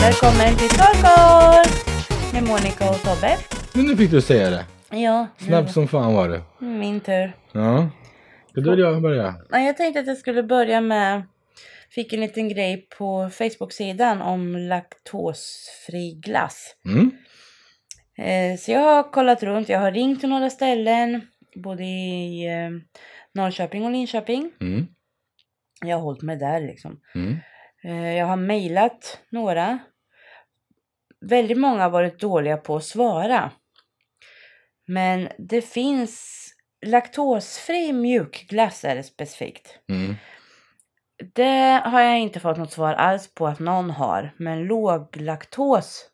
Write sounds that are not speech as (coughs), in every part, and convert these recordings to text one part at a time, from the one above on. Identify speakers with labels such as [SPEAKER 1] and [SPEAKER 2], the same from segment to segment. [SPEAKER 1] välkommen till Stockholm! Med Monica och Tobbe.
[SPEAKER 2] Men nu fick du säga det.
[SPEAKER 1] Ja, nu-
[SPEAKER 2] Snabb som fan var du.
[SPEAKER 1] min tur.
[SPEAKER 2] Ja. Vill du eller jag börja?
[SPEAKER 1] Ja, Jag tänkte att jag skulle börja med... Fick en liten grej på Facebook-sidan om laktosfri glass.
[SPEAKER 2] Mm.
[SPEAKER 1] Eh, Så jag har kollat runt, jag har ringt till några ställen. Både i eh, Norrköping och Linköping.
[SPEAKER 2] Mm.
[SPEAKER 1] Jag har hållit mig där liksom.
[SPEAKER 2] Mm.
[SPEAKER 1] Eh, Jag har mejlat några. Väldigt många har varit dåliga på att svara. Men det finns laktosfri mjukglass är det specifikt.
[SPEAKER 2] Mm.
[SPEAKER 1] Det har jag inte fått något svar alls på att någon har. Men låglaktos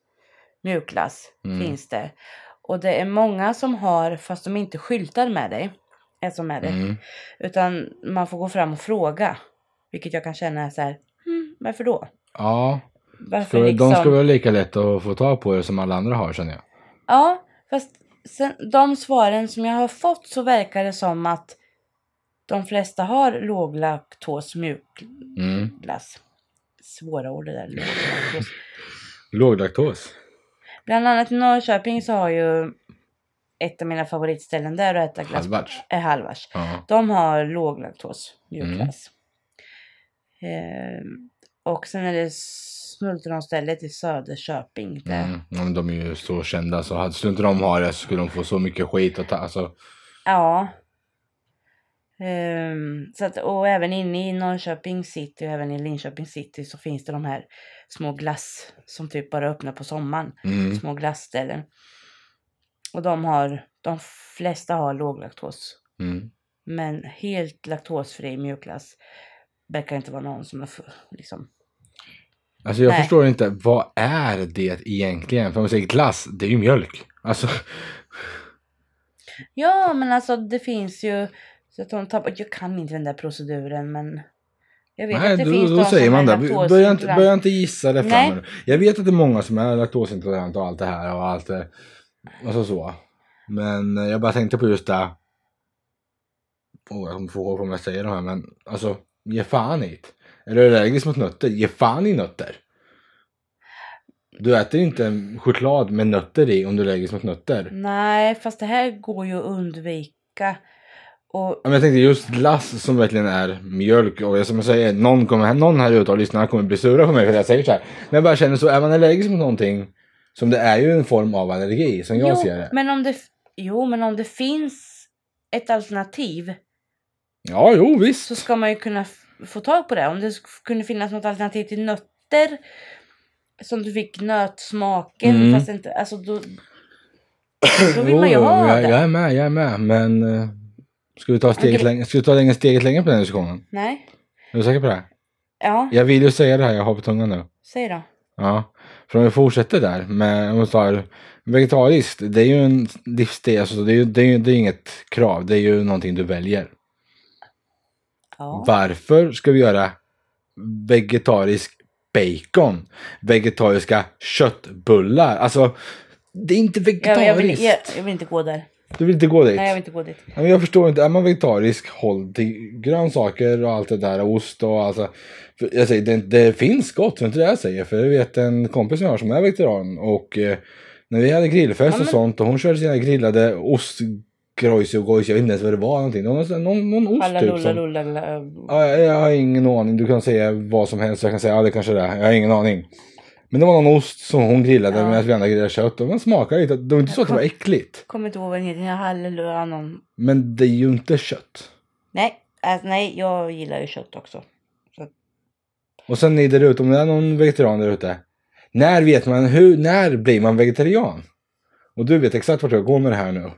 [SPEAKER 1] mjukglass
[SPEAKER 2] Mm.
[SPEAKER 1] finns det. Och det är många som har fast de inte skyltar med dig. Är som är det.
[SPEAKER 2] Mm.
[SPEAKER 1] Utan man får gå fram och fråga. Vilket jag kan känna är så här. Hmm, varför då?
[SPEAKER 2] Ja.
[SPEAKER 1] Varför
[SPEAKER 2] Ska, väl- De ska
[SPEAKER 1] liksom-
[SPEAKER 2] väl lika lätt att få tag på det som alla andra har känner jag.
[SPEAKER 1] Ja, fast sen, de svaren som jag har fått så verkar det som att de flesta har låglaktos mjukglass.
[SPEAKER 2] Mm.
[SPEAKER 1] Svåra ord det där. låglaktos.
[SPEAKER 2] Låglaktos.
[SPEAKER 1] Bland annat i Norrköping så har ju ett av mina favoritställen där att äta glass
[SPEAKER 2] Halvvärts.
[SPEAKER 1] är Halvars.
[SPEAKER 2] Ja.
[SPEAKER 1] De har låglaktos mjukglass.
[SPEAKER 2] Mm.
[SPEAKER 1] Ehm, och sen är det smultronstället i Söderköping. Där.
[SPEAKER 2] Mm. Ja, men de är ju så kända så hade skulle inte de ha det så skulle de få så mycket skit och ta, alltså.
[SPEAKER 1] Ja. Ehm, så att, och även inne i Norrköping city och även i Linköping city så finns det de här små glass som typ bara öppnar på sommaren.
[SPEAKER 2] Mm.
[SPEAKER 1] Små glassställen. Och de har, de flesta har låglaktos.
[SPEAKER 2] Mm.
[SPEAKER 1] Men helt laktosfri mjukglass verkar inte vara någon som har fu- liksom.
[SPEAKER 2] Alltså jag
[SPEAKER 1] Nej.
[SPEAKER 2] förstår inte, vad är det egentligen? För om man säger glass, det är ju mjölk. Alltså,
[SPEAKER 1] Ja men alltså det finns ju. Så att de tappar, jag kan inte den där proceduren men. Jag vet
[SPEAKER 2] nej,
[SPEAKER 1] att det
[SPEAKER 2] då,
[SPEAKER 1] finns
[SPEAKER 2] då
[SPEAKER 1] de
[SPEAKER 2] säger
[SPEAKER 1] som
[SPEAKER 2] man
[SPEAKER 1] är
[SPEAKER 2] det. Börja inte,
[SPEAKER 1] laktosintoleranta.
[SPEAKER 2] börja inte gissa det
[SPEAKER 1] Nej.
[SPEAKER 2] fram. nu. Jag vet att det är många som är laktosintoleranta och allt det här och allt det. Och så, så. Men eh, jag bara tänkte på just det. Åh, jag kommer få ihåg om jag säger det här men alltså, ge fan i det. Är du allergisk mot nötter, ge fan i nötter. Du äter inte en choklad med nötter i om du är allergisk mot nötter.
[SPEAKER 1] Nej, fast det här går ju att undvika. Och
[SPEAKER 2] Ja, men jag tänkte just glass som verkligen är mjölk och jag- som jag säger, någon, kommer, någon här ute och lyssnar kommer bli sura på mig för att jag säger så här. Men jag bara känner så, är man allergisk mot någonting, som det är ju en form av allergi som jag
[SPEAKER 1] jo,
[SPEAKER 2] ser det.
[SPEAKER 1] Men om det, jo, men om det finns ett alternativ
[SPEAKER 2] Ja, jo visst.
[SPEAKER 1] så ska man ju kunna f- få tag på det. Om det sk- kunde finnas något alternativ till nötter som du fick nötsmaken
[SPEAKER 2] Mm.
[SPEAKER 1] fast inte, alltså då,
[SPEAKER 2] (coughs)
[SPEAKER 1] då vill man ju
[SPEAKER 2] Jo,
[SPEAKER 1] ha
[SPEAKER 2] jag,
[SPEAKER 1] det.
[SPEAKER 2] jag är med, jag är med. Men eh, ska vi ta steget
[SPEAKER 1] Okej.
[SPEAKER 2] längre, ska vi ta längre, steget längre på den här diskussionen?
[SPEAKER 1] Nej,
[SPEAKER 2] Är du säker på det?
[SPEAKER 1] ja,
[SPEAKER 2] Jag vill ju säga det här, jag har på tungan nu.
[SPEAKER 1] säg då.
[SPEAKER 2] Ja, för om vi fortsätter där med, om vi tar vegetariskt, det är ju en livsstil, alltså det är ju det är, ju- det är inget krav, det är ju någonting du väljer.
[SPEAKER 1] Ja.
[SPEAKER 2] Varför ska vi göra vegetarisk bacon? Vegetariska köttbullar? Alltså, det är inte
[SPEAKER 1] Jag,
[SPEAKER 2] vegetariskt.
[SPEAKER 1] jag, vill, jag, jag vill inte gå där.
[SPEAKER 2] Du vill inte gå dit?
[SPEAKER 1] Nej, jag vill inte gå dit.
[SPEAKER 2] Ja, men jag förstår inte, är man vegetarisk, håll till grönsaker och allt det där, och ost och allt för jag säger, det, det finns gott, det är inte det jag säger, för jag vet en kompis som jag har som är vegetarian och eh, när vi hade grillfest
[SPEAKER 1] Ja, men-
[SPEAKER 2] och sånt och hon körde sina grillade ostgrojs och gojs, jag vet inte ens vad det var någonting, någon, någon, någon ost
[SPEAKER 1] Alla
[SPEAKER 2] typ.
[SPEAKER 1] lulla,
[SPEAKER 2] Som,
[SPEAKER 1] lulla, lulla.
[SPEAKER 2] ja, jag, jag har ingen aning, du kan säga vad som helst, jag kan säga ja det kanske är det, jag har ingen aning. Men det var någon ost som hon grillade
[SPEAKER 1] Ja.
[SPEAKER 2] medan vi andra grillade kött och man smakade lite, det var inte så att det var äckligt,
[SPEAKER 1] Kommer inte ihåg vad den heter, halleluja någon
[SPEAKER 2] men det är ju inte kött.
[SPEAKER 1] Nej, alltså, nej, jag gillar ju kött också.
[SPEAKER 2] Och sen ni där ute, om det är någon vegetarian där ute. När vet man hur, när blir man vegetarian? Och du vet exakt vart jag går med det här nu.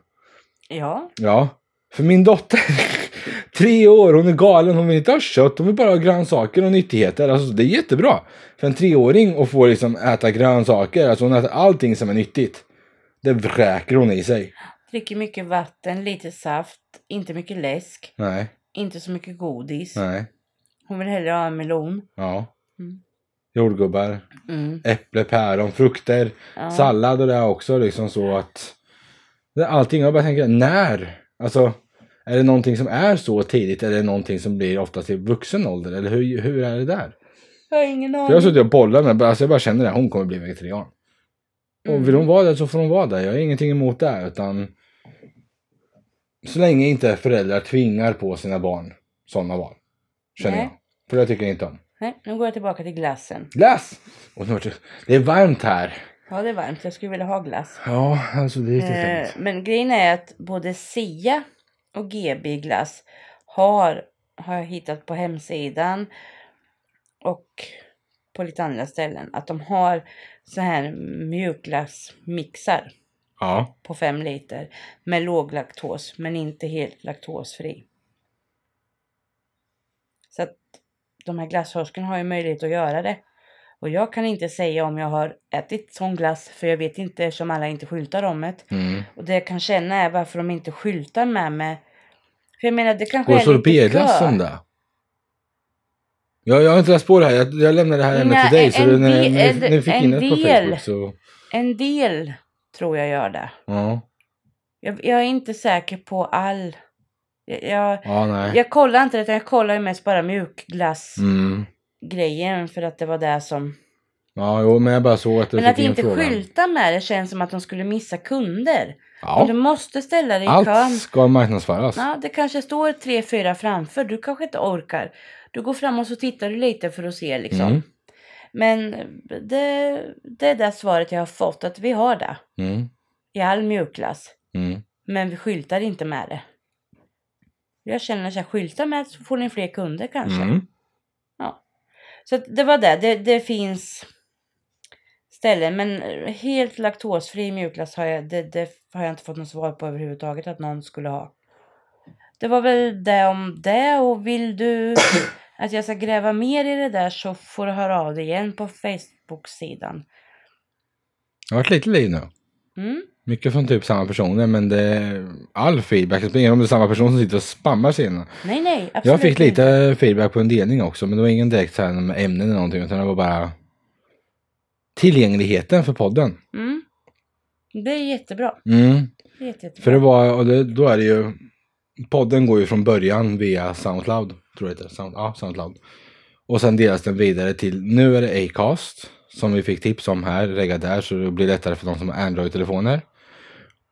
[SPEAKER 1] Ja,
[SPEAKER 2] Ja. För min dotter, (laughs) tre år, hon är galen, hon vill inte ha kött, hon vill bara ha grönsaker och nyttigheter. Alltså det är jättebra för en treåring att få liksom äta grönsaker, alltså hon äter allting som är nyttigt. Det vräker hon i sig.
[SPEAKER 1] dricker mycket vatten, lite saft, inte mycket läsk,
[SPEAKER 2] Nej,
[SPEAKER 1] inte så mycket godis.
[SPEAKER 2] nej,
[SPEAKER 1] Hon vill hellre ha en melon.
[SPEAKER 2] ja.
[SPEAKER 1] Mm.
[SPEAKER 2] Jordgubbar,
[SPEAKER 1] Mm,
[SPEAKER 2] äpple, päron, frukter.
[SPEAKER 1] ja.
[SPEAKER 2] sallad och det här också liksom så att det är allting. Jag bara tänker när? Alltså är det någonting som är så tidigt eller är det någonting som blir oftast i vuxen ålder eller hur, hur är det där?
[SPEAKER 1] Jag har ingen aning.
[SPEAKER 2] För jag har suttit och bollat med alltså jag bara känner det, hon kommer bli vegetarian. Och
[SPEAKER 1] Mm.
[SPEAKER 2] vill hon vara det så får hon vara det. Jag har ingenting emot det. Utan så länge inte föräldrar tvingar på sina barn sådana val. Känner
[SPEAKER 1] Nej.
[SPEAKER 2] jag. För det tycker jag inte om.
[SPEAKER 1] Nej, nu går jag tillbaka till glassen.
[SPEAKER 2] Glass! Och nu vart det- det är varmt här.
[SPEAKER 1] Ja, det är varmt. Jag skulle vilja ha glass.
[SPEAKER 2] Ja, alltså det är lite
[SPEAKER 1] Eh,
[SPEAKER 2] fint.
[SPEAKER 1] men grejen är att både Sia och GB glass har, har jag hittat på hemsidan och på lite andra ställen att de har så här mjukglassmixar
[SPEAKER 2] Ja.
[SPEAKER 1] på 5 liter med låg laktos men inte helt laktosfri. Så att de här glasshorsken har ju möjlighet att göra det. Och jag kan inte säga om jag har ätit sån glass för jag vet inte eftersom alla inte skyltar om det.
[SPEAKER 2] Mm.
[SPEAKER 1] Och det jag kan känna är varför de inte skyltar med mig. För jag menar det kanske
[SPEAKER 2] Går
[SPEAKER 1] är lite
[SPEAKER 2] sorbetglass om det? Jag, jag har inte läst på det här. Jag, jag lämnar det här ämnet
[SPEAKER 1] Nej,
[SPEAKER 2] till dig. Så
[SPEAKER 1] en
[SPEAKER 2] du, när,
[SPEAKER 1] del-
[SPEAKER 2] när, när du fick
[SPEAKER 1] en
[SPEAKER 2] in det på
[SPEAKER 1] del.
[SPEAKER 2] Facebook så...
[SPEAKER 1] En del tror jag gör det.
[SPEAKER 2] Ja.
[SPEAKER 1] Jag, jag är inte säker på all. Jag, jag,
[SPEAKER 2] Ja, nej.
[SPEAKER 1] jag kollar inte det utan jag kollar ju mest bara mjukglass.
[SPEAKER 2] Mm.
[SPEAKER 1] grejen för att det var det som...
[SPEAKER 2] Ja, jo, men jag bara såg att du
[SPEAKER 1] Men att
[SPEAKER 2] fick in
[SPEAKER 1] inte
[SPEAKER 2] frågan.
[SPEAKER 1] skylta med det känns som att de skulle missa kunder. Och du
[SPEAKER 2] Ja,
[SPEAKER 1] måste ställa dig i kön.
[SPEAKER 2] allt ska marknadsföras.
[SPEAKER 1] Ja, det kanske står tre, fyra framför. Du kanske inte orkar. Du går fram och så tittar du lite för att se liksom.
[SPEAKER 2] Mm.
[SPEAKER 1] Men det, det är det svaret jag har fått. Att vi har det.
[SPEAKER 2] Mm.
[SPEAKER 1] I all mjukglass.
[SPEAKER 2] Mm.
[SPEAKER 1] Men vi skyltar inte med det. Jag känner så här, skylta med så får ni fler kunder kanske.
[SPEAKER 2] Mm.
[SPEAKER 1] Så att det var det. det. Det finns ställen. Men helt laktosfri mjukglass har jag, det, det har jag inte fått något svar på överhuvudtaget att någon skulle ha. Det var väl det om det och vill
[SPEAKER 2] (coughs)
[SPEAKER 1] du att jag ska gräva mer i det där så får du höra av dig igen på Facebook-sidan.
[SPEAKER 2] Det har varit lite liv nu.
[SPEAKER 1] Mm?
[SPEAKER 2] Mycket från typ samma personer, men det är all feedback. Det spelar ingen roll om det är samma person som sitter och spammar scenen.
[SPEAKER 1] Nej, nej, absolut
[SPEAKER 2] Jag fick
[SPEAKER 1] inte.
[SPEAKER 2] lite feedback på en delning också, men det var ingen direkt så här med ämnen eller någonting, utan det var bara tillgängligheten för podden.
[SPEAKER 1] Mm? Det är jättebra.
[SPEAKER 2] Mm.
[SPEAKER 1] Det är jätte, jättebra.
[SPEAKER 2] För det var, och det, då är det ju, podden går ju från början via Soundcloud, tror jag det heter. Sound, ja, Soundcloud. Och sen delas den vidare till, nu är det Acast, som vi fick tips om här, regga där så det blir lättare för de som har Android-telefoner.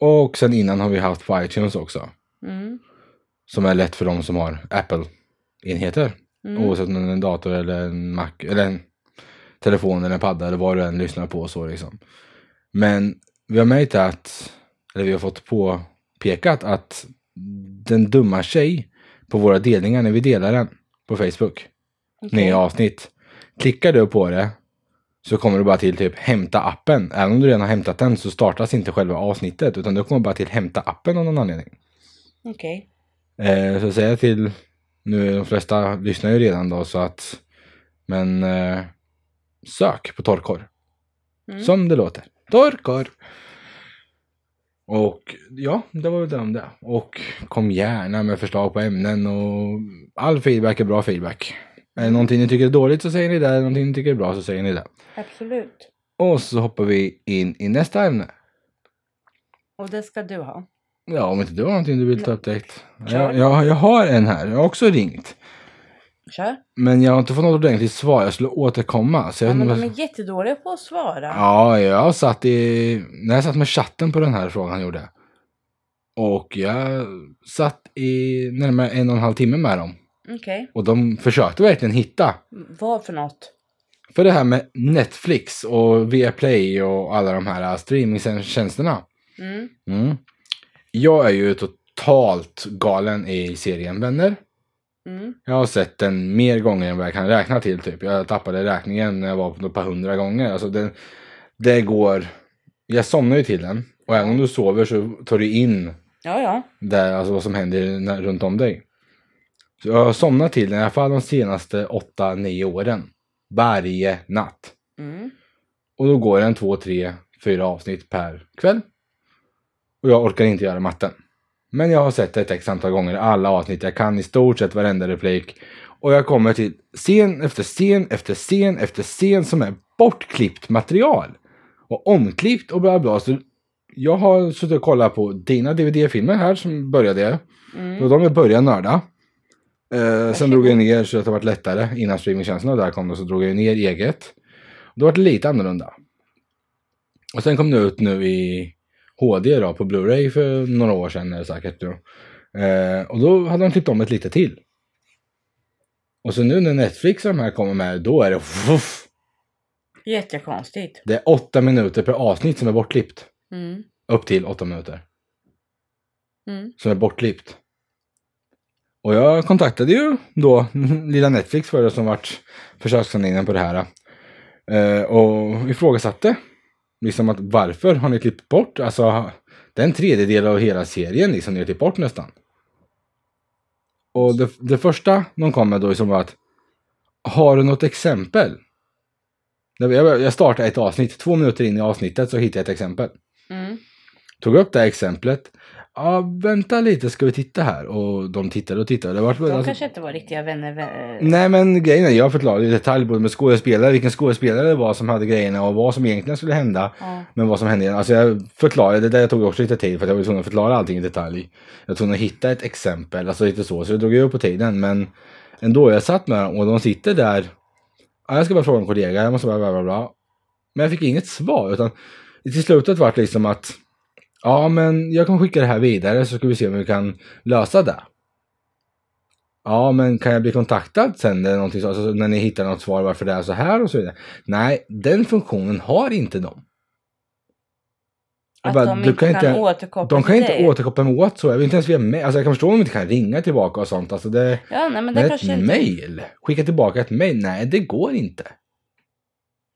[SPEAKER 2] Och sen innan har vi haft på iTunes också,
[SPEAKER 1] Mm.
[SPEAKER 2] som är lätt för de som har Apple-enheter.
[SPEAKER 1] Mm.
[SPEAKER 2] Oavsett om det är en dator eller en Mac, eller en telefon eller en padda eller vad du än lyssnar på och så liksom. Men vi har märkt att, eller vi har fått påpekat att den dumma tjej på våra delningar när vi delar den på Facebook,
[SPEAKER 1] Okej.
[SPEAKER 2] nya avsnitt. Klickar du på det så kommer du bara till typ hämta appen. Även om du redan har hämtat den så startas inte själva avsnittet utan du kommer bara till hämta appen av någon anledning.
[SPEAKER 1] Okej.
[SPEAKER 2] Eh, så säger jag till, nu är de flesta lyssnar ju redan då så att, men eh, sök på torrkorv.
[SPEAKER 1] Mm.
[SPEAKER 2] Som det låter. Torrkorv! Och ja, det var väl det om det. Och kom gärna med förslag på ämnen och all feedback är bra feedback. Är det någonting ni tycker är dåligt så säger ni det, är det någonting ni tycker är bra så säger ni det.
[SPEAKER 1] Absolut.
[SPEAKER 2] Och så hoppar vi in i nästa ämne.
[SPEAKER 1] Och det ska du ha.
[SPEAKER 2] Ja, om inte du har någonting du vill ta upp direkt.
[SPEAKER 1] Kör.
[SPEAKER 2] Jag, jag, jag har en här, jag har också ringt.
[SPEAKER 1] Kör.
[SPEAKER 2] Men jag har inte fått något ordentligt svar. Jag skulle återkomma. Så jag
[SPEAKER 1] Ja,
[SPEAKER 2] vet
[SPEAKER 1] men
[SPEAKER 2] inte
[SPEAKER 1] de
[SPEAKER 2] vad...
[SPEAKER 1] är jättedåliga på att svara.
[SPEAKER 2] ja, jag satt i... När jag satt med chatten på den här frågan gjorde. jag. Och jag satt i närmare en och en halv timme med dem.
[SPEAKER 1] Okej.
[SPEAKER 2] Och de försökte verkligen hitta.
[SPEAKER 1] Vad för något?
[SPEAKER 2] För det här med Netflix och Viaplay och alla de här streamingtjänsterna.
[SPEAKER 1] Mm.
[SPEAKER 2] Mm. Jag är ju totalt galen i serien Vänner.
[SPEAKER 1] Mm.
[SPEAKER 2] Jag har sett den mer gånger än vad jag kan räkna till. Typ. Jag tappade räkningen när jag var på ett par hundra gånger. Alltså den, det går... Jag somnar ju till den. Och även om du sover så tar du in
[SPEAKER 1] Ja, ja.
[SPEAKER 2] där, alltså vad som händer när, runt om dig. Så jag har somnat till den i alla fall de senaste 8-9 åren. Varje natt.
[SPEAKER 1] Mm.
[SPEAKER 2] Och då går den 2, 3, 4 avsnitt per kväll. Och jag orkar inte göra matten. Men jag har sett det ett x antal gånger, alla avsnitt. Jag kan i stort sett varenda replik. Och jag kommer till scen efter scen efter scen efter scen som är bortklippt material. Och omklippt och bla bla. Så jag har suttit och kollat på dina DVD-filmer här som började.
[SPEAKER 1] Mm.
[SPEAKER 2] Det var de jag började nörda. Eh, sen drog jag ner så att det varit lättare innan streamingtjänsterna där kom. Då, så drog jag ner eget. Då vart det lite annorlunda. Och sen kom det ut nu i HD då, på Blu-ray för några år sedan är det säkert nu. Eh, och då hade de klippt om ett lite till. Och så nu när Netflix och de här kommer med, då är det fuff,
[SPEAKER 1] Jättekonstigt.
[SPEAKER 2] Det är åtta minuter per avsnitt som är bortklippt.
[SPEAKER 1] Mm.
[SPEAKER 2] Upp till åtta minuter.
[SPEAKER 1] Mm.
[SPEAKER 2] som är bortklippt. Och jag kontaktade ju då (laughs) lilla Netflix för det som vart försökskaninaren på det här. Eh, och ifrågasatte. Liksom att varför har ni klippt bort? Alltså den tredjedel av hela serien liksom ni har klippt bort nästan. Och det, det första de kom med då liksom var att har du något exempel? Jag, jag jag startade ett avsnitt, två minuter in i avsnittet så hittade jag ett exempel
[SPEAKER 1] Mm.
[SPEAKER 2] tog upp det här exemplet. Ja, vänta lite ska vi titta här? Och de tittade och tittade. Det var,
[SPEAKER 1] De
[SPEAKER 2] alltså,
[SPEAKER 1] kanske inte var riktiga vänner. vä- eh,
[SPEAKER 2] Nej men grejen är, jag förklarade i detalj både med skådespelare, vilken skådespelare det var som hade grejerna och vad som egentligen skulle hända.
[SPEAKER 1] Ja.
[SPEAKER 2] Men vad som hände, alltså jag förklarade, det där tog också lite tid för att jag var tvungen att förklara allting i detalj. Jag var tvungen att hitta ett exempel, alltså lite så, så det drog ju upp på tiden. Men ändå, jag satt med dem och de sitter där. Ja, jag ska bara fråga en kollega, jag måste bara bla bla bla. Men jag fick inget svar, utan till slutet vart liksom att ja, men jag kan skicka det här vidare så ska vi se om vi kan lösa det. Ja, men kan jag bli kontaktad sen eller någonting så, alltså, när ni hittar något svar varför det är så här och så vidare? Nej, den funktionen har inte de. Jag
[SPEAKER 1] Att
[SPEAKER 2] bara,
[SPEAKER 1] de
[SPEAKER 2] du
[SPEAKER 1] inte kan, återkoppla
[SPEAKER 2] de kan
[SPEAKER 1] till
[SPEAKER 2] inte
[SPEAKER 1] dig.
[SPEAKER 2] återkoppla mig åt så. Jag vill inte ens via mail. Alltså jag kan förstå om de inte kan ringa tillbaka och sånt. Alltså det,
[SPEAKER 1] Ja, nej, men
[SPEAKER 2] men
[SPEAKER 1] det
[SPEAKER 2] ett
[SPEAKER 1] kanske inte...
[SPEAKER 2] mail. Skicka tillbaka ett mail. Nej, det går inte.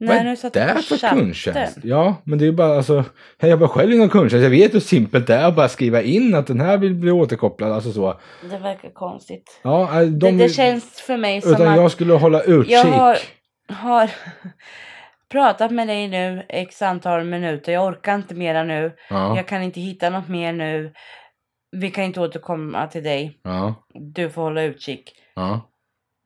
[SPEAKER 1] Nej, nu
[SPEAKER 2] Vad
[SPEAKER 1] satt
[SPEAKER 2] det
[SPEAKER 1] jag
[SPEAKER 2] är
[SPEAKER 1] på
[SPEAKER 2] för
[SPEAKER 1] chatten.
[SPEAKER 2] kundtjänst? Ja, men det är ju bara alltså. Jag jobbar själv inom kundtjänst. Jag vet hur simpelt det är att bara skriva in att den här vill bli återkopplad. Alltså så.
[SPEAKER 1] Det verkar konstigt.
[SPEAKER 2] Ja, alltså, de,
[SPEAKER 1] det, det känns för mig som
[SPEAKER 2] utan
[SPEAKER 1] att...
[SPEAKER 2] jag skulle hålla utkik.
[SPEAKER 1] Jag har, har (laughs) pratat med dig nu x antal minuter. Jag orkar inte mera nu.
[SPEAKER 2] Ja,
[SPEAKER 1] Jag kan inte hitta något mer nu. Vi kan inte återkomma till dig.
[SPEAKER 2] ja,
[SPEAKER 1] Du får hålla utkik.
[SPEAKER 2] ja.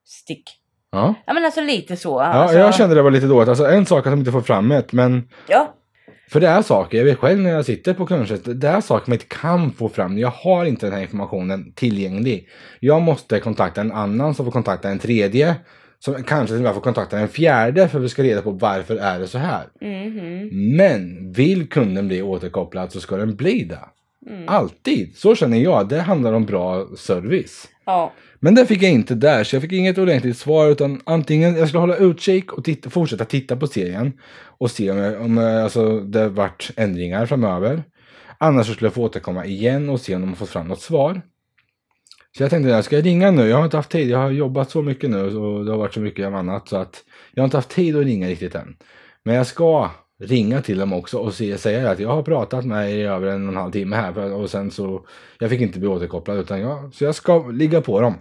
[SPEAKER 1] Stick.
[SPEAKER 2] Ja,
[SPEAKER 1] Ja men alltså lite så.
[SPEAKER 2] ja
[SPEAKER 1] alltså,
[SPEAKER 2] jag kände det var lite dåligt. Alltså en sak att de inte får fram ett, men
[SPEAKER 1] Ja.
[SPEAKER 2] För det är saker, jag vet själv när jag sitter på kundtjänst, det är saker man inte kan få fram. Jag har inte den här informationen tillgänglig. Jag måste kontakta en annan som får kontakta en tredje. Som kanske till och med får kontakta en fjärde för att vi ska reda på varför är det så här.
[SPEAKER 1] Mhm.
[SPEAKER 2] Men vill kunden bli återkopplad så ska den bli det.
[SPEAKER 1] Mm.
[SPEAKER 2] Alltid. Så känner jag. Det handlar om bra service.
[SPEAKER 1] Ja.
[SPEAKER 2] Men det fick jag inte där, så jag fick inget ordentligt svar utan antingen jag skulle hålla utkik och titta, fortsätta titta på serien och se om, jag, om jag, alltså, det vart ändringar framöver. Annars så skulle jag få återkomma igen och se om de har fått fram något svar. Så jag tänkte, jag ska ringa nu. Jag har inte haft tid. Jag har jobbat så mycket nu och det har varit så mycket av annat så att jag har inte haft tid att ringa riktigt än. Men jag ska ringa till dem också och se, säga att jag har pratat med er i över en och en halv timme här för- och sen så jag fick inte bli återkopplad utan jag, så jag ska ligga på dem.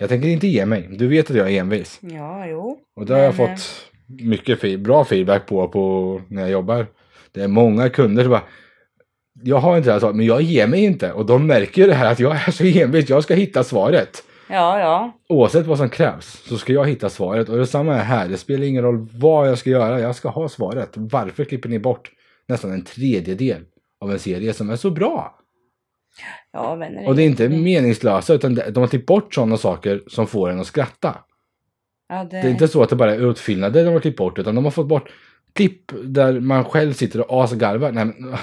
[SPEAKER 2] Jag tänker inte ge mig. Du vet att jag är envis.
[SPEAKER 1] Ja, jo.
[SPEAKER 2] Och det har jag
[SPEAKER 1] Men, eh,
[SPEAKER 2] fått mycket fi- bra feedback på, på när jag jobbar. Det är många kunder som bara jag har inte det här svaret, men jag ger mig inte. Och de märker ju det här att jag är så envis. Jag ska hitta svaret.
[SPEAKER 1] Ja, ja.
[SPEAKER 2] Oavsett vad som krävs så ska jag hitta svaret. Och detsamma är här. Det spelar ingen roll vad jag ska göra. Jag ska ha svaret. Varför klipper ni bort nästan en tredjedel av en serie som är så bra?
[SPEAKER 1] Ja, vänner.
[SPEAKER 2] Och det är inte
[SPEAKER 1] jättefint.
[SPEAKER 2] meningslösa utan de de har klippt bort sådana saker som får en att skratta.
[SPEAKER 1] Ja, det...
[SPEAKER 2] Det är inte så att det bara är utfyllnader de har klippt bort utan de har fått bort klipp där man själv sitter och asgarvar. Nej, men, ah.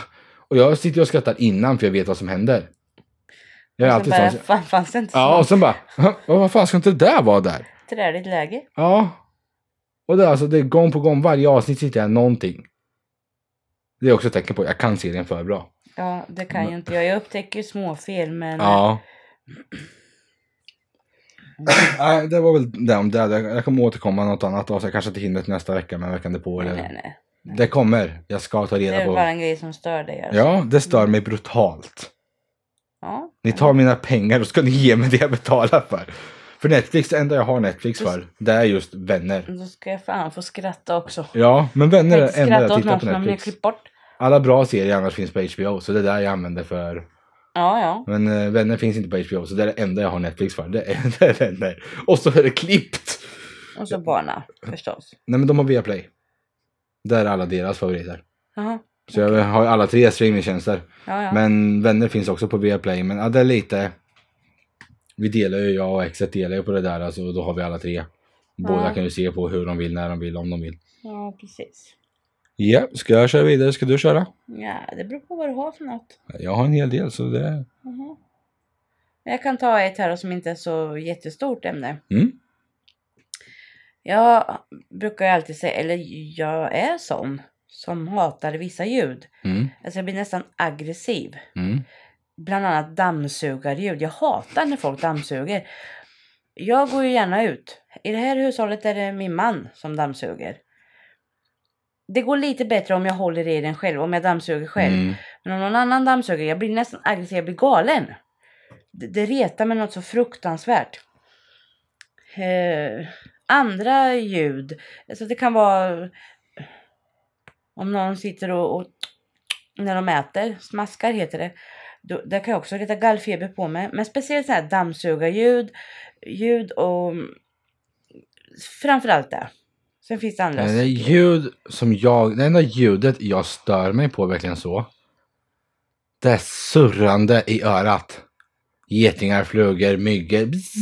[SPEAKER 2] och jag sitter och skrattar innan för jag vet vad som händer. Jag är
[SPEAKER 1] Och sen
[SPEAKER 2] alltid
[SPEAKER 1] bara,
[SPEAKER 2] sån.
[SPEAKER 1] alltså, fan, fanns det inte
[SPEAKER 2] Ja,
[SPEAKER 1] ja,
[SPEAKER 2] och
[SPEAKER 1] så
[SPEAKER 2] sen bara, "Hå, vad fan ska inte det där vara där?
[SPEAKER 1] träligt läge?
[SPEAKER 2] Ja. Och det är alltså det är gång på gång, varje avsnitt sitter jag någonting. Det är också ett tecken på att jag kan serien för bra.
[SPEAKER 1] Ja, det kan ju inte jag. Jag upptäcker ju småfel men...
[SPEAKER 2] Mm. Ja. Nej, det var väl det om det. Jag- Jag kommer återkomma något annat avsnitt. Jag kanske inte hinner till nästa vecka, men veckan därpå.
[SPEAKER 1] Nej, nej,
[SPEAKER 2] Eller...
[SPEAKER 1] nej.
[SPEAKER 2] Det kommer. Jag ska ta
[SPEAKER 1] Det
[SPEAKER 2] reda
[SPEAKER 1] är bara
[SPEAKER 2] på.
[SPEAKER 1] en grej som stör dig. Alltså.
[SPEAKER 2] Ja, det stör mig brutalt.
[SPEAKER 1] ja.
[SPEAKER 2] Ni tar mina pengar och ska ni ge mig det jag betalar för. För Netflix, det enda jag har Netflix för, det är just vänner.
[SPEAKER 1] Då ska jag fan få skratta också.
[SPEAKER 2] Ja, men vänner är
[SPEAKER 1] Jag
[SPEAKER 2] det
[SPEAKER 1] kan
[SPEAKER 2] enda
[SPEAKER 1] skratta åt
[SPEAKER 2] jag tittar
[SPEAKER 1] någon
[SPEAKER 2] på
[SPEAKER 1] som har
[SPEAKER 2] Netflix.
[SPEAKER 1] klippt bort.
[SPEAKER 2] Alla bra serier annars finns på HBO, så det är där jag använder för
[SPEAKER 1] Ja, ja.
[SPEAKER 2] Men eh, Vänner finns inte på HBO, så det är det enda jag har Netflix för. Det är, (laughs) det är Vänner. Och så är det klippt!
[SPEAKER 1] Och så barna förstås.
[SPEAKER 2] Nej, men de har Viaplay. Där är alla deras favoriter.
[SPEAKER 1] Jaha.
[SPEAKER 2] Så jag har ju alla tre streamingtjänster.
[SPEAKER 1] Ja, ja.
[SPEAKER 2] Men Vänner finns också på Viaplay. Men ja, det är lite... vi delar ju, jag och exet delar ju på det där alltså, och då har vi alla tre. Båda
[SPEAKER 1] Ja.
[SPEAKER 2] kan ju se på hur de vill, när de vill, om de vill.
[SPEAKER 1] Ja, precis.
[SPEAKER 2] Ja, ska jag köra vidare? Ska du köra?
[SPEAKER 1] Ja, det beror på vad du har för något.
[SPEAKER 2] Jag har en hel del så det...
[SPEAKER 1] Jaha. Men Mm-hmm. Jag kan ta ett här då som inte är så jättestort ämne.
[SPEAKER 2] Mm.
[SPEAKER 1] Jag brukar ju alltid säga, eller jag är sån som hatar vissa ljud.
[SPEAKER 2] Mm.
[SPEAKER 1] Alltså jag blir nästan aggressiv.
[SPEAKER 2] Mm.
[SPEAKER 1] Bland annat dammsugarljud. Jag hatar när folk dammsuger. Jag går ju gärna ut. I det här hushållet är det min man som dammsuger. Det går lite bättre om jag håller i den själv, om jag dammsuger själv.
[SPEAKER 2] Mm.
[SPEAKER 1] Men om någon annan dammsuger, jag blir nästan aggressiv, jag blir galen. Det, det retar mig något så fruktansvärt. Eh, andra ljud, alltså det kan vara eh, om någon sitter och, och när de äter, smaskar heter det. Då, det kan jag också reta gallfeber på mig. Men speciellt så här dammsugarljud, ljud och mm, framförallt det. Sen finns det andra.
[SPEAKER 2] Det är ljud som jag, det enda ljudet jag stör mig på verkligen så. Det är surrande i örat. Getingar, flugor, myggor. bzzz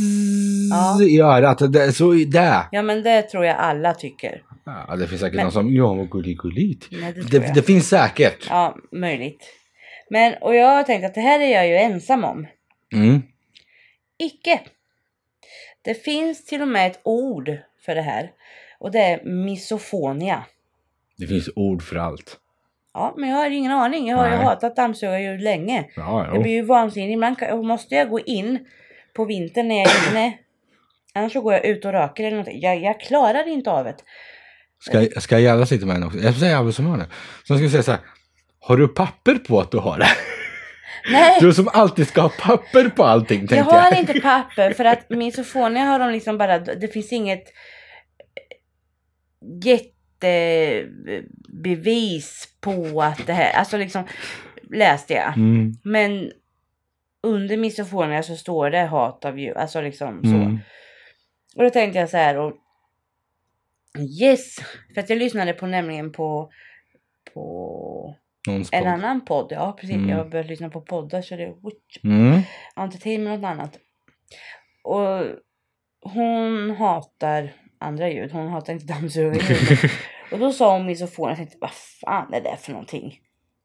[SPEAKER 1] Ja.
[SPEAKER 2] I örat. Det är så det.
[SPEAKER 1] Ja men det tror jag alla tycker.
[SPEAKER 2] Ja, det finns säkert
[SPEAKER 1] Men-
[SPEAKER 2] någon som, ja vad gulligt.
[SPEAKER 1] Nej, det tror jag.
[SPEAKER 2] Det, det finns säkert.
[SPEAKER 1] Ja, möjligt. Men, och jag har tänkt att det här är jag ju ensam om.
[SPEAKER 2] Mm.
[SPEAKER 1] Icke. Det finns till och med ett ord för det här. Och det är misofonia.
[SPEAKER 2] Det finns ord för allt.
[SPEAKER 1] Ja, men jag har ingen aning. Jag har ju
[SPEAKER 2] Nej.
[SPEAKER 1] hatat dammsugarljud länge.
[SPEAKER 2] Ja,
[SPEAKER 1] Jag blir
[SPEAKER 2] jo.
[SPEAKER 1] ju vansinnig. Ibland kan- måste jag gå in på vintern när jag är inne. Annars så går jag ut och röker eller någonting. Jag, jag klarar inte av det.
[SPEAKER 2] Ska, ska jag jävlas lite med henne också? Jag ska säga som har det. Sen ska jag säga så här. Har du papper på att du har det?
[SPEAKER 1] Nej!
[SPEAKER 2] Du som alltid ska ha papper på allting tänkte
[SPEAKER 1] Jag
[SPEAKER 2] jag.
[SPEAKER 1] har inte papper för att misofonia har de liksom bara, det finns inget jättebevis på att det här, alltså liksom läste jag.
[SPEAKER 2] Mm.
[SPEAKER 1] Men under misofonia så står det hat av djur, alltså liksom så.
[SPEAKER 2] Mm.
[SPEAKER 1] Och då tänkte jag så här och yes, för att jag lyssnade på nämligen på på
[SPEAKER 2] Någon
[SPEAKER 1] en
[SPEAKER 2] spot.
[SPEAKER 1] annan podd, ja precis,
[SPEAKER 2] Mm.
[SPEAKER 1] jag har börjat lyssna på poddar så det
[SPEAKER 2] Mm.
[SPEAKER 1] Jag har inte tid med något annat. Och hon hatar andra ljud. Hon hatar inte (laughs) dammsugarljud. och då sa hon misofon. Jag tänkte vad fan är det för någonting?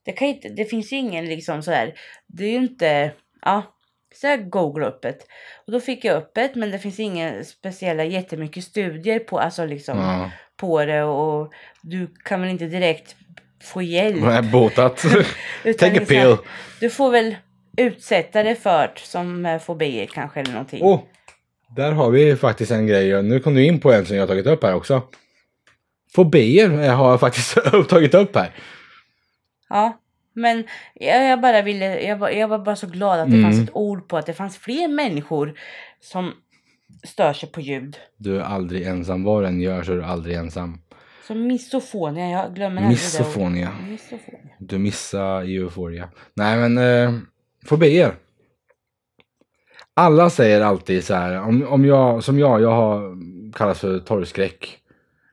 [SPEAKER 1] Det, kan ju inte, det finns ju ingen liksom sådär. Det är ju inte. Ja. Så jag googlade upp ett. Och då fick jag upp ett. Men det finns inga speciella jättemycket studier på, alltså liksom,
[SPEAKER 2] Ja.
[SPEAKER 1] på det. Och du kan väl inte direkt få hjälp.
[SPEAKER 2] Nej,
[SPEAKER 1] (laughs)
[SPEAKER 2] botat.
[SPEAKER 1] Utan
[SPEAKER 2] Take a
[SPEAKER 1] liksom-
[SPEAKER 2] pill.
[SPEAKER 1] du får väl utsätta dig för det som eh, fobier kanske eller någonting.
[SPEAKER 2] Oh, där har vi faktiskt en grej. Nu kom du in på en som jag har tagit upp här också. Fobier eh, har jag faktiskt (laughs) tagit upp här.
[SPEAKER 1] Ja. Men jag, jag bara ville, jag var, jag var bara så glad att det
[SPEAKER 2] Mm.
[SPEAKER 1] fanns ett ord på att det fanns fler människor som stör sig på ljud.
[SPEAKER 2] Du är aldrig ensam. Vad du än gör så är du aldrig ensam.
[SPEAKER 1] Så misofonia, jag glömmer aldrig
[SPEAKER 2] Misofonia.
[SPEAKER 1] det. ordet. Misofonia.
[SPEAKER 2] Du missar euforia. Nej men, eh, fobier. Alla säger alltid så här, om, om jag, som jag, jag har kallas för torgskräck.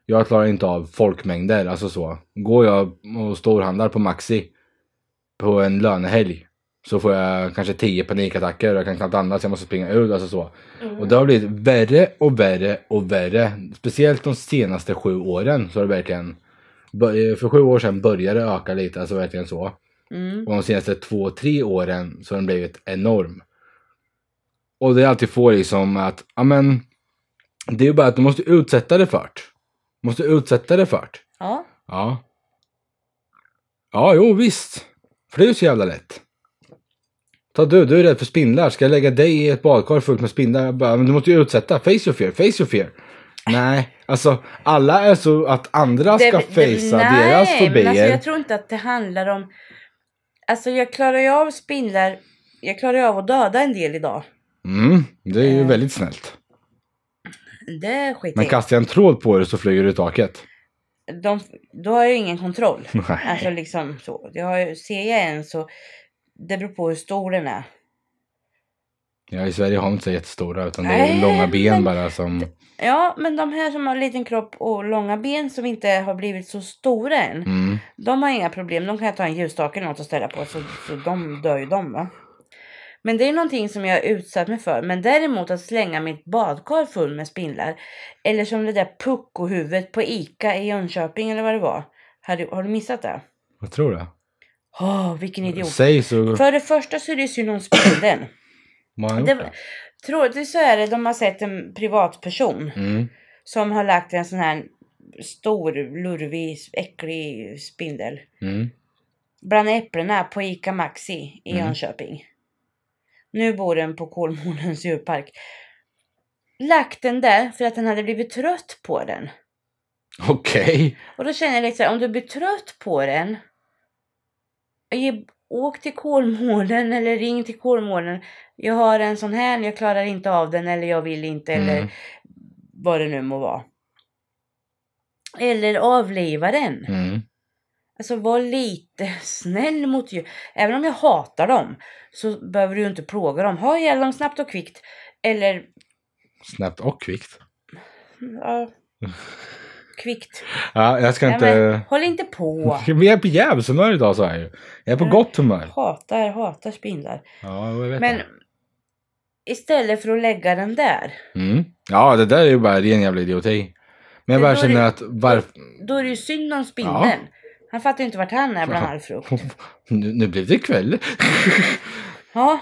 [SPEAKER 2] Jag klarar inte av folkmängder, alltså så. Går jag och storhandlar på Maxi på en lönehelg så får jag kanske 10 panikattacker och jag kan knappt andas, jag måste springa ut, alltså så. Och det har blivit värre och värre och värre. Speciellt de senaste sju åren så har det verkligen... bör- eh, För sju år sedan började det öka lite, alltså verkligen så.
[SPEAKER 1] Mm.
[SPEAKER 2] Och de senaste två, tre åren så har den blivit enorm. Och det är alltid får liksom att, ja men... Det är ju bara att du måste utsätta det för det. Måste utsätta det för det.
[SPEAKER 1] Ja.
[SPEAKER 2] Ja. Ja, jo visst. För det är ju så jävla lätt. Ta du, du är rädd för spindlar. Ska jag lägga dig i ett badkar fullt med spindlar? Jag Bara, men du måste ju utsätta. Face your fear, face your fear. Nej, alltså alla är så att andra ska facea deras
[SPEAKER 1] men alltså,
[SPEAKER 2] fobier.
[SPEAKER 1] jag tror inte att det handlar om... Alltså jag klarar ju av spindlar. Jag klarar ju av att döda en del idag.
[SPEAKER 2] Mm, det är ju
[SPEAKER 1] Eh.
[SPEAKER 2] väldigt snällt.
[SPEAKER 1] Det skiter
[SPEAKER 2] Men
[SPEAKER 1] jag i.
[SPEAKER 2] kastar jag en tråd på dig så flyger du i taket. (laughs)
[SPEAKER 1] de, då har jag ju ingen kontroll.
[SPEAKER 2] Nej.
[SPEAKER 1] Alltså liksom så. Jag har, ju- ser jag en så, det beror på hur stor den är.
[SPEAKER 2] Ja, I Sverige har de inte så jättestora utan det är
[SPEAKER 1] Nej,
[SPEAKER 2] ju långa ben
[SPEAKER 1] men-
[SPEAKER 2] bara som...
[SPEAKER 1] Ja, men de här som har liten kropp och långa ben som inte har blivit så stora än.
[SPEAKER 2] Mm.
[SPEAKER 1] De har inga problem. De kan ta en ljusstake eller något och ställa på. Så, så de dör ju de va. Men det är någonting som jag har utsatt mig för. Men däremot att slänga mitt badkar full med spindlar. Eller som det där puckohuvudet på Ica i Jönköping eller vad det var. Har du, har du missat det?
[SPEAKER 2] Jag tror det.
[SPEAKER 1] Åh, vilken idiot.
[SPEAKER 2] Säg så.
[SPEAKER 1] För det första så är det ju synd om
[SPEAKER 2] (clears throat)
[SPEAKER 1] spindeln.
[SPEAKER 2] Man har gjort
[SPEAKER 1] Det-
[SPEAKER 2] det.
[SPEAKER 1] Troligtvis så är det de har sett en privatperson
[SPEAKER 2] Mm.
[SPEAKER 1] som har lagt en sån här stor, lurvig, äcklig spindel
[SPEAKER 2] Mm.
[SPEAKER 1] bland äpplena på ICA Maxi i
[SPEAKER 2] Mm.
[SPEAKER 1] Jönköping. Nu bor den på Kolmårdens djurpark. Lagt den där för att han hade blivit trött på den.
[SPEAKER 2] Okej.
[SPEAKER 1] Och då känner jag lite så här, om du blir trött på den. eh, Ge, åk till Kolmården eller ring till Kolmården. Jag har en sån här, jag klarar inte av den eller jag vill inte
[SPEAKER 2] Mm.
[SPEAKER 1] eller vad det nu må vara. Eller avliva den.
[SPEAKER 2] Mm.
[SPEAKER 1] Alltså var lite snäll mot djur. Även om jag hatar dem så behöver du ju inte plåga dem. Ha ihjäl dem snabbt och kvickt. Eller
[SPEAKER 2] Snabbt och kvickt. (laughs)
[SPEAKER 1] ja, kvickt.
[SPEAKER 2] Ja, jag ska
[SPEAKER 1] Nej, men,
[SPEAKER 2] inte...
[SPEAKER 1] håll inte
[SPEAKER 2] (laughs)
[SPEAKER 1] på.
[SPEAKER 2] Vi är på jävshumör idag så här ju. Jag är på
[SPEAKER 1] Ja.
[SPEAKER 2] gott humör.
[SPEAKER 1] Hatar, hatar spindlar.
[SPEAKER 2] Ja, jag vet
[SPEAKER 1] Men
[SPEAKER 2] det.
[SPEAKER 1] istället för att lägga den där.
[SPEAKER 2] Mm. Ja, det där är ju bara ren jävla idioti.
[SPEAKER 1] Men
[SPEAKER 2] Men jag bara
[SPEAKER 1] då är
[SPEAKER 2] känner
[SPEAKER 1] det-
[SPEAKER 2] att varför...
[SPEAKER 1] Då är det ju synd om spindeln. Han fattar ju inte vart han är bland
[SPEAKER 2] Ja.
[SPEAKER 1] all frukt.
[SPEAKER 2] (laughs) Nu, nu blev det kväll. (laughs)
[SPEAKER 1] Ja.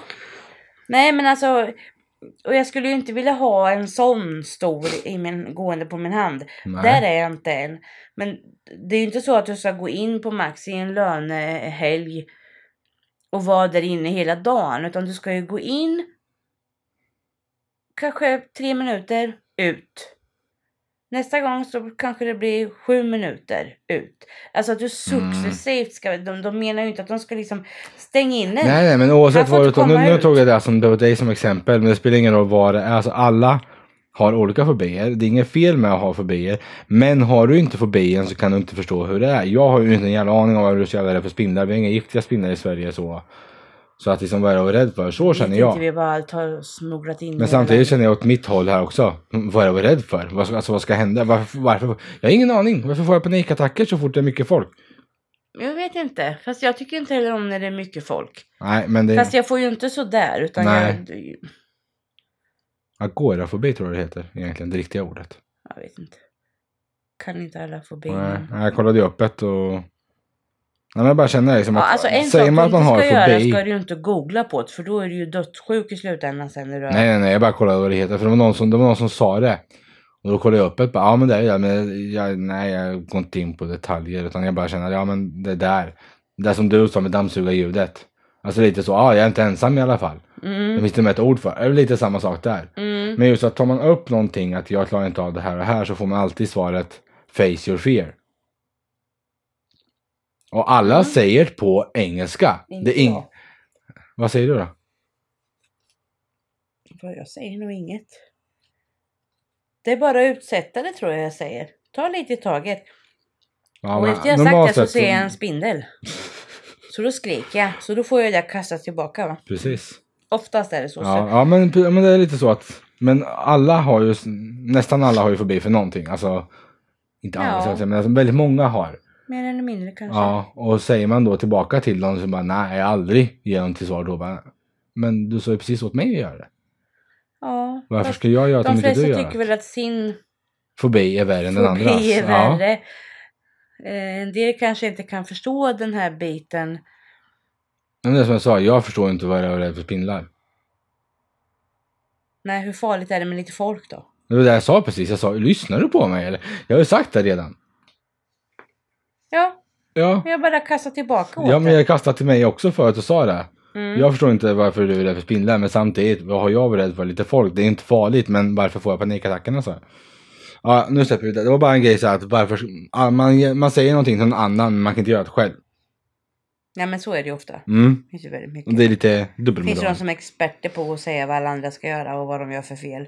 [SPEAKER 1] Nej men alltså. Och jag skulle ju inte vilja ha en sån stor i min, gående på min hand.
[SPEAKER 2] Nej.
[SPEAKER 1] Där är jag inte än. Men det är ju inte så att du ska gå in på Maxi en lönehelg och vara där inne hela dagen. Utan du ska ju gå in kanske tre minuter ut. Nästa gång så kanske det blir sju minuter ut. Alltså att du
[SPEAKER 2] Mm.
[SPEAKER 1] successivt ska... De, de menar ju inte att de ska liksom stänga in en.
[SPEAKER 2] Nej, nej, men oavsett
[SPEAKER 1] Man får
[SPEAKER 2] vad du
[SPEAKER 1] inte
[SPEAKER 2] tar. Nu,
[SPEAKER 1] komma
[SPEAKER 2] nu
[SPEAKER 1] ut.
[SPEAKER 2] tog jag det som, det var dig som exempel, men det spelar ingen roll vad det är. Alltså alla har olika fobier. Det är inget fel med att ha fobier. Men har du inte fobien så kan du inte förstå hur det är. Jag har ju inte en jävla aning om vad du ska vara rädd för spindlar. Vi har inga giftiga spindlar i Sverige så. Så att liksom vad jag var rädd för, så känner
[SPEAKER 1] Vet
[SPEAKER 2] jag.
[SPEAKER 1] inte vi bara allt har smugglat in.
[SPEAKER 2] Men
[SPEAKER 1] hela
[SPEAKER 2] samtidigt
[SPEAKER 1] världen.
[SPEAKER 2] känner jag åt mitt håll här också. Mm, Vad jag var rädd för. Vad, alltså, vad ska hända? Varför, varför? Jag har ingen aning. Varför får jag panikattacker så fort det är mycket folk?
[SPEAKER 1] Jag vet inte. Fast jag tycker inte heller om när det är mycket folk.
[SPEAKER 2] Nej, men det
[SPEAKER 1] Fast
[SPEAKER 2] är
[SPEAKER 1] jag får ju inte så där utan
[SPEAKER 2] Nej.
[SPEAKER 1] jag...
[SPEAKER 2] agorafobi tror jag det heter egentligen, det riktiga ordet.
[SPEAKER 1] Jag vet inte. Kan inte alla få be.
[SPEAKER 2] Nej,
[SPEAKER 1] Ja,
[SPEAKER 2] nej, jag kollade ju upp ett och... Nej, men jag bara känner liksom att
[SPEAKER 1] alltså en
[SPEAKER 2] säger
[SPEAKER 1] sak
[SPEAKER 2] man att
[SPEAKER 1] du
[SPEAKER 2] man
[SPEAKER 1] inte
[SPEAKER 2] har
[SPEAKER 1] ska göra
[SPEAKER 2] fobi...
[SPEAKER 1] ska du ju inte googla på det för då är du ju dödssjuk i slutändan sen när du
[SPEAKER 2] Nej, nej, nej, jag bara kollade vad det heter. För det var någon som, det var någon som sa det. Och då kollade jag upp ett bara, ja men det är det, men jag, nej jag går inte in på detaljer utan jag bara känner, ja men det där. Det som du sa med dammsugarljudet. Alltså lite så, ja jag är inte ensam i alla fall. Det
[SPEAKER 1] Mm,
[SPEAKER 2] finns till och med ett ord för. Det är väl lite samma sak där.
[SPEAKER 1] mm,
[SPEAKER 2] Men just att tar man upp någonting, att jag klarar inte av det här och här, så får man alltid svaret face your fear. Och alla
[SPEAKER 1] Mm.
[SPEAKER 2] säger på engelska.
[SPEAKER 1] Inte
[SPEAKER 2] det är ing-
[SPEAKER 1] jag.
[SPEAKER 2] Vad säger du då?
[SPEAKER 1] Vad jag säger nog inget. Det är bara att utsätta det tror jag jag säger. Ta lite i taget.
[SPEAKER 2] Ja,
[SPEAKER 1] och
[SPEAKER 2] men
[SPEAKER 1] efter jag sagt
[SPEAKER 2] normalt
[SPEAKER 1] det så
[SPEAKER 2] sett
[SPEAKER 1] ser jag en spindel. Så då skriker jag. Så då får jag det kastat tillbaka va.
[SPEAKER 2] Precis.
[SPEAKER 1] Oftast är det så.
[SPEAKER 2] Ja,
[SPEAKER 1] så.
[SPEAKER 2] ja men, ja, men det är lite så att... Men alla har ju... Nästan alla har ju fobi för någonting. Alltså... Inte alla,
[SPEAKER 1] Ja. Mm.
[SPEAKER 2] ska jag säga, men alltså, väldigt många har.
[SPEAKER 1] Mer eller mindre kanske.
[SPEAKER 2] Ja, och säger man då tillbaka till dem så bara nej, aldrig ger de till svar då bara. Men du sa ju precis åt mig att göra det.
[SPEAKER 1] Ja,
[SPEAKER 2] Varför
[SPEAKER 1] fast
[SPEAKER 2] ska jag göra det om
[SPEAKER 1] De
[SPEAKER 2] inte
[SPEAKER 1] flesta
[SPEAKER 2] du gör
[SPEAKER 1] tycker
[SPEAKER 2] det?
[SPEAKER 1] väl att sin
[SPEAKER 2] Fobi är värre än den andra.
[SPEAKER 1] Fobi är
[SPEAKER 2] Ja.
[SPEAKER 1] värre. Eh, En del kanske inte kan förstå den här biten.
[SPEAKER 2] Men det är som jag sa, jag förstår inte vad jag är rädd för spindlar.
[SPEAKER 1] Nej, hur farligt är det med lite folk då?
[SPEAKER 2] Det var det jag sa precis. Jag sa, lyssnar du på mig eller? Jag har ju sagt det redan.
[SPEAKER 1] Ja,
[SPEAKER 2] Ja,
[SPEAKER 1] men jag bara kastar tillbaka åt
[SPEAKER 2] ja
[SPEAKER 1] det.
[SPEAKER 2] men jag kastade till mig också förut och sa det.
[SPEAKER 1] Mm.
[SPEAKER 2] Jag förstår inte varför du är rädd för spindlar, men samtidigt, vad har jag varit rädd för? Lite folk, det är inte farligt, men varför får jag panikattackerna så? här? Ja, nu släpper vi det. Det var bara en grej så här att varför, ja, man, man säger någonting till någon annan, men man kan inte göra det själv.
[SPEAKER 1] Nej, men så är det ju ofta.
[SPEAKER 2] Mm.
[SPEAKER 1] Det finns ju väldigt mycket.
[SPEAKER 2] Det är lite
[SPEAKER 1] finns ju de
[SPEAKER 2] dubbelmoral.
[SPEAKER 1] som är experter på att säga vad alla andra ska göra och vad de gör för fel.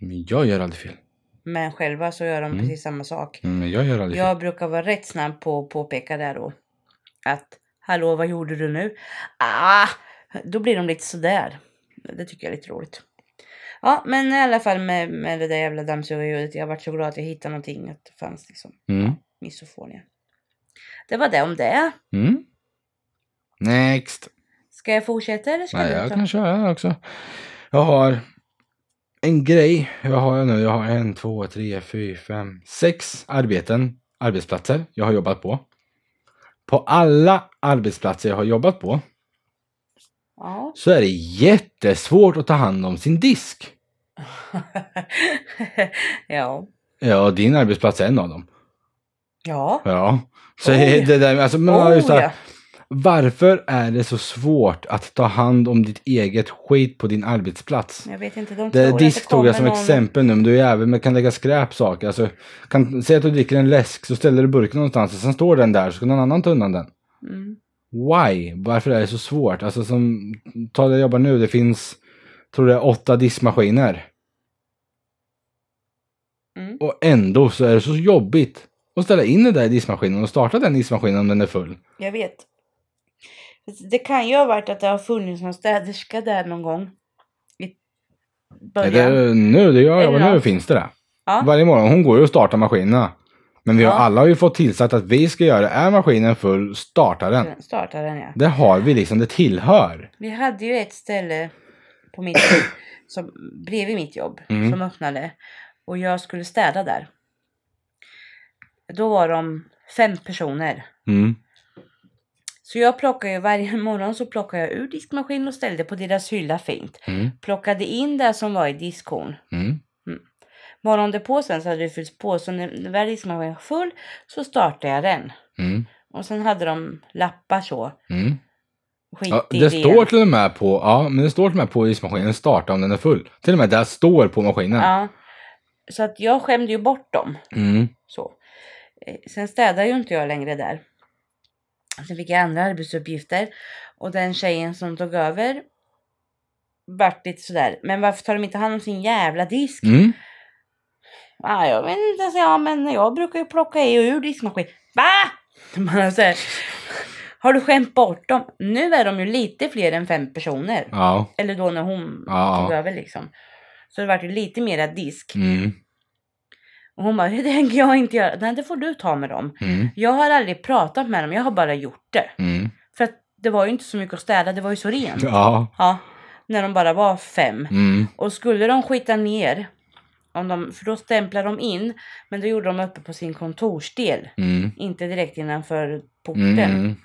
[SPEAKER 2] Men jag gör aldrig fel.
[SPEAKER 1] Men själva så gör de
[SPEAKER 2] Mm.
[SPEAKER 1] precis samma sak.
[SPEAKER 2] Men jag gör aldrig fel.
[SPEAKER 1] Jag brukar vara rätt snabb på att påpeka det då. Att, hallå vad gjorde du nu? Ah! Då blir de lite sådär. Det tycker jag är lite roligt. Ja, men i alla fall med, med det där jävla dammsugarljudet. Jag varit så glad att jag hittade någonting. Att det fanns liksom
[SPEAKER 2] Mm.
[SPEAKER 1] misofonia. Det var det om det.
[SPEAKER 2] Mm. Next.
[SPEAKER 1] Ska jag fortsätta eller ska
[SPEAKER 2] Nej,
[SPEAKER 1] du
[SPEAKER 2] jag
[SPEAKER 1] ta?
[SPEAKER 2] kan köra här också. Jag har en grej. Vad har jag nu? Jag har en, två, tre, fyra, fem, sex arbeten, arbetsplatser jag har jobbat på. På alla arbetsplatser jag har jobbat på
[SPEAKER 1] Ja. (laughs)
[SPEAKER 2] så är det jättesvårt att ta hand om sin disk.
[SPEAKER 1] ja.
[SPEAKER 2] Ja, din arbetsplats är en av dem.
[SPEAKER 1] Ja.
[SPEAKER 2] Ja. Så
[SPEAKER 1] Oj.
[SPEAKER 2] det där, alltså, men just det här,
[SPEAKER 1] ja.
[SPEAKER 2] Varför är det så svårt att ta hand om ditt eget skit på din arbetsplats?
[SPEAKER 1] Jag vet inte, de
[SPEAKER 2] (laughs) Det,
[SPEAKER 1] tror att
[SPEAKER 2] disk
[SPEAKER 1] det
[SPEAKER 2] tog
[SPEAKER 1] kommer
[SPEAKER 2] jag som
[SPEAKER 1] någon...
[SPEAKER 2] exempel nu, men du är även men kan lägga skräpsaker. Alltså, kan, säg att du dricker en läsk, så ställer du burken någonstans och sen står den där, så ska någon annan ta undan den.
[SPEAKER 1] Mm.
[SPEAKER 2] Why? Varför är det så svårt? Alltså som, ta det jag jobbar nu, det finns, tror jag, åtta diskmaskiner.
[SPEAKER 1] Mm.
[SPEAKER 2] Och ändå så är det så jobbigt att ställa in den där i diskmaskinen och starta den diskmaskinen om den är full.
[SPEAKER 1] Jag vet. Det kan ju ha varit att det har funnits någon städerska där någon gång. I
[SPEAKER 2] Nej,
[SPEAKER 1] början.
[SPEAKER 2] det, nu, det jag
[SPEAKER 1] Är det
[SPEAKER 2] jobbar nu
[SPEAKER 1] något?
[SPEAKER 2] finns det det.
[SPEAKER 1] Ja.
[SPEAKER 2] Varje morgon, hon går ju och startar maskinerna. Men vi har,
[SPEAKER 1] Ja.
[SPEAKER 2] alla har ju fått tillsatt att vi ska göra, är maskinen full, starta den.
[SPEAKER 1] Den startade den ja.
[SPEAKER 2] Det har vi liksom, det tillhör.
[SPEAKER 1] Vi hade ju ett ställe på mitt,
[SPEAKER 2] (coughs)
[SPEAKER 1] som, bredvid mitt jobb
[SPEAKER 2] Mm.
[SPEAKER 1] som öppnade. Och jag skulle städa där. Då var de fem personer.
[SPEAKER 2] Mm.
[SPEAKER 1] Så jag plockade ju varje (laughs) morgon så plockade jag ur diskmaskinen och ställde på deras hylla fint.
[SPEAKER 2] Mm.
[SPEAKER 1] Plockade in det som var i diskhon.
[SPEAKER 2] Mm.
[SPEAKER 1] Morgonen därpå sen så hade det fyllts på så när när väl diskmaskinen var full så startade jag den.
[SPEAKER 2] Mm.
[SPEAKER 1] Och sen hade de lappar så.
[SPEAKER 2] Mm.
[SPEAKER 1] Skit
[SPEAKER 2] Ja,
[SPEAKER 1] i
[SPEAKER 2] det står till och med på, ja, men det står till och med på ismaskinen starta om den är full. Till och med där står på maskinen.
[SPEAKER 1] Ja. Så att jag skämde ju bort dem.
[SPEAKER 2] Mm.
[SPEAKER 1] Så. Eh, Sen städade ju inte jag längre där. Sen fick jag andra arbetsuppgifter. Och den tjejen som tog över vart lite sådär. Men varför tar de inte hand om sin jävla disk?
[SPEAKER 2] Mm.
[SPEAKER 1] Ah, jag vet inte, så ja men jag brukar ju plocka i och ur diskmaskin. Va? Man säger, har du skämt bort dem? Nu är de ju lite fler än fem personer.
[SPEAKER 2] Ja.
[SPEAKER 1] Eller då när hon
[SPEAKER 2] Ja.
[SPEAKER 1] tog över liksom. Så det vart ju lite mera disk.
[SPEAKER 2] Mm.
[SPEAKER 1] Och hon bara, det tänker jag inte göra. Nej, det får du ta med dem.
[SPEAKER 2] Mm.
[SPEAKER 1] Jag har aldrig pratat med dem, jag har bara gjort det.
[SPEAKER 2] Mm.
[SPEAKER 1] För att det var ju inte så mycket att städa, det var ju så rent.
[SPEAKER 2] Ja.
[SPEAKER 1] Ja, när de bara var fem.
[SPEAKER 2] Mm.
[SPEAKER 1] Och skulle de skita ner, om de, för då stämplade de in, men då gjorde de uppe på sin kontorsdel.
[SPEAKER 2] Mm.
[SPEAKER 1] Inte direkt innanför porten.
[SPEAKER 2] Mm.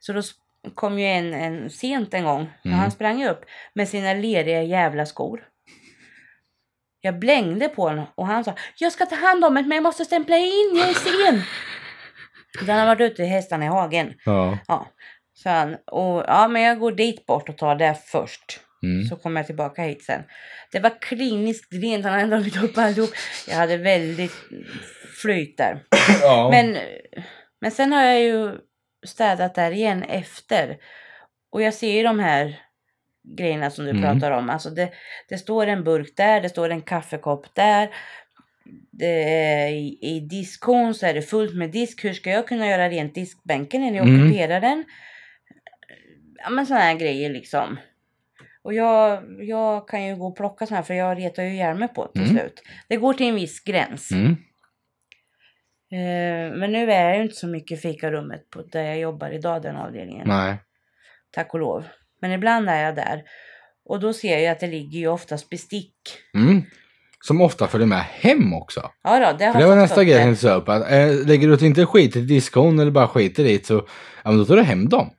[SPEAKER 1] Så då s- kom ju en, en sent en gång. Så
[SPEAKER 2] Mm.
[SPEAKER 1] Han sprang ju upp med sina leriga jävla skor. Jag blängde på honom och han sa Jag ska ta hand om det men jag måste stämpla in, jag är sen. Den har varit ute i hästarna i hagen.
[SPEAKER 2] Ja.
[SPEAKER 1] Ja, sa han. Och, ja, men jag går dit bort och tar det först.
[SPEAKER 2] Mm.
[SPEAKER 1] Så kommer jag tillbaka hit sen. Det var kliniskt rent, han hade dragit upp allihop. Jag hade väldigt flyt där.
[SPEAKER 2] Ja.
[SPEAKER 1] Men, men sen har jag ju städat där igen efter. Och jag ser ju de här grejerna som du
[SPEAKER 2] Mm.
[SPEAKER 1] pratar om. Alltså det, det står en burk där, det står en kaffekopp där. Det är, I i diskon så är det fullt med disk. Hur ska jag kunna göra rent diskbänken när jag
[SPEAKER 2] Mm.
[SPEAKER 1] ockuperar den? Ja men sådana här grejer liksom. Och jag, jag kan ju gå och plocka sådana här för jag retar ju ihjäl mig på det till
[SPEAKER 2] Mm.
[SPEAKER 1] slut. Det går till en viss gräns.
[SPEAKER 2] Mm.
[SPEAKER 1] Eh, Men nu är jag ju inte så mycket i fikarummet på där jag jobbar idag, den avdelningen.
[SPEAKER 2] Nej.
[SPEAKER 1] Tack och lov. Men ibland är jag där. Och då ser jag ju att det ligger ju oftast bestick.
[SPEAKER 2] Mm. Som ofta följer med hem också.
[SPEAKER 1] Ja då, det har
[SPEAKER 2] För det var
[SPEAKER 1] fått
[SPEAKER 2] nästa
[SPEAKER 1] upp
[SPEAKER 2] grej jag
[SPEAKER 1] det.
[SPEAKER 2] tänkte säga upp. Att, äh, lägger du inte skit i diskon eller bara skiter i det så ja, men då tar du hem dem.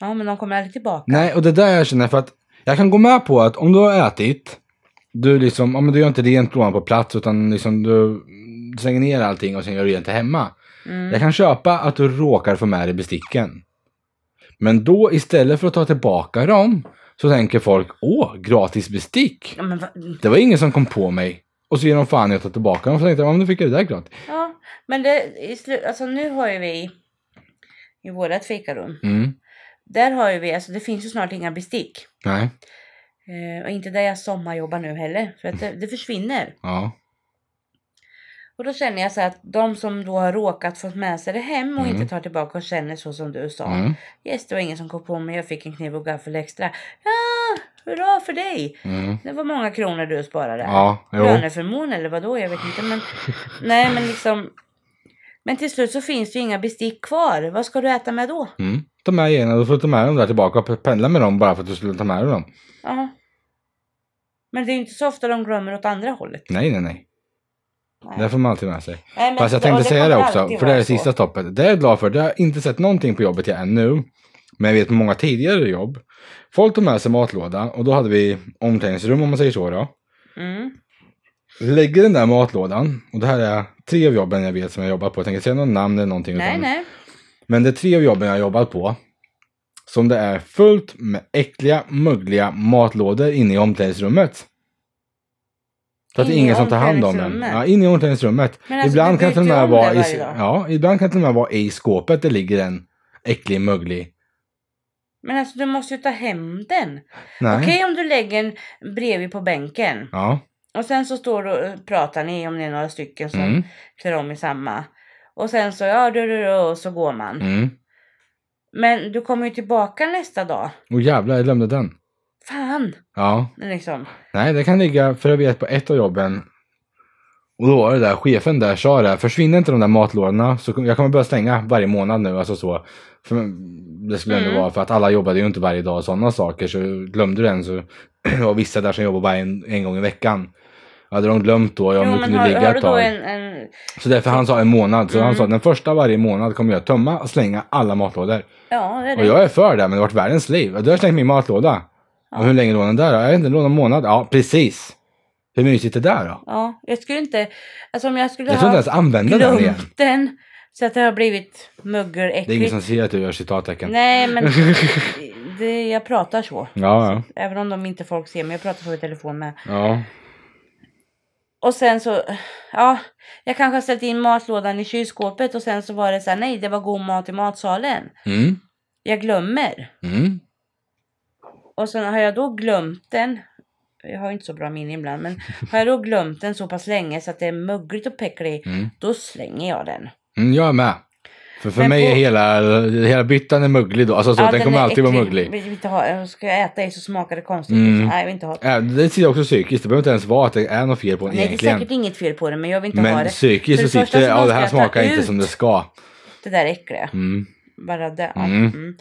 [SPEAKER 1] Ja, men de kommer aldrig tillbaka.
[SPEAKER 2] Nej, och det där jag känner för att jag kan gå med på att om du har ätit, du liksom, ja men du gör inte rent lådan på plats utan liksom du slänger ner allting och sen gör du rent hemma.
[SPEAKER 1] Mm.
[SPEAKER 2] Jag kan köpa att du råkar få med dig besticken. Men då istället för att ta tillbaka dem så tänker folk, åh, gratis bestick.
[SPEAKER 1] Ja, men va-
[SPEAKER 2] Det var ingen som kom på mig. Och så ger de fan i att ta tillbaka dem. Så tänkte jag, ja men nu fick jag det där gratis.
[SPEAKER 1] ja, men det, i slu- alltså nu har ju vi i vårat fikarum.
[SPEAKER 2] Mm,
[SPEAKER 1] Där har ju vi, alltså det finns ju snart inga bestick.
[SPEAKER 2] nej,
[SPEAKER 1] Eh, och inte där jag sommarjobbar nu heller, för att det, det försvinner.
[SPEAKER 2] ja.
[SPEAKER 1] Och då känner jag så här att de som då har råkat fått med sig det hem och
[SPEAKER 2] Mm.
[SPEAKER 1] inte tar tillbaka och känner så som du sa.
[SPEAKER 2] Mm,
[SPEAKER 1] Yes, det var ingen som kom på mig. Jag fick en kniv och gaffel extra. Ja, hurra för dig!
[SPEAKER 2] mm.
[SPEAKER 1] Det var många kronor du sparade.
[SPEAKER 2] Ja, jo. (laughs)
[SPEAKER 1] Löneförmån eller vadå? Jag vet inte. Men, nej, men liksom. Men till slut så finns det ju inga bestick kvar. Vad ska du äta med då?
[SPEAKER 2] Mm. Ta med generna, då får du ta med dem där tillbaka och pendla med dem bara för att du skulle ta med dig dem.
[SPEAKER 1] Ja. Men det är ju inte så ofta de glömmer åt andra hållet.
[SPEAKER 2] Nej, nej, nej.
[SPEAKER 1] Nej.
[SPEAKER 2] Det får man alltid med sig.
[SPEAKER 1] Nej, men
[SPEAKER 2] Fast jag
[SPEAKER 1] det- och
[SPEAKER 2] tänkte säga det
[SPEAKER 1] kommer
[SPEAKER 2] också,
[SPEAKER 1] alltid
[SPEAKER 2] för det är
[SPEAKER 1] vara
[SPEAKER 2] det sista
[SPEAKER 1] så.
[SPEAKER 2] stoppet. Det är jag glad för. Det har jag inte sett någonting på jobbet jag ännu. Men jag vet på många tidigare jobb. Folk tog med sig matlåda och då hade vi omklädningsrum om man säger så då. Liksom.
[SPEAKER 1] Mm.
[SPEAKER 2] Lägger den där matlådan, och det här är tre av jobben jag vet som jag jobbat på. Jag tänker inte säga något namn eller någonting.
[SPEAKER 1] Nej,
[SPEAKER 2] utan,
[SPEAKER 1] nej.
[SPEAKER 2] Men det är tre av jobben jag har jobbat på. Som det är fullt med äckliga, mögliga matlådor inne i omklädningsrummet. Så att det är
[SPEAKER 1] Inne i
[SPEAKER 2] ingen som tar hand om den.
[SPEAKER 1] omklädningsrummet?
[SPEAKER 2] Ja, inne i omklädningsrummet.
[SPEAKER 1] Men alltså,
[SPEAKER 2] ibland
[SPEAKER 1] du
[SPEAKER 2] kan det till och
[SPEAKER 1] byter
[SPEAKER 2] med
[SPEAKER 1] om
[SPEAKER 2] vara
[SPEAKER 1] det
[SPEAKER 2] i,
[SPEAKER 1] varje dag?
[SPEAKER 2] ja, ibland kan det till och med vara i skåpet. Det ligger en äcklig, möglig.
[SPEAKER 1] Men alltså du måste ju ta hem den.
[SPEAKER 2] Nej.
[SPEAKER 1] Okej om du lägger en bredvid på bänken.
[SPEAKER 2] Ja.
[SPEAKER 1] Och sen så står du och pratar ni om ni är några stycken som
[SPEAKER 2] Mm.
[SPEAKER 1] klär om i samma. Och sen så ja du, du, du, och så går man.
[SPEAKER 2] Mm.
[SPEAKER 1] Men du kommer ju tillbaka nästa dag.
[SPEAKER 2] Och jävlar, jag glömde den.
[SPEAKER 1] Fan
[SPEAKER 2] Ja.
[SPEAKER 1] liksom.
[SPEAKER 2] Nej, det kan ligga, för jag vet på ett av jobben. Och då var det där, chefen där sa det, försvinner inte de där matlådorna så kom- jag kommer börja stänga varje månad nu, alltså så. För det skulle ändå
[SPEAKER 1] Mm.
[SPEAKER 2] vara för att alla jobbade ju inte varje dag och sådana saker, så glömde du den så (clears throat) det var vissa där som jobbade bara en, en gång i veckan. Hade de glömt då, ja
[SPEAKER 1] jo
[SPEAKER 2] men
[SPEAKER 1] men
[SPEAKER 2] kunde
[SPEAKER 1] har,
[SPEAKER 2] ligga
[SPEAKER 1] har du
[SPEAKER 2] ett
[SPEAKER 1] då
[SPEAKER 2] tag.
[SPEAKER 1] en, en...
[SPEAKER 2] Så därför han sa en månad, så han
[SPEAKER 1] Mm.
[SPEAKER 2] sa den första varje månad kommer jag tömma och slänga alla matlådor.
[SPEAKER 1] Ja det är det.
[SPEAKER 2] Och jag är för det, men det har varit världens liv. Du har slängt min matlåda.
[SPEAKER 1] Ja.
[SPEAKER 2] Och hur länge låg den där då? Jag vet inte, låg någon månad? Ja, precis. Hur mysigt är det där då?
[SPEAKER 1] Ja, jag skulle inte... Alltså om jag skulle
[SPEAKER 2] Jag tror inte
[SPEAKER 1] ha
[SPEAKER 2] ens använda den igen.
[SPEAKER 1] glömt den så att det har blivit mögeläckligt.
[SPEAKER 2] Det är ingen som ser att du gör citattecken.
[SPEAKER 1] Nej
[SPEAKER 2] (laughs)
[SPEAKER 1] men det, jag pratar så.
[SPEAKER 2] Ja, ja.
[SPEAKER 1] Även om de inte folk ser men jag pratar så i telefon med.
[SPEAKER 2] ja.
[SPEAKER 1] Och sen så, ja, jag kanske har ställt in matlådan i kylskåpet och sen så var det så här, nej det var god mat i matsalen.
[SPEAKER 2] Mm.
[SPEAKER 1] Jag glömmer.
[SPEAKER 2] Mm.
[SPEAKER 1] Och sen har jag då glömt den. Jag har ju inte så bra minne ibland
[SPEAKER 2] (laughs)
[SPEAKER 1] men har jag då glömt den så pass länge så att det är mögligt och peckligt.
[SPEAKER 2] Mm.
[SPEAKER 1] Då slänger jag den.
[SPEAKER 2] Mm, jag är med. För, för
[SPEAKER 1] Men
[SPEAKER 2] mig är
[SPEAKER 1] på-
[SPEAKER 2] hela, hela byttan är möglig då. Alltså så,
[SPEAKER 1] Ja,
[SPEAKER 2] den kommer
[SPEAKER 1] är
[SPEAKER 2] alltid vara
[SPEAKER 1] äcklig.
[SPEAKER 2] möglig.
[SPEAKER 1] Vi vill inte ha, jag ska jag äta i så smakar det konstigt.
[SPEAKER 2] Mm.
[SPEAKER 1] Liksom. Nej, jag vill inte ha det.
[SPEAKER 2] Äh, Det ser jag också psykiskt, det behöver inte ens vara att det är något fel på den
[SPEAKER 1] Nej, det är
[SPEAKER 2] egentligen.
[SPEAKER 1] säkert inget fel på det men jag vill inte ha
[SPEAKER 2] men
[SPEAKER 1] det.
[SPEAKER 2] psykiskt
[SPEAKER 1] För
[SPEAKER 2] så
[SPEAKER 1] det första
[SPEAKER 2] sitter
[SPEAKER 1] så
[SPEAKER 2] det, ja det
[SPEAKER 1] måste
[SPEAKER 2] här
[SPEAKER 1] jag ta
[SPEAKER 2] smakar inte
[SPEAKER 1] ut.
[SPEAKER 2] som det ska.
[SPEAKER 1] Det där äckliga.
[SPEAKER 2] Mm.
[SPEAKER 1] Bara det. Ja.
[SPEAKER 2] Mm.
[SPEAKER 1] Mm.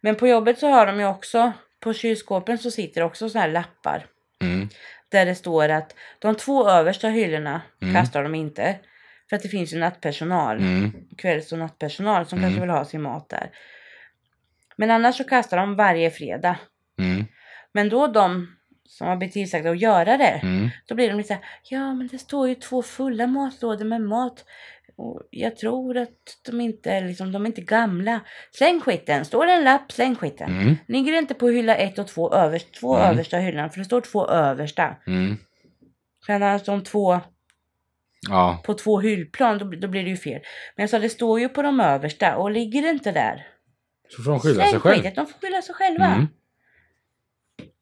[SPEAKER 1] Men på jobbet så har de ju också, på kylskåpen så sitter också såna här lappar.
[SPEAKER 2] Mm.
[SPEAKER 1] Där det står att de två översta hyllorna
[SPEAKER 2] Mm.
[SPEAKER 1] kastar de inte. För att det finns ju nattpersonal,
[SPEAKER 2] Mm.
[SPEAKER 1] kvälls och nattpersonal som
[SPEAKER 2] Mm.
[SPEAKER 1] kanske vill ha sin mat där. Men annars så kastar de varje fredag.
[SPEAKER 2] Mm.
[SPEAKER 1] Men då de som har blivit tillsagda att göra det,
[SPEAKER 2] Mm.
[SPEAKER 1] då blir de lite såhär, ja men det står ju två fulla matlådor med mat. Och jag tror att de inte är liksom, de är inte gamla. Släng skiten, står det en lapp, släng skiten.
[SPEAKER 2] Mm.
[SPEAKER 1] Ligger det inte på hylla ett och två överst, två
[SPEAKER 2] Mm.
[SPEAKER 1] översta hyllan, för det står två översta.
[SPEAKER 2] Mm.
[SPEAKER 1] För annars de två,
[SPEAKER 2] Ja.
[SPEAKER 1] på två hyllplan, då, då blir det ju fel. Men jag sa, det står ju på de översta och ligger det inte där,
[SPEAKER 2] Så får de skylla
[SPEAKER 1] släng
[SPEAKER 2] sig själv.
[SPEAKER 1] skiten, de får skylla sig själva.
[SPEAKER 2] Mm.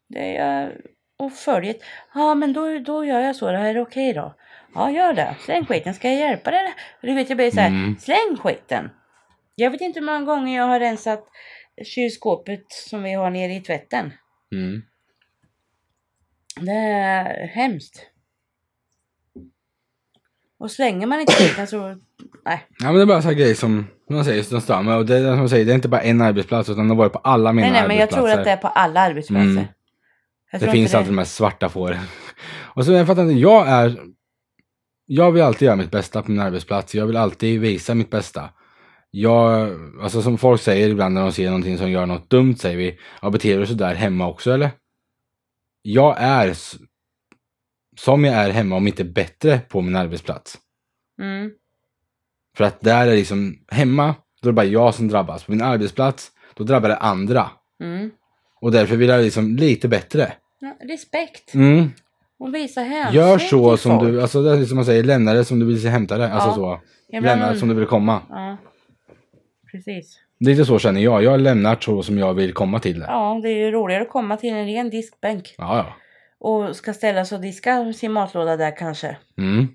[SPEAKER 1] Det är, och följet. Ja men då, då gör jag så. Det här är okej då. Ja gör det. Släng skiten. Ska jag hjälpa dig? Du vet jag blir så här.
[SPEAKER 2] Mm.
[SPEAKER 1] Släng skiten. Jag vet inte hur många gånger jag har rensat kylskåpet som vi har nere i tvätten.
[SPEAKER 2] Mm.
[SPEAKER 1] Det är hemskt. Och slänger man inte skiten
[SPEAKER 2] (clears throat)
[SPEAKER 1] så... Nej.
[SPEAKER 2] Ja men det är bara så här grejer som man säger som stammar och det är som jag säger, det är inte bara en arbetsplats utan det har varit på alla mina
[SPEAKER 1] Nej, nej men jag
[SPEAKER 2] arbetsplatser.
[SPEAKER 1] tror att det är på alla arbetsplatser.
[SPEAKER 2] Mm.
[SPEAKER 1] Jag
[SPEAKER 2] det
[SPEAKER 1] tror
[SPEAKER 2] finns
[SPEAKER 1] inte
[SPEAKER 2] alltid de här svarta fåren. (laughs) Och så jag fattar inte, jag är... Jag vill alltid göra mitt bästa på min arbetsplats. Jag vill alltid visa mitt bästa. Jag, alltså som folk säger ibland när de ser någonting som gör något dumt säger vi, ja beter du så där hemma också eller? Jag är s- som jag är hemma om inte bättre på min arbetsplats.
[SPEAKER 1] Mm.
[SPEAKER 2] För att där är liksom hemma, då är det bara jag som drabbas. På min arbetsplats, då drabbar det andra.
[SPEAKER 1] Mm.
[SPEAKER 2] Och därför vill jag liksom lite bättre.
[SPEAKER 1] Ja, respekt.
[SPEAKER 2] Mm.
[SPEAKER 1] Och visa hänsyn
[SPEAKER 2] Gör så
[SPEAKER 1] till
[SPEAKER 2] som
[SPEAKER 1] folk.
[SPEAKER 2] du, alltså det är som man säger, lämna det som du vill se hämta det. Alltså
[SPEAKER 1] Ja.
[SPEAKER 2] så.
[SPEAKER 1] Ibland
[SPEAKER 2] Lämna det som du vill komma.
[SPEAKER 1] Ja, precis.
[SPEAKER 2] Lite så känner jag, jag lämnar så som jag vill komma till det.
[SPEAKER 1] Ja, det är ju roligare att komma till en ren diskbänk
[SPEAKER 2] Ja, ja.
[SPEAKER 1] och ska ställa sig och diska sin matlåda där kanske.
[SPEAKER 2] Mm.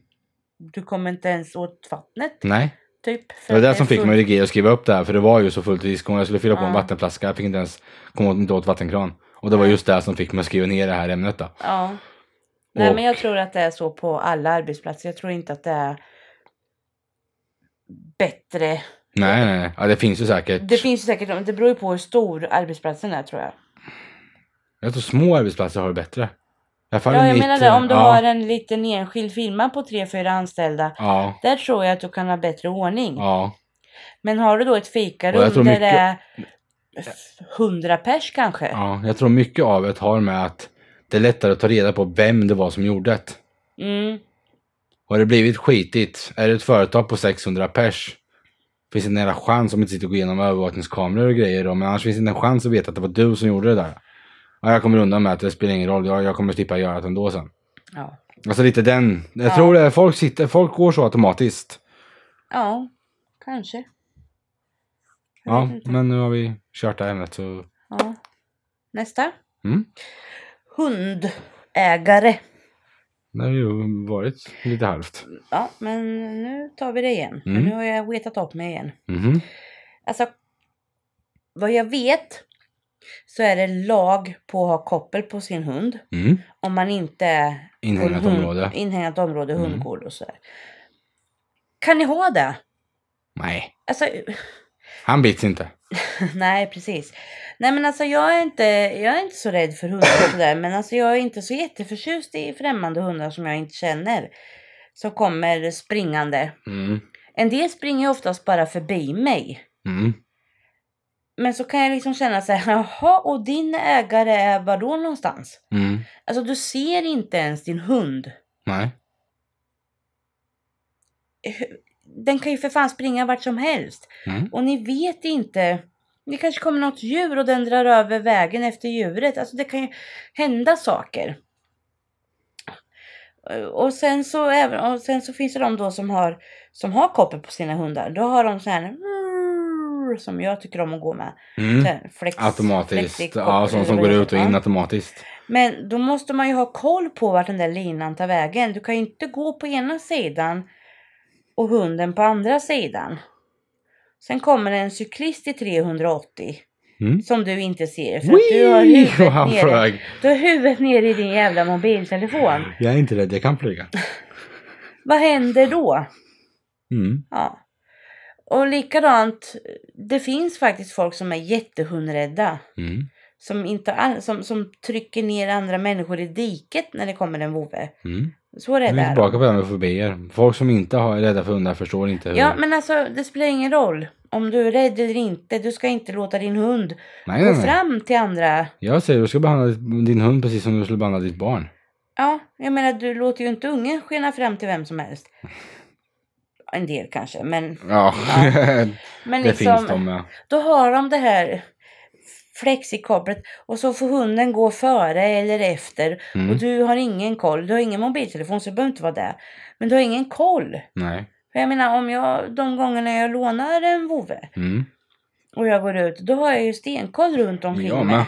[SPEAKER 1] Du kommer inte ens åt vattnet,
[SPEAKER 2] Nej.
[SPEAKER 1] typ. för
[SPEAKER 2] Mm. Det var
[SPEAKER 1] att
[SPEAKER 2] det som fick
[SPEAKER 1] fullt.
[SPEAKER 2] mig att regera och skriva upp det här, för det var ju så fullt i diskon. Jag skulle fylla på en
[SPEAKER 1] Ja.
[SPEAKER 2] vattenflaska, jag fick inte ens komma åt, inte åt vattenkran. Och det var just det som fick mig att skriva ner det här ämnet då.
[SPEAKER 1] Ja. Nej,
[SPEAKER 2] Och-
[SPEAKER 1] men jag tror att det är så på alla arbetsplatser. Jag tror inte att det är bättre.
[SPEAKER 2] Nej, nej, nej. Ja, det finns ju säkert.
[SPEAKER 1] Det finns ju säkert, men det beror ju på hur stor arbetsplatsen är tror jag.
[SPEAKER 2] Jag tror små arbetsplatser har det bättre. I alla fall
[SPEAKER 1] Ja,
[SPEAKER 2] en
[SPEAKER 1] jag menar
[SPEAKER 2] liten-
[SPEAKER 1] det, om du
[SPEAKER 2] ja,
[SPEAKER 1] har en liten enskild firma på tre, fyra anställda.
[SPEAKER 2] Ja,
[SPEAKER 1] Där tror jag att du kan ha bättre ordning.
[SPEAKER 2] ja.
[SPEAKER 1] Men har du då ett
[SPEAKER 2] Och jag tror
[SPEAKER 1] fikarum där det
[SPEAKER 2] mycket-
[SPEAKER 1] är 100 pers kanske?
[SPEAKER 2] Ja, jag tror mycket av det har med att det är lättare att ta reda på vem det var som gjorde det.
[SPEAKER 1] Mm.
[SPEAKER 2] Har det blivit skitigt? Är det ett företag på 600 pers? Finns det en jävla chans om det inte sitter och går igenom övervakningskameror och grejer då, men annars finns det inte en chans att veta att det var du som gjorde det där. Ja, jag kommer undan med att det spelar ingen roll, jag, jag kommer slippa göra det ändå sen.
[SPEAKER 1] Ja.
[SPEAKER 2] Alltså lite den, jag
[SPEAKER 1] Ja.
[SPEAKER 2] tror det är folk sitter, folk går så automatiskt.
[SPEAKER 1] ja, kanske. Jag
[SPEAKER 2] Ja,
[SPEAKER 1] vet inte.
[SPEAKER 2] men nu har vi kört det här ämnet så...
[SPEAKER 1] Ja. Nästa.
[SPEAKER 2] Mm.
[SPEAKER 1] Hundägare.
[SPEAKER 2] Det har ju varit lite halvt.
[SPEAKER 1] Ja, men nu tar vi det igen.
[SPEAKER 2] Mm.
[SPEAKER 1] Nu har jag vetat upp mig igen.
[SPEAKER 2] Mhm.
[SPEAKER 1] Alltså, vad jag vet så är det lag på att ha koppel på sin hund.
[SPEAKER 2] Mm.
[SPEAKER 1] Om man inte är
[SPEAKER 2] Inhägnat
[SPEAKER 1] hund-
[SPEAKER 2] område.
[SPEAKER 1] Inhägnat område,
[SPEAKER 2] Mm.
[SPEAKER 1] hundgård och sådär. Kan ni ha det?
[SPEAKER 2] Nej,
[SPEAKER 1] Alltså, (laughs)
[SPEAKER 2] han bits inte.
[SPEAKER 1] nej precis. Nej men alltså jag är inte, jag är inte så rädd för hundar och sådär. Men alltså jag är inte så jätteförtjust i främmande hundar som jag inte känner. Som kommer springande.
[SPEAKER 2] Mm.
[SPEAKER 1] En del springer ju oftast bara förbi mig.
[SPEAKER 2] Mm.
[SPEAKER 1] Men så kan jag liksom känna så här, jaha och din ägare är var då någonstans?
[SPEAKER 2] Mm.
[SPEAKER 1] Alltså du ser inte ens din hund.
[SPEAKER 2] Nej.
[SPEAKER 1] Den kan ju för fan springa vart som helst.
[SPEAKER 2] Mm.
[SPEAKER 1] Och ni vet inte. Det kanske kommer något djur och den drar över vägen efter djuret. Alltså det kan ju hända saker. Eh, Och sen så, även, och sen så finns det de då som har, som har koppel på sina hundar. Då har de så här mm, som jag tycker om att gå med.
[SPEAKER 2] Mm.
[SPEAKER 1] Så här flex,
[SPEAKER 2] Automatiskt.
[SPEAKER 1] flexig
[SPEAKER 2] Ja,
[SPEAKER 1] koppel
[SPEAKER 2] sånt
[SPEAKER 1] eller
[SPEAKER 2] som
[SPEAKER 1] vad
[SPEAKER 2] går
[SPEAKER 1] det
[SPEAKER 2] ut och
[SPEAKER 1] heter.
[SPEAKER 2] in
[SPEAKER 1] Ja.
[SPEAKER 2] automatiskt.
[SPEAKER 1] Men då måste man ju ha koll på vart den där linan tar vägen. Du kan ju inte gå på ena sidan och hunden på andra sidan. Sen kommer en cyklist i 380
[SPEAKER 2] Mm.
[SPEAKER 1] som du inte ser för att du har,
[SPEAKER 2] Whee! Och han
[SPEAKER 1] huvudet nere,
[SPEAKER 2] flög.
[SPEAKER 1] du har huvudet nere i din jävla mobiltelefon.
[SPEAKER 2] Jag är inte rädd, jag kan flyga.
[SPEAKER 1] Vad händer då?
[SPEAKER 2] Mm.
[SPEAKER 1] Ja. Och likadant, det finns faktiskt folk som är jättehundrädda.
[SPEAKER 2] Mm.
[SPEAKER 1] Som, inte all, som, som trycker ner andra människor i diket när det kommer en vovve.
[SPEAKER 2] Mm.
[SPEAKER 1] Så
[SPEAKER 2] Nu är
[SPEAKER 1] rädda
[SPEAKER 2] vi
[SPEAKER 1] är de.
[SPEAKER 2] tillbaka på det här med fobier. Folk som inte har är rädda för hundar förstår inte hur...
[SPEAKER 1] Ja, men alltså det spelar ingen roll om du är rädd eller inte. Du ska inte låta din hund
[SPEAKER 2] nej,
[SPEAKER 1] gå
[SPEAKER 2] nej, nej.
[SPEAKER 1] fram till andra.
[SPEAKER 2] Jag säger du ska behandla ditt- din hund precis som du skulle behandla ditt barn.
[SPEAKER 1] Ja, jag menar du låter ju inte ungen skena fram till vem som helst. En del kanske, men,
[SPEAKER 2] Ja, (laughs)
[SPEAKER 1] men
[SPEAKER 2] det finns
[SPEAKER 1] liksom,
[SPEAKER 2] de ja.
[SPEAKER 1] då har de det här flexikopplet och så får hunden gå före eller efter
[SPEAKER 2] Mm.
[SPEAKER 1] och du har ingen koll. Du har ingen mobiltelefon så det behöver inte vara det. Men du har ingen koll.
[SPEAKER 2] Nej.
[SPEAKER 1] För jag menar om jag, de gångerna jag lånar en vovve
[SPEAKER 2] Mm.
[SPEAKER 1] och jag går ut, då har jag ju stenkoll runt omkring
[SPEAKER 2] Jag med.
[SPEAKER 1] mig.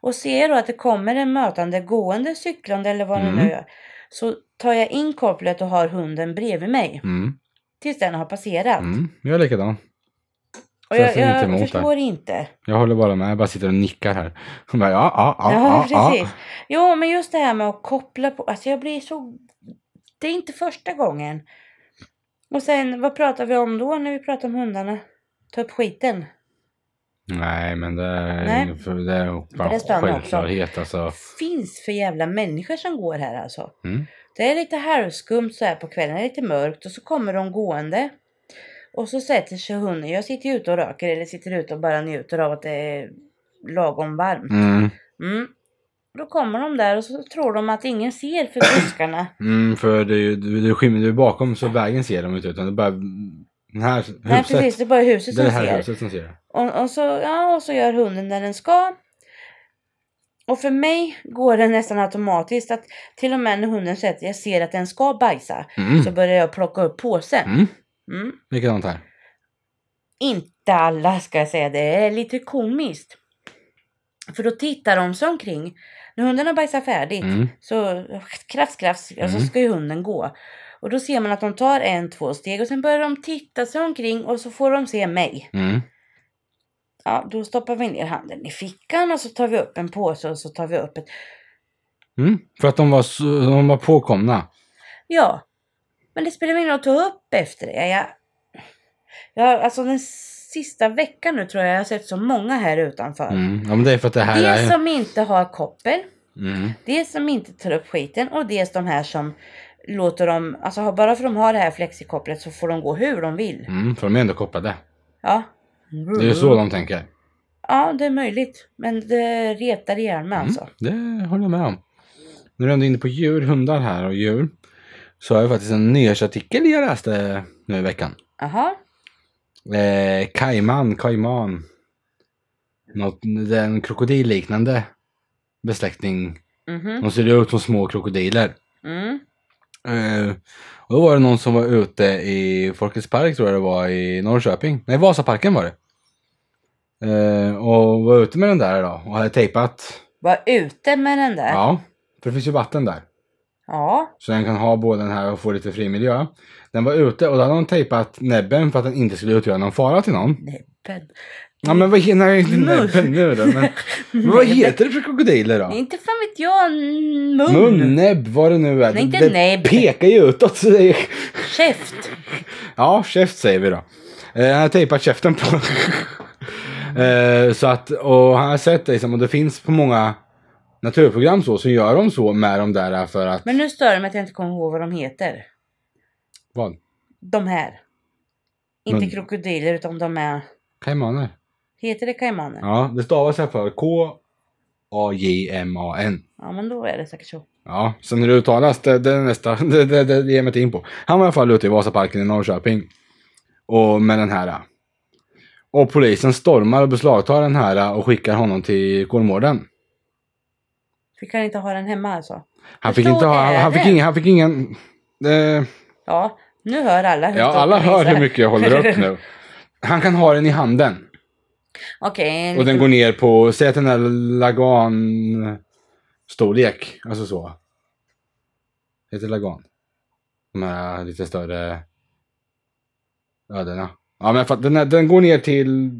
[SPEAKER 1] Och ser jag då att det kommer en mötande gående, cyklande eller vad det
[SPEAKER 2] Mm.
[SPEAKER 1] nu är, så tar jag in kopplet och har hunden bredvid mig
[SPEAKER 2] Mm.
[SPEAKER 1] tills den har passerat.
[SPEAKER 2] Mm. Jag är likadan.
[SPEAKER 1] Och
[SPEAKER 2] Så jag
[SPEAKER 1] jag,
[SPEAKER 2] ser inte
[SPEAKER 1] jag,
[SPEAKER 2] emot det.
[SPEAKER 1] förstår inte.
[SPEAKER 2] Jag håller bara med, jag bara sitter och nickar här. (laughs) Hon bara, ja, ja, ja,
[SPEAKER 1] ja,
[SPEAKER 2] ja, ja.
[SPEAKER 1] precis. Jo, men just det här med att koppla på, alltså jag blir så... Det är inte första gången. Och sen, vad pratar vi om då när vi pratar om hundarna? Ta upp skiten.
[SPEAKER 2] Nej, men det är,
[SPEAKER 1] Nej.
[SPEAKER 2] För det är bara
[SPEAKER 1] det stannar också.
[SPEAKER 2] självklarhet alltså.
[SPEAKER 1] Finns för jävla människor som går här alltså.
[SPEAKER 2] Mm.
[SPEAKER 1] Det är lite halvskumt så här på kvällen, det är lite mörkt och så kommer de gående. Och så sätter sig hunden, jag sitter ju ute och röker eller sitter ute och bara njuter av att det är lagom varmt.
[SPEAKER 2] Mm.
[SPEAKER 1] Mm. Då kommer de där och så tror de att ingen ser för
[SPEAKER 2] (coughs)
[SPEAKER 1] buskarna.
[SPEAKER 2] Mm, för det är ju, du, du skymmer du är bakom så vägen ser de inte utan det är bara den här huset.
[SPEAKER 1] Nej precis, det är bara huset
[SPEAKER 2] det
[SPEAKER 1] som
[SPEAKER 2] är det här
[SPEAKER 1] ser.
[SPEAKER 2] huset som ser det.
[SPEAKER 1] Och, och, så, ja, och så gör hunden när den ska. Och för mig går det nästan automatiskt att till och med när hunden sätter, jag ser att den ska bajsa,
[SPEAKER 2] Mm.
[SPEAKER 1] så börjar jag plocka upp påsen.
[SPEAKER 2] Mm.
[SPEAKER 1] Mm.
[SPEAKER 2] Likadant här.
[SPEAKER 1] Inte alla ska jag säga, det är lite komiskt. För då tittar de sig omkring. När hunden har bajsat färdigt
[SPEAKER 2] Mm.
[SPEAKER 1] så krafs, krafs, och så
[SPEAKER 2] Mm.
[SPEAKER 1] ska ju hunden gå. Och då ser man att de tar en, två steg och sen börjar de titta sig omkring och så får de se mig.
[SPEAKER 2] Mm.
[SPEAKER 1] Ja, då stoppar vi ner handen i fickan och så tar vi upp en påse och så tar vi upp ett...
[SPEAKER 2] Mm. För att de var, så, de var påkomna.
[SPEAKER 1] Ja, men det spelar ingen roll att ta upp efter det. Jag... Jag, alltså den sista veckan nu tror jag jag har sett så många här utanför.
[SPEAKER 2] Mm. Ja men det är för att det här
[SPEAKER 1] Dels
[SPEAKER 2] är...
[SPEAKER 1] som inte har koppel,
[SPEAKER 2] Mm.
[SPEAKER 1] dels som inte tar upp skiten och dels de här som låter dem, alltså har- bara för att de har det här flexikopplet så får de gå hur de vill.
[SPEAKER 2] Mm, för de är ändå kopplade.
[SPEAKER 1] Ja.
[SPEAKER 2] Det
[SPEAKER 1] Mm.
[SPEAKER 2] är ju så de tänker.
[SPEAKER 1] Ja, det är möjligt. Men det retar ihjäl
[SPEAKER 2] Mm.
[SPEAKER 1] mig alltså.
[SPEAKER 2] Det håller jag med om. Nu är du ändå inne på djur, hundar här och djur. Så har jag faktiskt en nyhetsartikel jag läste nu i veckan.
[SPEAKER 1] Jaha.
[SPEAKER 2] Eh, kajman, kajman. Något, det är en krokodilliknande besläktning.
[SPEAKER 1] Mhm.
[SPEAKER 2] De ser ut som små krokodiler.
[SPEAKER 1] Mm.
[SPEAKER 2] Eh, och då var det någon som var ute i Folkets park tror jag det var i Norrköping. Nej, Vasaparken var det. Eh, och var ute med den där då och hade tejpat.
[SPEAKER 1] Var ute med den där.
[SPEAKER 2] Ja, för det finns ju vatten där.
[SPEAKER 1] Ja.
[SPEAKER 2] Så den kan ha både den här och få lite fri miljö. Den var ute och då hade de tejpat näbben för att den inte skulle utgöra någon fara till någon.
[SPEAKER 1] Näbben.
[SPEAKER 2] Ja men vad heter
[SPEAKER 1] Muff.
[SPEAKER 2] näbben nu
[SPEAKER 1] (laughs)
[SPEAKER 2] då? Men, men vad heter det för krokodiler
[SPEAKER 1] Nej,
[SPEAKER 2] då?
[SPEAKER 1] Inte fan vet jag. Mun.
[SPEAKER 2] Mun, näbb, vad det nu är.
[SPEAKER 1] Nej, inte
[SPEAKER 2] det
[SPEAKER 1] näbb.
[SPEAKER 2] pekar ju utåt. Så det är...
[SPEAKER 1] Käft.
[SPEAKER 2] Ja, käft säger vi då. Eh, han har tejpat käften på (laughs) eh, Så att, och han har sett det liksom, och det finns på många naturprogram så, så gör de så med de där för att...
[SPEAKER 1] Men nu stör det mig att jag inte kommer ihåg vad de heter.
[SPEAKER 2] Vad?
[SPEAKER 1] De här. Inte
[SPEAKER 2] Men-
[SPEAKER 1] krokodiler utan de är...
[SPEAKER 2] Kaimaner.
[SPEAKER 1] Heter det kaimaner? Ja.
[SPEAKER 2] Ja, det stavas i alla fall K-A-J-M-A-N.
[SPEAKER 1] men då är det säkert så.
[SPEAKER 2] Ja, sen hur det uttalas, det, det är nästa, (laughs) det, det, det ger jag mig inte in på. Han var i alla fall ute i Vasaparken i Norrköping. Och med den här. Och polisen stormar och beslagtar den här och skickar honom till Kolmården.
[SPEAKER 1] Fick han inte ha den hemma alltså?
[SPEAKER 2] Han
[SPEAKER 1] Hur
[SPEAKER 2] fick
[SPEAKER 1] stor
[SPEAKER 2] inte ha,
[SPEAKER 1] är
[SPEAKER 2] han, han fick
[SPEAKER 1] den?
[SPEAKER 2] ingen, han fick ingen... Eh,
[SPEAKER 1] Ja, nu hör alla hur
[SPEAKER 2] ja,
[SPEAKER 1] stor
[SPEAKER 2] alla
[SPEAKER 1] den är,
[SPEAKER 2] hör
[SPEAKER 1] så här.
[SPEAKER 2] hur mycket jag håller upp nu. Han kan ha den i handen.
[SPEAKER 1] (laughs) Okej, en
[SPEAKER 2] Och den
[SPEAKER 1] liten-
[SPEAKER 2] går ner på, säg att den är lagan... Storlek, alltså så. Heter det lagan? De här lite större ödena. Ja men för att den, är, den går ner till,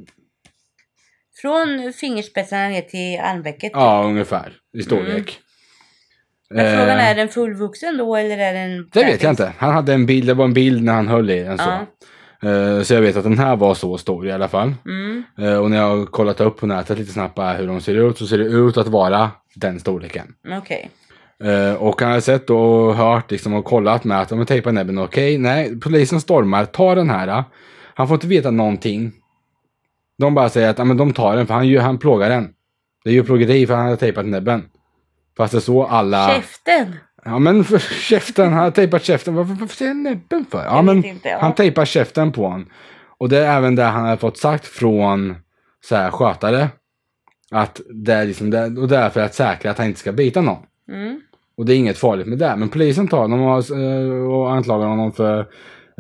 [SPEAKER 1] från fingerspetsarna ner till armvecket.
[SPEAKER 2] ja ungefär, i storlek.
[SPEAKER 1] Mm. Men frågan
[SPEAKER 2] Eh,
[SPEAKER 1] är den fullvuxen då eller är den...
[SPEAKER 2] Det vet jag inte. Han hade en bild, det var en bild när han höll i den så.
[SPEAKER 1] Ja.
[SPEAKER 2] Eh, Så jag vet att den här var så stor i alla fall.
[SPEAKER 1] Mm.
[SPEAKER 2] Eh, Och när jag har kollat upp på nätet lite snabbt bara hur de ser ut så ser det ut att vara den storleken.
[SPEAKER 1] Okej.
[SPEAKER 2] Eh, Och han har sett och hört liksom och kollat med att om jag tejpar näbben, okej, nej, polisen stormar, tar den här. Han får inte veta någonting. De bara säger att ja, men de tar den för han, ju- han plågar den. Det är ju plågeri för han har tejpat näbben. Fast det är så alla...
[SPEAKER 1] Käften!
[SPEAKER 2] Ja men för käften, han har tejpat käften. Varför, varför säger han näbben för? Ja,
[SPEAKER 1] Jag vet
[SPEAKER 2] men,
[SPEAKER 1] inte, ja.
[SPEAKER 2] Han tejpar käften på honom. Och det är även det han har fått sagt från så här, skötare. Att det är liksom det, och det är för att säkra att han inte ska bita någon.
[SPEAKER 1] Mm.
[SPEAKER 2] Och det är inget farligt med det. Men polisen tar honom och, eh, och anklagar honom för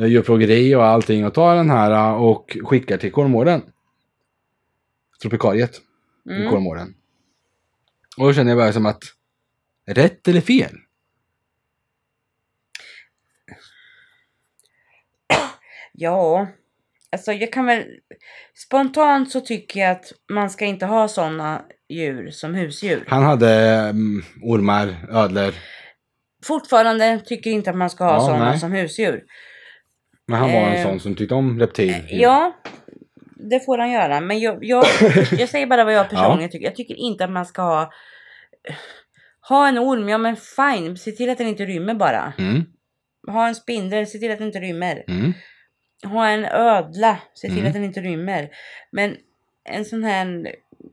[SPEAKER 2] eh, djurplågeri och allting. Och tar den här eh, och skickar till Kolmården. Tropikariet i
[SPEAKER 1] Mm.
[SPEAKER 2] Kolmården. Och då känner jag bara som att, rätt eller fel?
[SPEAKER 1] (clears throat) Ja. Alltså jag kan väl... Spontant så tycker jag att man ska inte ha sådana djur som husdjur.
[SPEAKER 2] Han hade mm, ormar, ödlor.
[SPEAKER 1] Fortfarande tycker jag inte att man ska ha
[SPEAKER 2] Ja,
[SPEAKER 1] sådana
[SPEAKER 2] nej.
[SPEAKER 1] som husdjur.
[SPEAKER 2] Men han var en
[SPEAKER 1] Eh,
[SPEAKER 2] sån som tyckte om reptil.
[SPEAKER 1] Ja, det får han göra. Men jag,
[SPEAKER 2] (coughs)
[SPEAKER 1] jag, jag säger bara vad jag personligen tycker. Jag tycker inte att man ska ha... Ha en orm, ja men fine. Se till att den inte rymmer bara.
[SPEAKER 2] Mm,
[SPEAKER 1] Ha en spindel, se till att den inte rymmer.
[SPEAKER 2] mm,
[SPEAKER 1] Ha en ödla, se till
[SPEAKER 2] Mm.
[SPEAKER 1] att den inte rymmer. Men en sån här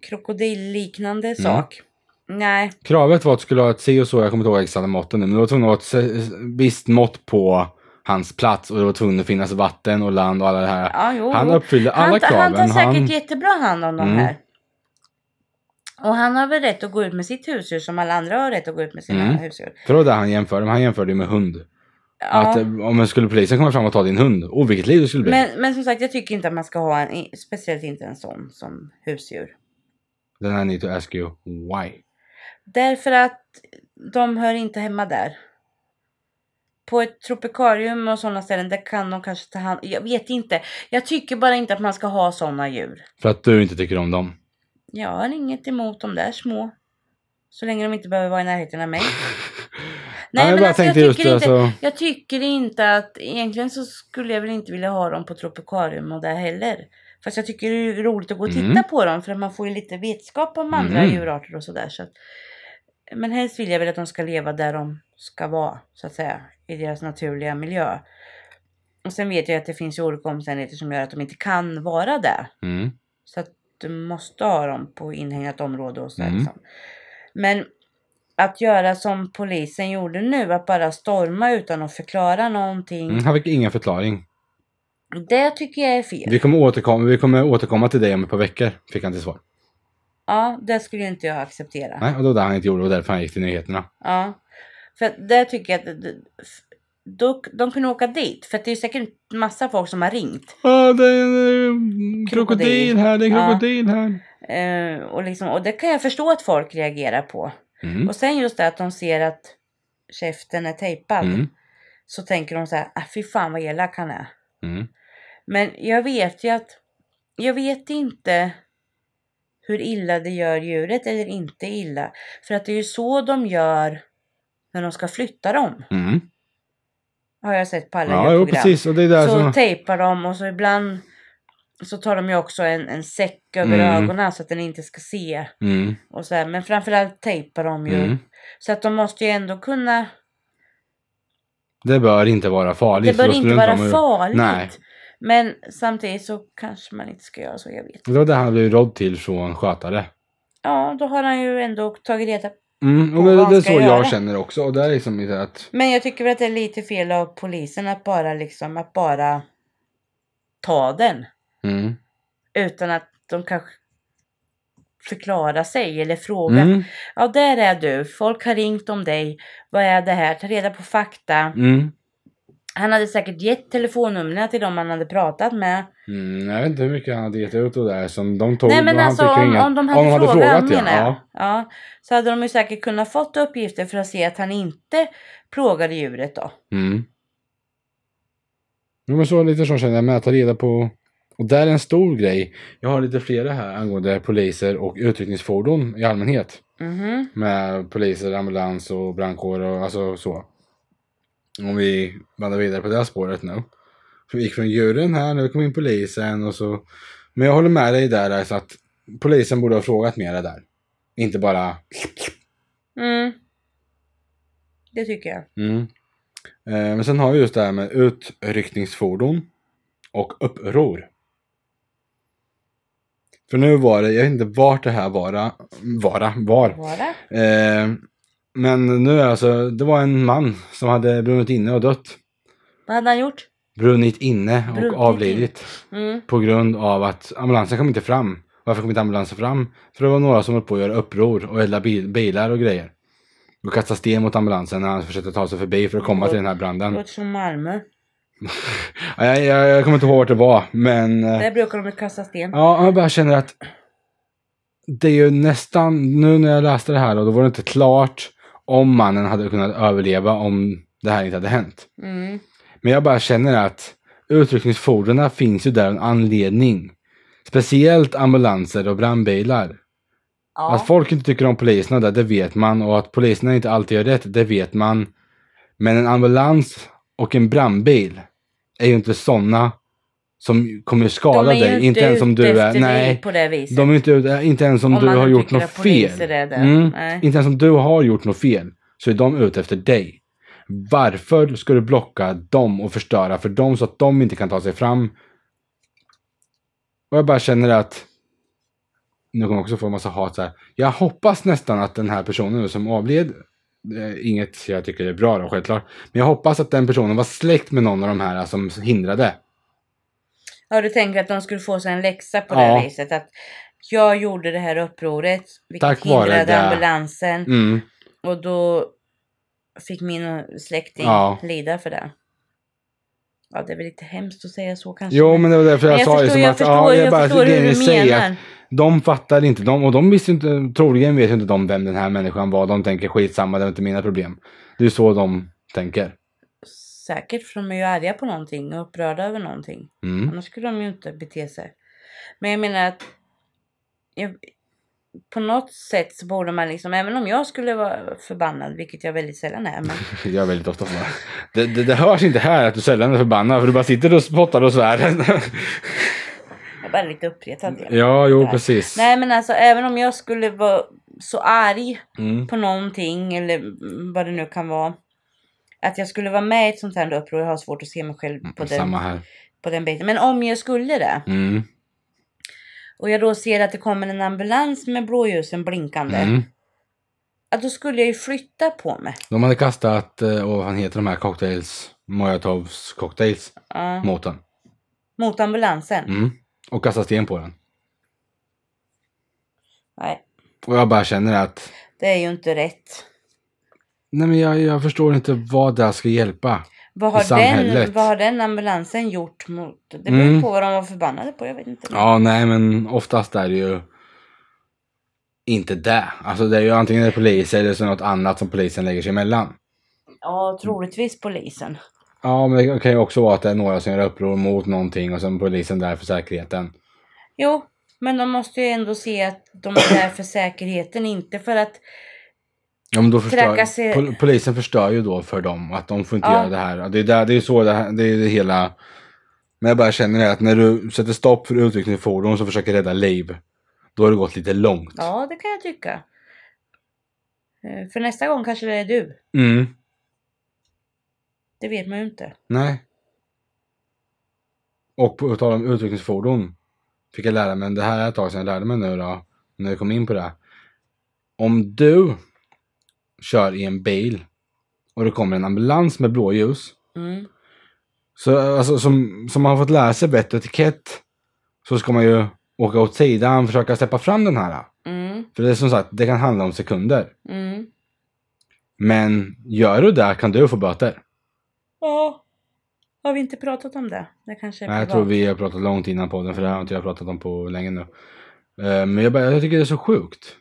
[SPEAKER 1] krokodilliknande
[SPEAKER 2] Mm.
[SPEAKER 1] sak. Nej,
[SPEAKER 2] Kravet var att du skulle ha ett si och så, jag kommer inte ihåg exakta måtten nu, men du var tvungen att ha ett se- visst mått på hans plats och det var tvungen att finnas vatten och land och alla det här.
[SPEAKER 1] ja jo.
[SPEAKER 2] Han
[SPEAKER 1] jo.
[SPEAKER 2] uppfyllde alla
[SPEAKER 1] Oh. han, ta-
[SPEAKER 2] kraven.
[SPEAKER 1] han tar säkert
[SPEAKER 2] Han-
[SPEAKER 1] jättebra hand om de
[SPEAKER 2] Mm.
[SPEAKER 1] här. Och han har väl rätt att gå ut med sitt husdjur som alla andra har rätt att gå ut med sina
[SPEAKER 2] Mm.
[SPEAKER 1] husdjur.
[SPEAKER 2] För det var det han jämförde, men han jämförde ju med hund.
[SPEAKER 1] Ja.
[SPEAKER 2] Att eh, om jag skulle polisen komma fram och ta din hund, oh vilket liv det skulle bli.
[SPEAKER 1] men, men som sagt, jag tycker inte att man ska ha en, i- speciellt inte en sån som husdjur.
[SPEAKER 2] Then I need to ask you why.
[SPEAKER 1] Därför att de hör inte hemma där. På ett tropikarium och sådana ställen, där kan de kanske ta hand Jag vet inte. Jag tycker bara inte att man ska ha sådana djur.
[SPEAKER 2] För att du inte tycker om dem.
[SPEAKER 1] Jag
[SPEAKER 2] (laughs)
[SPEAKER 1] har inget emot de där små. Så länge de inte behöver vara i närheten av mig.
[SPEAKER 2] Nej, jag
[SPEAKER 1] men
[SPEAKER 2] bara
[SPEAKER 1] alltså, jag
[SPEAKER 2] tänkte just
[SPEAKER 1] tycker
[SPEAKER 2] det.
[SPEAKER 1] inte,
[SPEAKER 2] Alltså,
[SPEAKER 1] jag tycker inte att, egentligen så skulle jag väl inte vilja ha dem på Tropicarium och där heller. Fast jag tycker det är roligt att gå och titta
[SPEAKER 2] Mm.
[SPEAKER 1] på dem för att man får ju lite vetskap om andra
[SPEAKER 2] Mm.
[SPEAKER 1] djurarter och sådär. Så att, men helst vill jag väl att de ska leva där de ska vara, så att säga, i deras naturliga miljö. Och sen vet jag att det finns ju olika omständigheter som gör att de inte kan vara där.
[SPEAKER 2] mm,
[SPEAKER 1] Så att du måste ha dem på inhägnat område och så
[SPEAKER 2] Mm.
[SPEAKER 1] liksom. Men att göra som polisen gjorde nu, att bara storma utan att förklara någonting.
[SPEAKER 2] mm, han fick ingen förklaring.
[SPEAKER 1] Det tycker jag är fel.
[SPEAKER 2] Vi kommer, återkomma, vi kommer återkomma till dig om ett par veckor, fick han till svar.
[SPEAKER 1] Ja, det skulle ju inte jag acceptera.
[SPEAKER 2] Nej, och det var det han inte gjorde och därför han gick till nyheterna.
[SPEAKER 1] Ja. För att det tycker jag att det- det- f- då, de kunde åka dit. För att det är säkert massa folk som har ringt.
[SPEAKER 2] Ja, det är en
[SPEAKER 1] Krokodil.
[SPEAKER 2] eh, Ah, krokodil här, det är en
[SPEAKER 1] Ja.
[SPEAKER 2] krokodil här.
[SPEAKER 1] Eh, och, liksom, och det kan jag förstå att folk reagerar på.
[SPEAKER 2] Mm.
[SPEAKER 1] Och sen just det att de ser att käften är tejpad.
[SPEAKER 2] Mm.
[SPEAKER 1] Så tänker de så här, ah, fy fan vad elak han är.
[SPEAKER 2] Mm.
[SPEAKER 1] Men jag vet ju att jag vet inte hur illa det gör djuret eller inte illa. För att det är ju så de gör när de ska flytta dem.
[SPEAKER 2] Mm.
[SPEAKER 1] Har jag sett på alla
[SPEAKER 2] Ja, jo,
[SPEAKER 1] djurprogram.
[SPEAKER 2] precis. Och det är alltså- där
[SPEAKER 1] så
[SPEAKER 2] som...
[SPEAKER 1] tejpar de och så ibland så tar de ju också en, en säck över
[SPEAKER 2] Mm.
[SPEAKER 1] ögonen så att den inte ska se.
[SPEAKER 2] Mm.
[SPEAKER 1] Och så här. Men framförallt tejpar de ju.
[SPEAKER 2] Mm.
[SPEAKER 1] Så att de måste ju ändå kunna.
[SPEAKER 2] Det bör inte vara farligt.
[SPEAKER 1] Det
[SPEAKER 2] för
[SPEAKER 1] bör
[SPEAKER 2] då
[SPEAKER 1] inte
[SPEAKER 2] struntar
[SPEAKER 1] vara
[SPEAKER 2] man ju-
[SPEAKER 1] farligt.
[SPEAKER 2] Nej.
[SPEAKER 1] Men samtidigt så kanske man inte ska göra så, jag vet
[SPEAKER 2] Det var det han blev rådd till från skötare.
[SPEAKER 1] Ja, då har han ju ändå tagit reda på.
[SPEAKER 2] Mm,
[SPEAKER 1] På
[SPEAKER 2] och det,
[SPEAKER 1] vad
[SPEAKER 2] det är
[SPEAKER 1] han
[SPEAKER 2] så
[SPEAKER 1] ska
[SPEAKER 2] jag
[SPEAKER 1] göra.
[SPEAKER 2] känner också. Och det är liksom inte att...
[SPEAKER 1] Men jag tycker väl att det är lite fel av polisen att bara liksom, att bara ta den.
[SPEAKER 2] Mm.
[SPEAKER 1] Utan att de kanske förklarar sig eller frågar.
[SPEAKER 2] Mm.
[SPEAKER 1] Ja, där är du. Folk har ringt om dig. Vad är det här? Ta reda på fakta.
[SPEAKER 2] Mm.
[SPEAKER 1] Han hade säkert gett telefonnumren till dem han hade pratat med.
[SPEAKER 2] Mm. Jag vet inte hur mycket han hade gett ut och där som de tog.
[SPEAKER 1] Nej men
[SPEAKER 2] han
[SPEAKER 1] alltså
[SPEAKER 2] fick ju
[SPEAKER 1] om,
[SPEAKER 2] inga-
[SPEAKER 1] om de hade, frågat, menar jag.
[SPEAKER 2] Ja.
[SPEAKER 1] Ja. Så hade de ju säkert kunnat fått uppgifter för att se att han inte plågade djuret då.
[SPEAKER 2] Mm. Jo, men så lite så känner jag med att ta reda på. Och där är en stor grej. Jag har lite flera här angående poliser och utryckningsfordon i allmänhet.
[SPEAKER 1] Mhm.
[SPEAKER 2] Med poliser, ambulans och brandkår och alltså så. Om vi vandrar vidare på det här spåret nu. Så vi gick från djuren här, nu kom in polisen och så. Men jag håller med dig där alltså att polisen borde ha frågat mera där. Inte bara
[SPEAKER 1] Mm. Det tycker jag.
[SPEAKER 2] Mm. Eh, men sen har vi just det här med utryckningsfordon och uppror. För nu var det, jag vet inte vart det här vara, vara, var.
[SPEAKER 1] Vara.
[SPEAKER 2] Eh, men nu är alltså, det var en man som hade brunnit inne och dött.
[SPEAKER 1] Vad hade han gjort?
[SPEAKER 2] Brunnit inne och
[SPEAKER 1] Brunnit
[SPEAKER 2] avlidit.
[SPEAKER 1] Mm.
[SPEAKER 2] På grund av att ambulansen kom inte fram. Varför kom inte ambulansen fram? För det var några som höll på att göra uppror och elda bil, bilar och grejer. Och kastade sten mot ambulansen när han försökte ta sig förbi för att komma till den här branden.
[SPEAKER 1] Låter som Malmö.
[SPEAKER 2] Ja, Jag, jag, jag kommer inte ihåg vart det var, men... eh,
[SPEAKER 1] Där brukar de ju kasta sten.
[SPEAKER 2] Ja, jag bara känner att... Det är ju nästan... Nu när jag läste det här då, då var det inte klart om mannen hade kunnat överleva om det här inte hade hänt.
[SPEAKER 1] Mm.
[SPEAKER 2] Men jag bara känner att utryckningsfordonen finns ju där av en anledning. Speciellt ambulanser och brandbilar.
[SPEAKER 1] Ja.
[SPEAKER 2] Att folk inte tycker om poliserna där, det vet man. Och att poliserna inte alltid gör rätt, det vet man. Men en ambulans och en brandbil är ju inte sådana som kommer att skada
[SPEAKER 1] de är ju
[SPEAKER 2] dig. Inte ens om
[SPEAKER 1] ute
[SPEAKER 2] du
[SPEAKER 1] efter
[SPEAKER 2] är...
[SPEAKER 1] dig
[SPEAKER 2] Nej.
[SPEAKER 1] på det viset.
[SPEAKER 2] De är inte ute, inte ens om,
[SPEAKER 1] Om
[SPEAKER 2] du
[SPEAKER 1] man
[SPEAKER 2] har
[SPEAKER 1] nu
[SPEAKER 2] gjort
[SPEAKER 1] tycker
[SPEAKER 2] något
[SPEAKER 1] att poliser
[SPEAKER 2] fel. Mm.
[SPEAKER 1] är det. Nej.
[SPEAKER 2] Inte ens om du har gjort något fel så är de ute efter dig. Varför ska du blocka dem och förstöra för dem så att de inte kan ta sig fram? Och jag bara känner att nu kommer jag också få en massa hat så här. Jag hoppas nästan att den här personen nu som avled, det är inget jag tycker är bra då självklart, men jag hoppas att den personen var släkt med någon av de här som hindrade.
[SPEAKER 1] Ja, du tänker att de skulle få sig en läxa på
[SPEAKER 2] Ja.
[SPEAKER 1] det viset. Att jag gjorde det här upproret, vilket
[SPEAKER 2] Tack vare
[SPEAKER 1] hindrade
[SPEAKER 2] det.
[SPEAKER 1] ambulansen.
[SPEAKER 2] Mm.
[SPEAKER 1] Och då fick min släkting
[SPEAKER 2] Ja.
[SPEAKER 1] lida för det. Ja, det är väl lite hemskt att säga så kanske.
[SPEAKER 2] Jo, men det var därför jag,
[SPEAKER 1] Men jag
[SPEAKER 2] sa det
[SPEAKER 1] förstår,
[SPEAKER 2] som
[SPEAKER 1] jag
[SPEAKER 2] att ja,
[SPEAKER 1] förstår,
[SPEAKER 2] jag
[SPEAKER 1] jag
[SPEAKER 2] bara
[SPEAKER 1] förstår hur
[SPEAKER 2] grejen
[SPEAKER 1] du
[SPEAKER 2] säger att
[SPEAKER 1] menar.
[SPEAKER 2] De fattar inte, de, och de visste inte, troligen vet ju inte de vem den här människan var. De tänker skitsamma, det är inte mina problem. Det är så de tänker.
[SPEAKER 1] Säkert, för de är ju arga på någonting och upprörda över någonting.
[SPEAKER 2] Mm.
[SPEAKER 1] Annars skulle de ju inte bete sig. Men jag menar att jag, på något sätt så borde man liksom, även om jag skulle vara förbannad, vilket jag väldigt sällan är, men
[SPEAKER 2] Jag är väldigt ofta förbannad. Det, det, det hörs inte här att du sällan är förbannad för du bara sitter och spottar och svär. (laughs)
[SPEAKER 1] jag är bara lite uppretad. igen.
[SPEAKER 2] ja, jo precis.
[SPEAKER 1] Nej men alltså även om jag skulle vara så arg
[SPEAKER 2] Mm.
[SPEAKER 1] på någonting eller mm, vad det nu kan vara. Att jag skulle vara med i ett sånt här uppror, jag har svårt att se mig själv på den,
[SPEAKER 2] Mm, Samma här.
[SPEAKER 1] på den biten. Men om jag skulle det
[SPEAKER 2] Mm.
[SPEAKER 1] och jag då ser att det kommer en ambulans med blåljusen blinkande.
[SPEAKER 2] Mm.
[SPEAKER 1] Att då skulle jag ju flytta på mig.
[SPEAKER 2] De hade kastat, eh, åh, vad fan heter de här cocktails? Molotovs cocktails
[SPEAKER 1] Ja.
[SPEAKER 2] mot den.
[SPEAKER 1] Mot ambulansen.
[SPEAKER 2] Mm. Och kastat sten på den.
[SPEAKER 1] Nej,
[SPEAKER 2] Och jag bara känner att,
[SPEAKER 1] det är ju inte rätt.
[SPEAKER 2] nej men jag, jag förstår inte vad det här ska hjälpa.
[SPEAKER 1] Vad
[SPEAKER 2] I
[SPEAKER 1] har, den,
[SPEAKER 2] samhället.
[SPEAKER 1] vad har den ambulansen gjort mot... Det beror
[SPEAKER 2] Mm.
[SPEAKER 1] på vad de var förbannade på, jag vet inte.
[SPEAKER 2] Ja, nej men oftast är det ju inte det. Alltså det är ju antingen det är polis eller så något annat som polisen lägger sig emellan.
[SPEAKER 1] Ja, troligtvis polisen.
[SPEAKER 2] Ja, men det kan ju också vara att det är några som gör uppror mot någonting och sen polisen där för säkerheten.
[SPEAKER 1] Jo, men de måste ju ändå se att de är där för säkerheten, inte för att...
[SPEAKER 2] Ja, men då förstör,
[SPEAKER 1] Trakasser-
[SPEAKER 2] pol- polisen förstör ju då för dem att de får inte
[SPEAKER 1] Ja.
[SPEAKER 2] göra det här. Det är, där, det är ju så det, här, det är det hela. Men jag bara känner det att när du sätter stopp för utryckningsfordon som försöker rädda liv, då har det gått lite långt.
[SPEAKER 1] Ja, det kan jag tycka. Eh, För nästa gång kanske det är du.
[SPEAKER 2] Mm.
[SPEAKER 1] Det vet man ju inte.
[SPEAKER 2] Nej. Och på tal om utryckningsfordon fick jag lära mig, men det här är ett tag sedan jag lärde mig nu då, när vi kom in på det. här. Om du kör i en bil och det kommer en ambulans med blåljus,
[SPEAKER 1] Mm.
[SPEAKER 2] så, alltså, som, som man har fått lära sig bättre etikett, så ska man ju åka åt sidan, försöka släppa fram den här.
[SPEAKER 1] Mm.
[SPEAKER 2] För det är som sagt, det kan handla om sekunder.
[SPEAKER 1] Mm.
[SPEAKER 2] Men gör du det kan du få böter.
[SPEAKER 1] Ja. Har vi inte pratat om det? Det kanske är
[SPEAKER 2] Nej, jag
[SPEAKER 1] privat.
[SPEAKER 2] tror vi har pratat långt innan podden för det här har inte jag pratat om på länge nu. Eh, Men jag, bara, jag tycker det är så sjukt.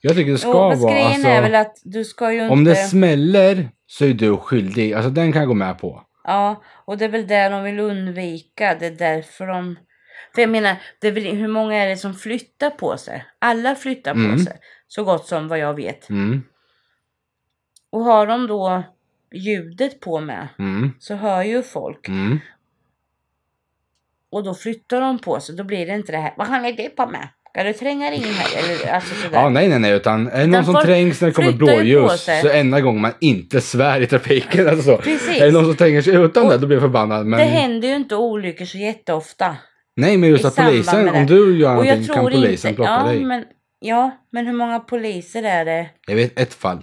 [SPEAKER 2] Jag tycker det ska
[SPEAKER 1] Jo, fast
[SPEAKER 2] vara,
[SPEAKER 1] grejen
[SPEAKER 2] alltså,
[SPEAKER 1] är väl att du ska ju
[SPEAKER 2] om
[SPEAKER 1] inte...
[SPEAKER 2] det smäller så är du skyldig. Alltså den kan jag gå med på.
[SPEAKER 1] Ja, och det är väl det de vill undvika. Det är därför de... För jag menar, det är väl, hur många är det som flyttar på sig? Alla flyttar
[SPEAKER 2] Mm.
[SPEAKER 1] på sig. Så gott som vad jag vet.
[SPEAKER 2] Mm,
[SPEAKER 1] Och har de då ljudet på med
[SPEAKER 2] mm,
[SPEAKER 1] så hör ju folk.
[SPEAKER 2] mm. Och
[SPEAKER 1] Och då flyttar de på sig. Då blir det inte det här. Vad håller du på med? Ska du tränga dig in här? Eller, alltså sådär.
[SPEAKER 2] Ja, nej, nej, nej, utan är det någon
[SPEAKER 1] Utan
[SPEAKER 2] som
[SPEAKER 1] folk
[SPEAKER 2] trängs när det kommer
[SPEAKER 1] flyttar ju på
[SPEAKER 2] blåljus
[SPEAKER 1] sig.
[SPEAKER 2] så enda gången man inte svär i trafiken. (laughs) Alltså.
[SPEAKER 1] Precis.
[SPEAKER 2] Är det någon som tränger sig utan
[SPEAKER 1] Och
[SPEAKER 2] det, då blir jag förbannad.
[SPEAKER 1] Det
[SPEAKER 2] Men,
[SPEAKER 1] händer ju inte olyckor så jätteofta.
[SPEAKER 2] nej, men just
[SPEAKER 1] i
[SPEAKER 2] att
[SPEAKER 1] samband
[SPEAKER 2] polisen,
[SPEAKER 1] med det.
[SPEAKER 2] om du gör
[SPEAKER 1] Och jag
[SPEAKER 2] någonting kan
[SPEAKER 1] tror
[SPEAKER 2] polisen
[SPEAKER 1] inte...
[SPEAKER 2] plocka
[SPEAKER 1] Ja
[SPEAKER 2] dig.
[SPEAKER 1] men, ja, men hur många poliser är det?
[SPEAKER 2] Jag vet ett fall.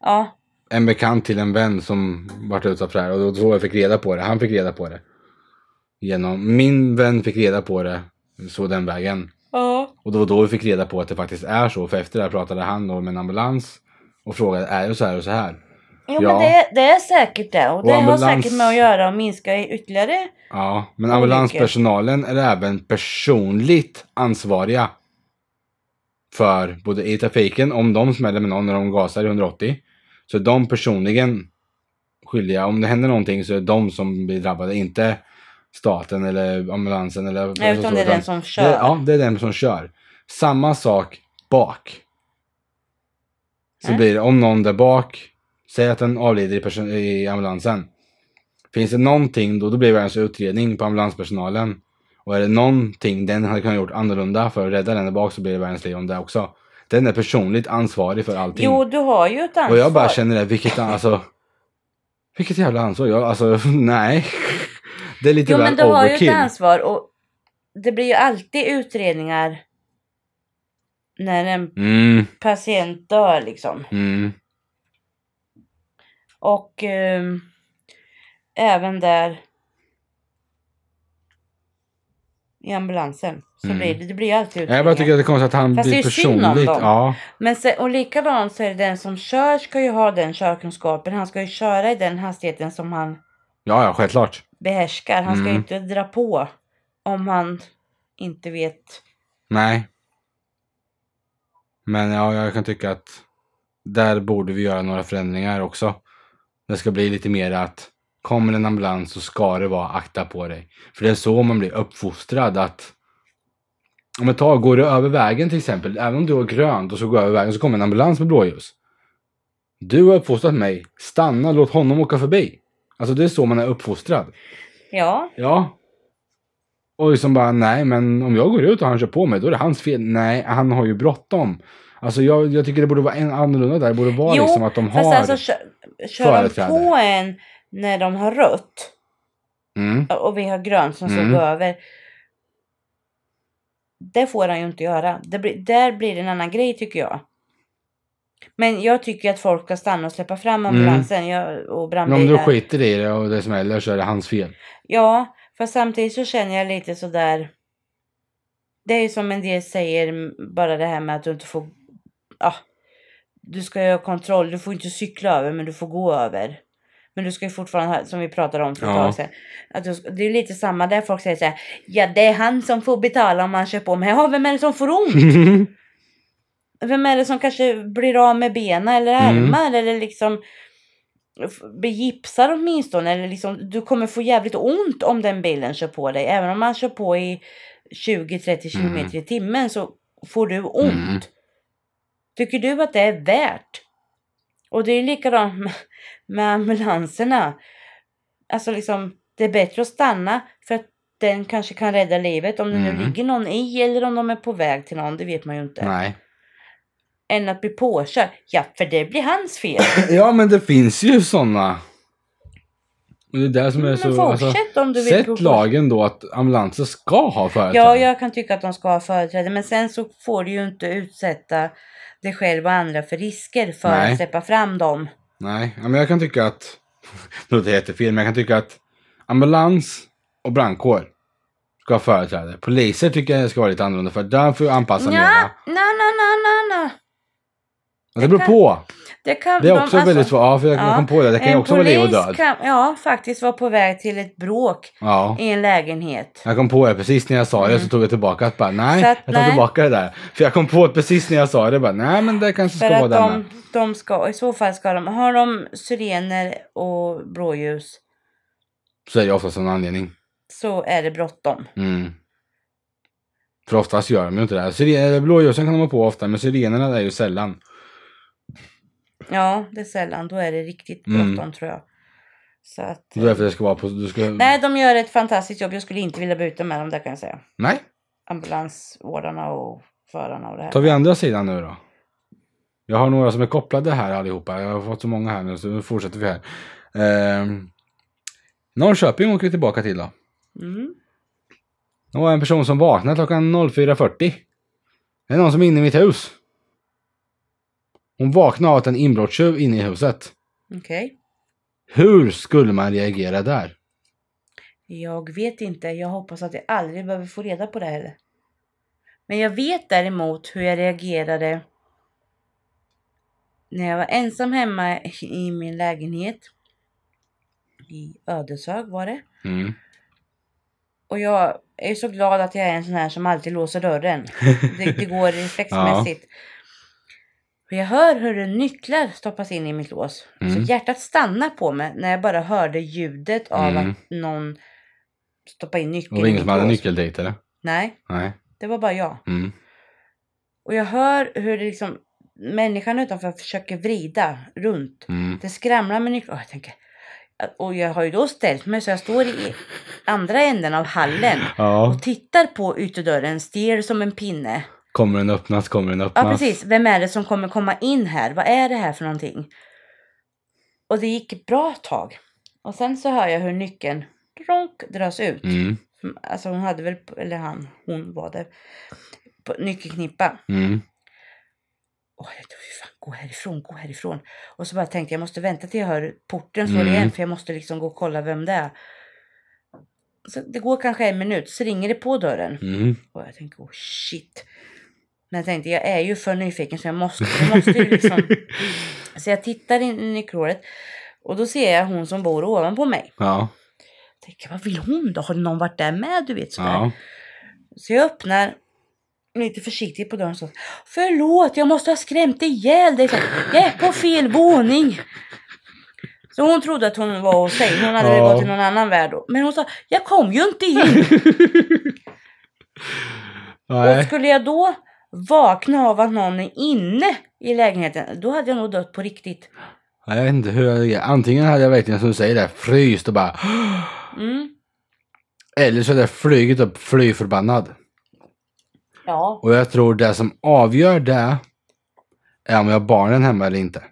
[SPEAKER 1] Ja,
[SPEAKER 2] en bekant till en vän som vart utsatt för det här och det var så jag fick reda på det. Han fick reda på det. Genom, min vän fick reda på det så den vägen.
[SPEAKER 1] Ja.
[SPEAKER 2] Och det var då vi fick reda på att det faktiskt är så. För efter det här pratade han då med en ambulans och frågade är det så här och så här.
[SPEAKER 1] Jo
[SPEAKER 2] Ja.
[SPEAKER 1] men det, det är säkert det. Och,
[SPEAKER 2] Och
[SPEAKER 1] det har
[SPEAKER 2] ambulans-
[SPEAKER 1] säkert med att göra att minska i- ytterligare.
[SPEAKER 2] Ja, men ambulanspersonalen är även personligt ansvariga för både i trafiken, om de smäller med någon när de gasar i 180, så är de personligen skyldiga. Om det händer någonting så är det de som blir drabbade, inte staten eller ambulansen eller
[SPEAKER 1] Nej, utan det är den som kör.
[SPEAKER 2] Det, ja, det är den som kör. Samma sak bak. Så
[SPEAKER 1] Mm.
[SPEAKER 2] blir det om någon där bak, säg att den avlider i, person- i ambulansen. Finns det någonting då, då blir det ens utredning på ambulanspersonalen. Och är det någonting den hade kunnat gjort annorlunda för att rädda den där bak så blir det världens liv om det också. Den är personligt ansvarig för allting.
[SPEAKER 1] Jo, du har ju ett ansvar.
[SPEAKER 2] och jag bara känner det, vilket alltså... Vilket jävla ansvar. Jag, alltså (laughs) nej. Det är lite
[SPEAKER 1] Jo
[SPEAKER 2] väl
[SPEAKER 1] men du har ju
[SPEAKER 2] overkill.
[SPEAKER 1] ett ansvar och det blir ju alltid utredningar när en
[SPEAKER 2] Mm,
[SPEAKER 1] patient dör liksom.
[SPEAKER 2] mm,
[SPEAKER 1] Och ehm, även där i ambulansen. Så
[SPEAKER 2] Mm.
[SPEAKER 1] blir det, det blir ju alltid
[SPEAKER 2] Jag
[SPEAKER 1] utredningar.
[SPEAKER 2] bara tycker att det är konstigt att han
[SPEAKER 1] Fast
[SPEAKER 2] blir
[SPEAKER 1] det är synd om
[SPEAKER 2] personligt...
[SPEAKER 1] dem.
[SPEAKER 2] Ja.
[SPEAKER 1] Men sen, och likadant så är det den som kör ska ju ha den körkunskapen. Han ska ju köra i den hastigheten som han
[SPEAKER 2] ja, ja, självklart.
[SPEAKER 1] behärskar. Han ska ju
[SPEAKER 2] Mm.
[SPEAKER 1] inte dra på om han inte vet.
[SPEAKER 2] Nej. Men ja, jag kan tycka att där borde vi göra några förändringar också. Det ska bli lite mer att kommer en ambulans så ska det vara akta på dig. För det är så man blir uppfostrad att om ett tag går du över vägen till exempel, även om du har grönt och så går du över vägen så kommer en ambulans med blåljus. Du har uppfostrat mig, stanna, låt honom åka förbi. Alltså det är så man är uppfostrad.
[SPEAKER 1] Ja,
[SPEAKER 2] Ja. Och liksom bara, nej men om jag går ut och han kör på mig, då är det hans fel. Nej, han har ju bråttom. Alltså jag, jag tycker det borde vara en annorlunda där. Det borde vara
[SPEAKER 1] Jo,
[SPEAKER 2] liksom att de har...
[SPEAKER 1] fast alltså kö- kör de
[SPEAKER 2] företräde.
[SPEAKER 1] på en när de har rött
[SPEAKER 2] mm.
[SPEAKER 1] och vi har grönt som
[SPEAKER 2] Mm.
[SPEAKER 1] ska gå över. Det får han ju inte göra. Det blir, där blir det en annan grej tycker jag. Men jag tycker att folk ska stanna och släppa
[SPEAKER 2] Mm.
[SPEAKER 1] fram ambulansen jag, och
[SPEAKER 2] Men om du
[SPEAKER 1] brandbilar.
[SPEAKER 2] skiter i det och det smäller så är det
[SPEAKER 1] (laughs)
[SPEAKER 2] hans fel.
[SPEAKER 1] Ja, fast samtidigt så känner jag lite sådär. Det är ju som en del säger, m, bara det här med att du inte får... Ja, du ska ju ha kontroll. Du får inte cykla över, men du får gå över. Men du ska ju fortfarande ha, som vi pratade om för ett
[SPEAKER 2] Ja.
[SPEAKER 1] tag sedan. Att du, ska- det är ju lite samma där folk säger såhär. Ja, det är han som får betala om han kör på mig. Ja, vem är det som får ont? Vem är det som kanske blir av med benen eller
[SPEAKER 2] Mm.
[SPEAKER 1] armar eller liksom f- blir gipsad åtminstone eller liksom du kommer få jävligt ont om den bilen kör på dig. Även om man kör på i 20-30 km i timmen så får du ont.
[SPEAKER 2] Mm.
[SPEAKER 1] Tycker du att det är värt? Och det är likadant (laughs) med, med ambulanserna. Alltså liksom det är bättre att stanna för att den kanske kan rädda livet om det nu
[SPEAKER 2] Mm.
[SPEAKER 1] ligger någon i eller om de är på väg till någon. Det vet man ju inte
[SPEAKER 2] nej.
[SPEAKER 1] än att bli påkörd. Ja, för det blir hans fel.
[SPEAKER 2] Ja men det finns ju sådana. Och det är det som är
[SPEAKER 1] Men
[SPEAKER 2] så... alltså,
[SPEAKER 1] fortsätt om du vill bli
[SPEAKER 2] Sätt
[SPEAKER 1] påkörd.
[SPEAKER 2] lagen då att ambulanser ska ha företräde.
[SPEAKER 1] Ja, jag kan tycka att de ska ha företräde, men sen så får du ju inte utsätta dig själv och andra för risker för
[SPEAKER 2] Nej.
[SPEAKER 1] att släppa fram dem.
[SPEAKER 2] Nej, ja, men jag kan tycka att... (laughs) Det låter jättefel, men jag kan tycka att ambulans och brandkår ska ha företräde. Poliser tycker jag ska vara lite annorlunda för där får jag anpassa mig.
[SPEAKER 1] Nja, na, na, na, na, na.
[SPEAKER 2] Men det beror på.
[SPEAKER 1] Det, kan,
[SPEAKER 2] Det är
[SPEAKER 1] de- alltså-
[SPEAKER 2] också väldigt svårt. Ja, för jag
[SPEAKER 1] ja,
[SPEAKER 2] kom på det. Det kan ju
[SPEAKER 1] en
[SPEAKER 2] också vara liv och
[SPEAKER 1] polis
[SPEAKER 2] död.
[SPEAKER 1] Kan, ja, faktiskt vara på väg till ett bråk
[SPEAKER 2] Ja.
[SPEAKER 1] i en lägenhet.
[SPEAKER 2] Jag kom på det precis när jag sa det så tog jag tillbaka att bara nej,
[SPEAKER 1] Mm. Så att,
[SPEAKER 2] jag tar
[SPEAKER 1] nej.
[SPEAKER 2] tillbaka det där. För jag kom på det precis när jag sa det bara nej men det kanske ska
[SPEAKER 1] För
[SPEAKER 2] vara
[SPEAKER 1] att
[SPEAKER 2] den med.
[SPEAKER 1] de, de ska, och i så fall ska de, har de syrener och blåljus
[SPEAKER 2] Så är det oftast en anledning.
[SPEAKER 1] så är det bråttom.
[SPEAKER 2] Mm. För oftast gör de ju inte det. här. Siren- Blåljusen kan de ha på ofta, men sirenerna är ju sällan.
[SPEAKER 1] Ja, det är sällan. Då är det riktigt
[SPEAKER 2] Mm.
[SPEAKER 1] bråttom tror jag. Så att, eh,
[SPEAKER 2] Det är därför det ska vara på... Du ska...
[SPEAKER 1] nej, de gör ett fantastiskt jobb. Jag skulle inte vilja byta med dem, det kan jag säga.
[SPEAKER 2] Nej.
[SPEAKER 1] Ambulansvårdarna och förarna och det här.
[SPEAKER 2] Tar vi andra sidan nu då? Jag har några som är kopplade här allihopa. Jag har fått så många här nu, så nu fortsätter vi här. Ehm... Norrköping åker vi tillbaka till då.
[SPEAKER 1] Mm.
[SPEAKER 2] Det var en person som vaknade klockan 04.40. Det är någon som är inne i mitt hus. Hon vaknade av att en inbrottstjuv inne i huset.
[SPEAKER 1] Okej.
[SPEAKER 2] Hur skulle man reagera där?
[SPEAKER 1] Jag vet inte. Jag hoppas att jag aldrig behöver få reda på det heller. Men jag vet däremot hur jag reagerade när jag var ensam hemma i min lägenhet. I Ödeshög var det.
[SPEAKER 2] Mm.
[SPEAKER 1] Och jag är så glad att jag är en sån här som alltid låser dörren. Det,
[SPEAKER 2] (laughs)
[SPEAKER 1] det går reflexmässigt. Och Jag hör hur en nycklar stoppas in i mitt lås.
[SPEAKER 2] Mm.
[SPEAKER 1] Så hjärtat stannar på mig när jag bara hörde ljudet av
[SPEAKER 2] Mm.
[SPEAKER 1] att någon stoppar in nyckeln
[SPEAKER 2] Och det var
[SPEAKER 1] i
[SPEAKER 2] ingen som
[SPEAKER 1] mitt
[SPEAKER 2] hade
[SPEAKER 1] lås.
[SPEAKER 2] nyckel dit eller?
[SPEAKER 1] Nej,
[SPEAKER 2] Nej.
[SPEAKER 1] det var bara jag.
[SPEAKER 2] Mm.
[SPEAKER 1] Och jag hör hur det liksom människan utanför försöker vrida runt.
[SPEAKER 2] Mm.
[SPEAKER 1] Det skramlar med nyckeln. Och jag tänker och jag har ju då ställt mig så jag står i andra änden av hallen
[SPEAKER 2] Ja.
[SPEAKER 1] och tittar på ytterdörren, stirrar som en pinne.
[SPEAKER 2] Kommer den öppnas? Kommer den öppnas?
[SPEAKER 1] Ja, precis. Vem är det som kommer komma in här? Vad är det här för någonting? Och det gick ett bra tag. Och sen så hör jag hur nyckeln ronk, dras ut.
[SPEAKER 2] Mm.
[SPEAKER 1] Alltså hon hade väl, eller han, hon var det. På nyckelknippa.
[SPEAKER 2] Mm.
[SPEAKER 1] Åh, jag tänkte, fy fan, gå härifrån, gå härifrån. Och så bara tänkte jag, jag måste vänta till jag hör porten slå
[SPEAKER 2] Mm.
[SPEAKER 1] igen. För jag måste liksom gå och kolla vem det är. Så det går kanske en minut, så ringer det på dörren.
[SPEAKER 2] Mm.
[SPEAKER 1] Och jag tänkte, oh shit. Men jag tänkte, jag är ju för nyfiken så jag måste, jag måste ju liksom.
[SPEAKER 2] (laughs)
[SPEAKER 1] Så jag tittar in i nyckelhålet. Och då ser jag hon som bor ovanpå mig.
[SPEAKER 2] Ja.
[SPEAKER 1] Jag tänker, vad vill hon då? Har någon varit där med? Du vet sådär.
[SPEAKER 2] Ja.
[SPEAKER 1] Så jag öppnar lite försiktigt på dörren så Förlåt, jag måste ha skrämt ihjäl dig. Så, Jag är på fel våning. Så hon trodde att hon var hos sig. Hon hade väl
[SPEAKER 2] Ja.
[SPEAKER 1] gått till någon annan värld. då. Men hon sa, jag kom ju inte in. Och
[SPEAKER 2] Nej.
[SPEAKER 1] skulle jag då vakna av att någon är inne i lägenheten, då hade jag nog dött på riktigt.
[SPEAKER 2] Nej, Jag vet inte hur jag är. Antingen hade jag verkligen som du säger det, fryst och bara... (gasps)
[SPEAKER 1] Mm.
[SPEAKER 2] Eller så hade jag flugit upp fly förbannad.
[SPEAKER 1] Ja.
[SPEAKER 2] Och jag tror det som avgör det är om jag har barnen hemma eller inte.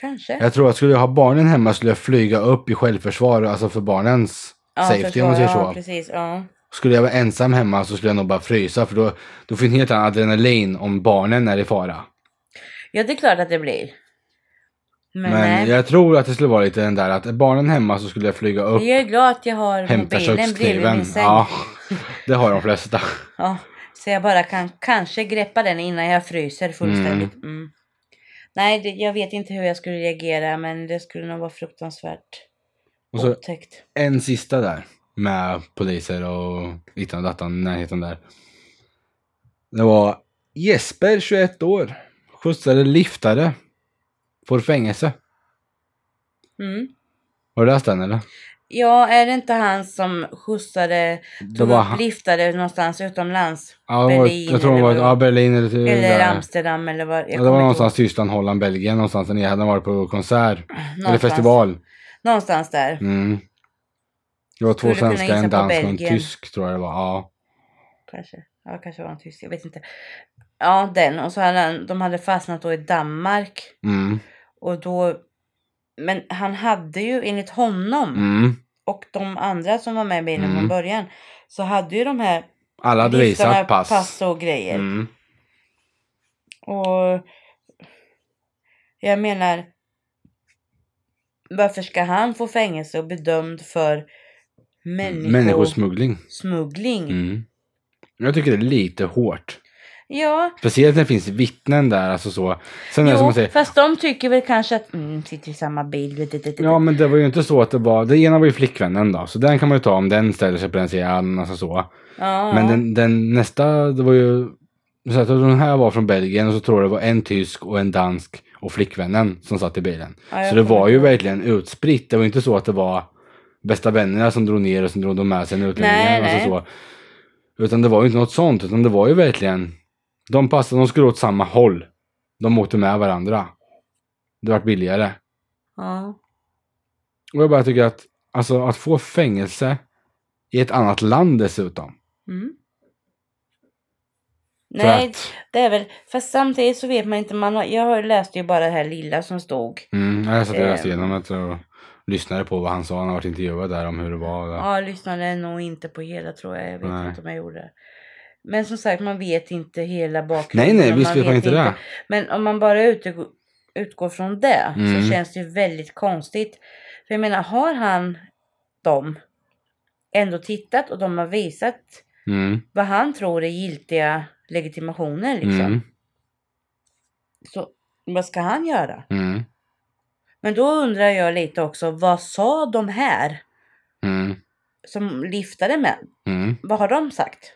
[SPEAKER 1] Kanske.
[SPEAKER 2] Jag tror att skulle jag ha barnen hemma skulle jag flyga upp i självförsvar, alltså för barnens
[SPEAKER 1] ja,
[SPEAKER 2] safety
[SPEAKER 1] försvara-
[SPEAKER 2] om man säger
[SPEAKER 1] Ja,
[SPEAKER 2] så.
[SPEAKER 1] precis. Ja.
[SPEAKER 2] Skulle jag vara ensam hemma så skulle jag nog bara frysa för då, då får jag en helt annan adrenalin om barnen är i fara.
[SPEAKER 1] ja, det är klart att det blir. Men, eh,
[SPEAKER 2] Men,
[SPEAKER 1] nej. Jag,
[SPEAKER 2] jag tror att det skulle vara lite den där att är barnen hemma så skulle jag flyga upp,
[SPEAKER 1] är glad att jag har
[SPEAKER 2] hämta
[SPEAKER 1] mobilen bredvid
[SPEAKER 2] kökskniven.
[SPEAKER 1] min säng.
[SPEAKER 2] Ja, (laughs) det har de flesta.
[SPEAKER 1] Ja, så jag bara kan kanske greppa den innan jag fryser fullständigt. Mm. Nej, det, jag vet inte hur jag skulle reagera men det skulle nog vara fruktansvärt
[SPEAKER 2] Och så
[SPEAKER 1] otäckt.
[SPEAKER 2] en sista där med poliser och lite och dattan, närheten där. Det var Jesper, 21 år, skjutsade liftare, får fängelse.
[SPEAKER 1] Mm.
[SPEAKER 2] Har du läst den eller?
[SPEAKER 1] Ja, är det inte han som skjutsade,
[SPEAKER 2] Det
[SPEAKER 1] tog
[SPEAKER 2] var
[SPEAKER 1] upp
[SPEAKER 2] han-
[SPEAKER 1] liftare någonstans utomlands?
[SPEAKER 2] Ja, det var-
[SPEAKER 1] Berlin
[SPEAKER 2] jag tror det
[SPEAKER 1] eller
[SPEAKER 2] var
[SPEAKER 1] vad det var.
[SPEAKER 2] ja, Berlin eller... till-
[SPEAKER 1] Eller
[SPEAKER 2] där.
[SPEAKER 1] Amsterdam eller vad? jag
[SPEAKER 2] Ja, det
[SPEAKER 1] kommer
[SPEAKER 2] var
[SPEAKER 1] inte
[SPEAKER 2] någonstans Tyskland, Holland, Belgien någonstans där nere. Han hade varit på konsert.
[SPEAKER 1] ihåg.
[SPEAKER 2] Eller
[SPEAKER 1] Någonstans.
[SPEAKER 2] festival.
[SPEAKER 1] Någonstans där.
[SPEAKER 2] Mm. Det var
[SPEAKER 1] Skulle
[SPEAKER 2] två
[SPEAKER 1] kunna
[SPEAKER 2] svenskar,
[SPEAKER 1] gissa
[SPEAKER 2] en
[SPEAKER 1] på
[SPEAKER 2] dansk och en
[SPEAKER 1] Belgien.
[SPEAKER 2] tysk tror jag det var. Ja.
[SPEAKER 1] Kanske. Ja, kanske var han tysk. Jag vet inte. Ja, den. Och så hade han, de hade fastnat då i Danmark.
[SPEAKER 2] Mm.
[SPEAKER 1] Och då... Men han hade ju enligt honom
[SPEAKER 2] Mm.
[SPEAKER 1] och de andra som var med i bilen från
[SPEAKER 2] Mm.
[SPEAKER 1] början så hade ju de här
[SPEAKER 2] Alla hade
[SPEAKER 1] liftarna
[SPEAKER 2] visat pass.
[SPEAKER 1] och grejer.
[SPEAKER 2] Mm.
[SPEAKER 1] Och jag menar, varför ska han få fängelse och bedömd för människosmuggling?
[SPEAKER 2] Människosmuggling. Mm. Jag tycker det är lite hårt.
[SPEAKER 1] Ja,
[SPEAKER 2] Speciellt när det finns vittnen där. Alltså så. Sen är det som
[SPEAKER 1] jo,
[SPEAKER 2] man säger.
[SPEAKER 1] fast de tycker väl kanske att mm, sitter i samma bil. det, det, det, det.
[SPEAKER 2] Ja men det var ju inte så att det var. Det ena var ju flickvännen då. Så den kan man ju ta om den ställer sig på den sidan. Alltså så.
[SPEAKER 1] ja,
[SPEAKER 2] Men
[SPEAKER 1] ja.
[SPEAKER 2] den, den nästa, det var ju... Så att den här var från Belgien och så tror jag det var en tysk och en dansk och flickvännen som satt i bilen.
[SPEAKER 1] Ja, jag
[SPEAKER 2] så det var
[SPEAKER 1] kommer
[SPEAKER 2] ju
[SPEAKER 1] ihåg.
[SPEAKER 2] verkligen utspritt. Det var inte så att det var bästa vännerna som drog ner och som drog de med sig en utlänning.
[SPEAKER 1] Nej,
[SPEAKER 2] alltså
[SPEAKER 1] nej.
[SPEAKER 2] Så. Utan det var ju inte något sånt, utan det var ju verkligen... De passade, de skulle åt samma håll. De åkte med varandra. Det vart billigare.
[SPEAKER 1] ja.
[SPEAKER 2] Och jag bara tycker att, alltså att få fängelse i ett annat land dessutom.
[SPEAKER 1] Mm.
[SPEAKER 2] För
[SPEAKER 1] Nej,
[SPEAKER 2] att-
[SPEAKER 1] det är väl, fast samtidigt så vet man inte, man har, jag läste ju bara det här lilla som stod.
[SPEAKER 2] Mm, jag satt och läste
[SPEAKER 1] Ehm.
[SPEAKER 2] igenom det och lyssnade på vad han sa. Han har varit intervjuad där om hur det var. och det.
[SPEAKER 1] Ja, jag lyssnade nog inte på hela tror jag. Jag vet
[SPEAKER 2] Nej.
[SPEAKER 1] inte om jag gjorde det. Men som sagt, man vet inte hela
[SPEAKER 2] nej,
[SPEAKER 1] bakgrunden.
[SPEAKER 2] nej,
[SPEAKER 1] och
[SPEAKER 2] vi
[SPEAKER 1] man
[SPEAKER 2] ska
[SPEAKER 1] vet
[SPEAKER 2] inte det.
[SPEAKER 1] Men om man bara utgår, utgår från det
[SPEAKER 2] Mm.
[SPEAKER 1] så känns det ju väldigt konstigt. För jag menar, har han dem ändå tittat och de har visat
[SPEAKER 2] Mm,
[SPEAKER 1] vad han tror är giltiga legitimationer liksom.
[SPEAKER 2] mm,
[SPEAKER 1] Så vad ska han göra?
[SPEAKER 2] mm,
[SPEAKER 1] Men då undrar jag lite också, vad sa de här
[SPEAKER 2] mm,
[SPEAKER 1] som liftade med?
[SPEAKER 2] mm,
[SPEAKER 1] Vad har de sagt?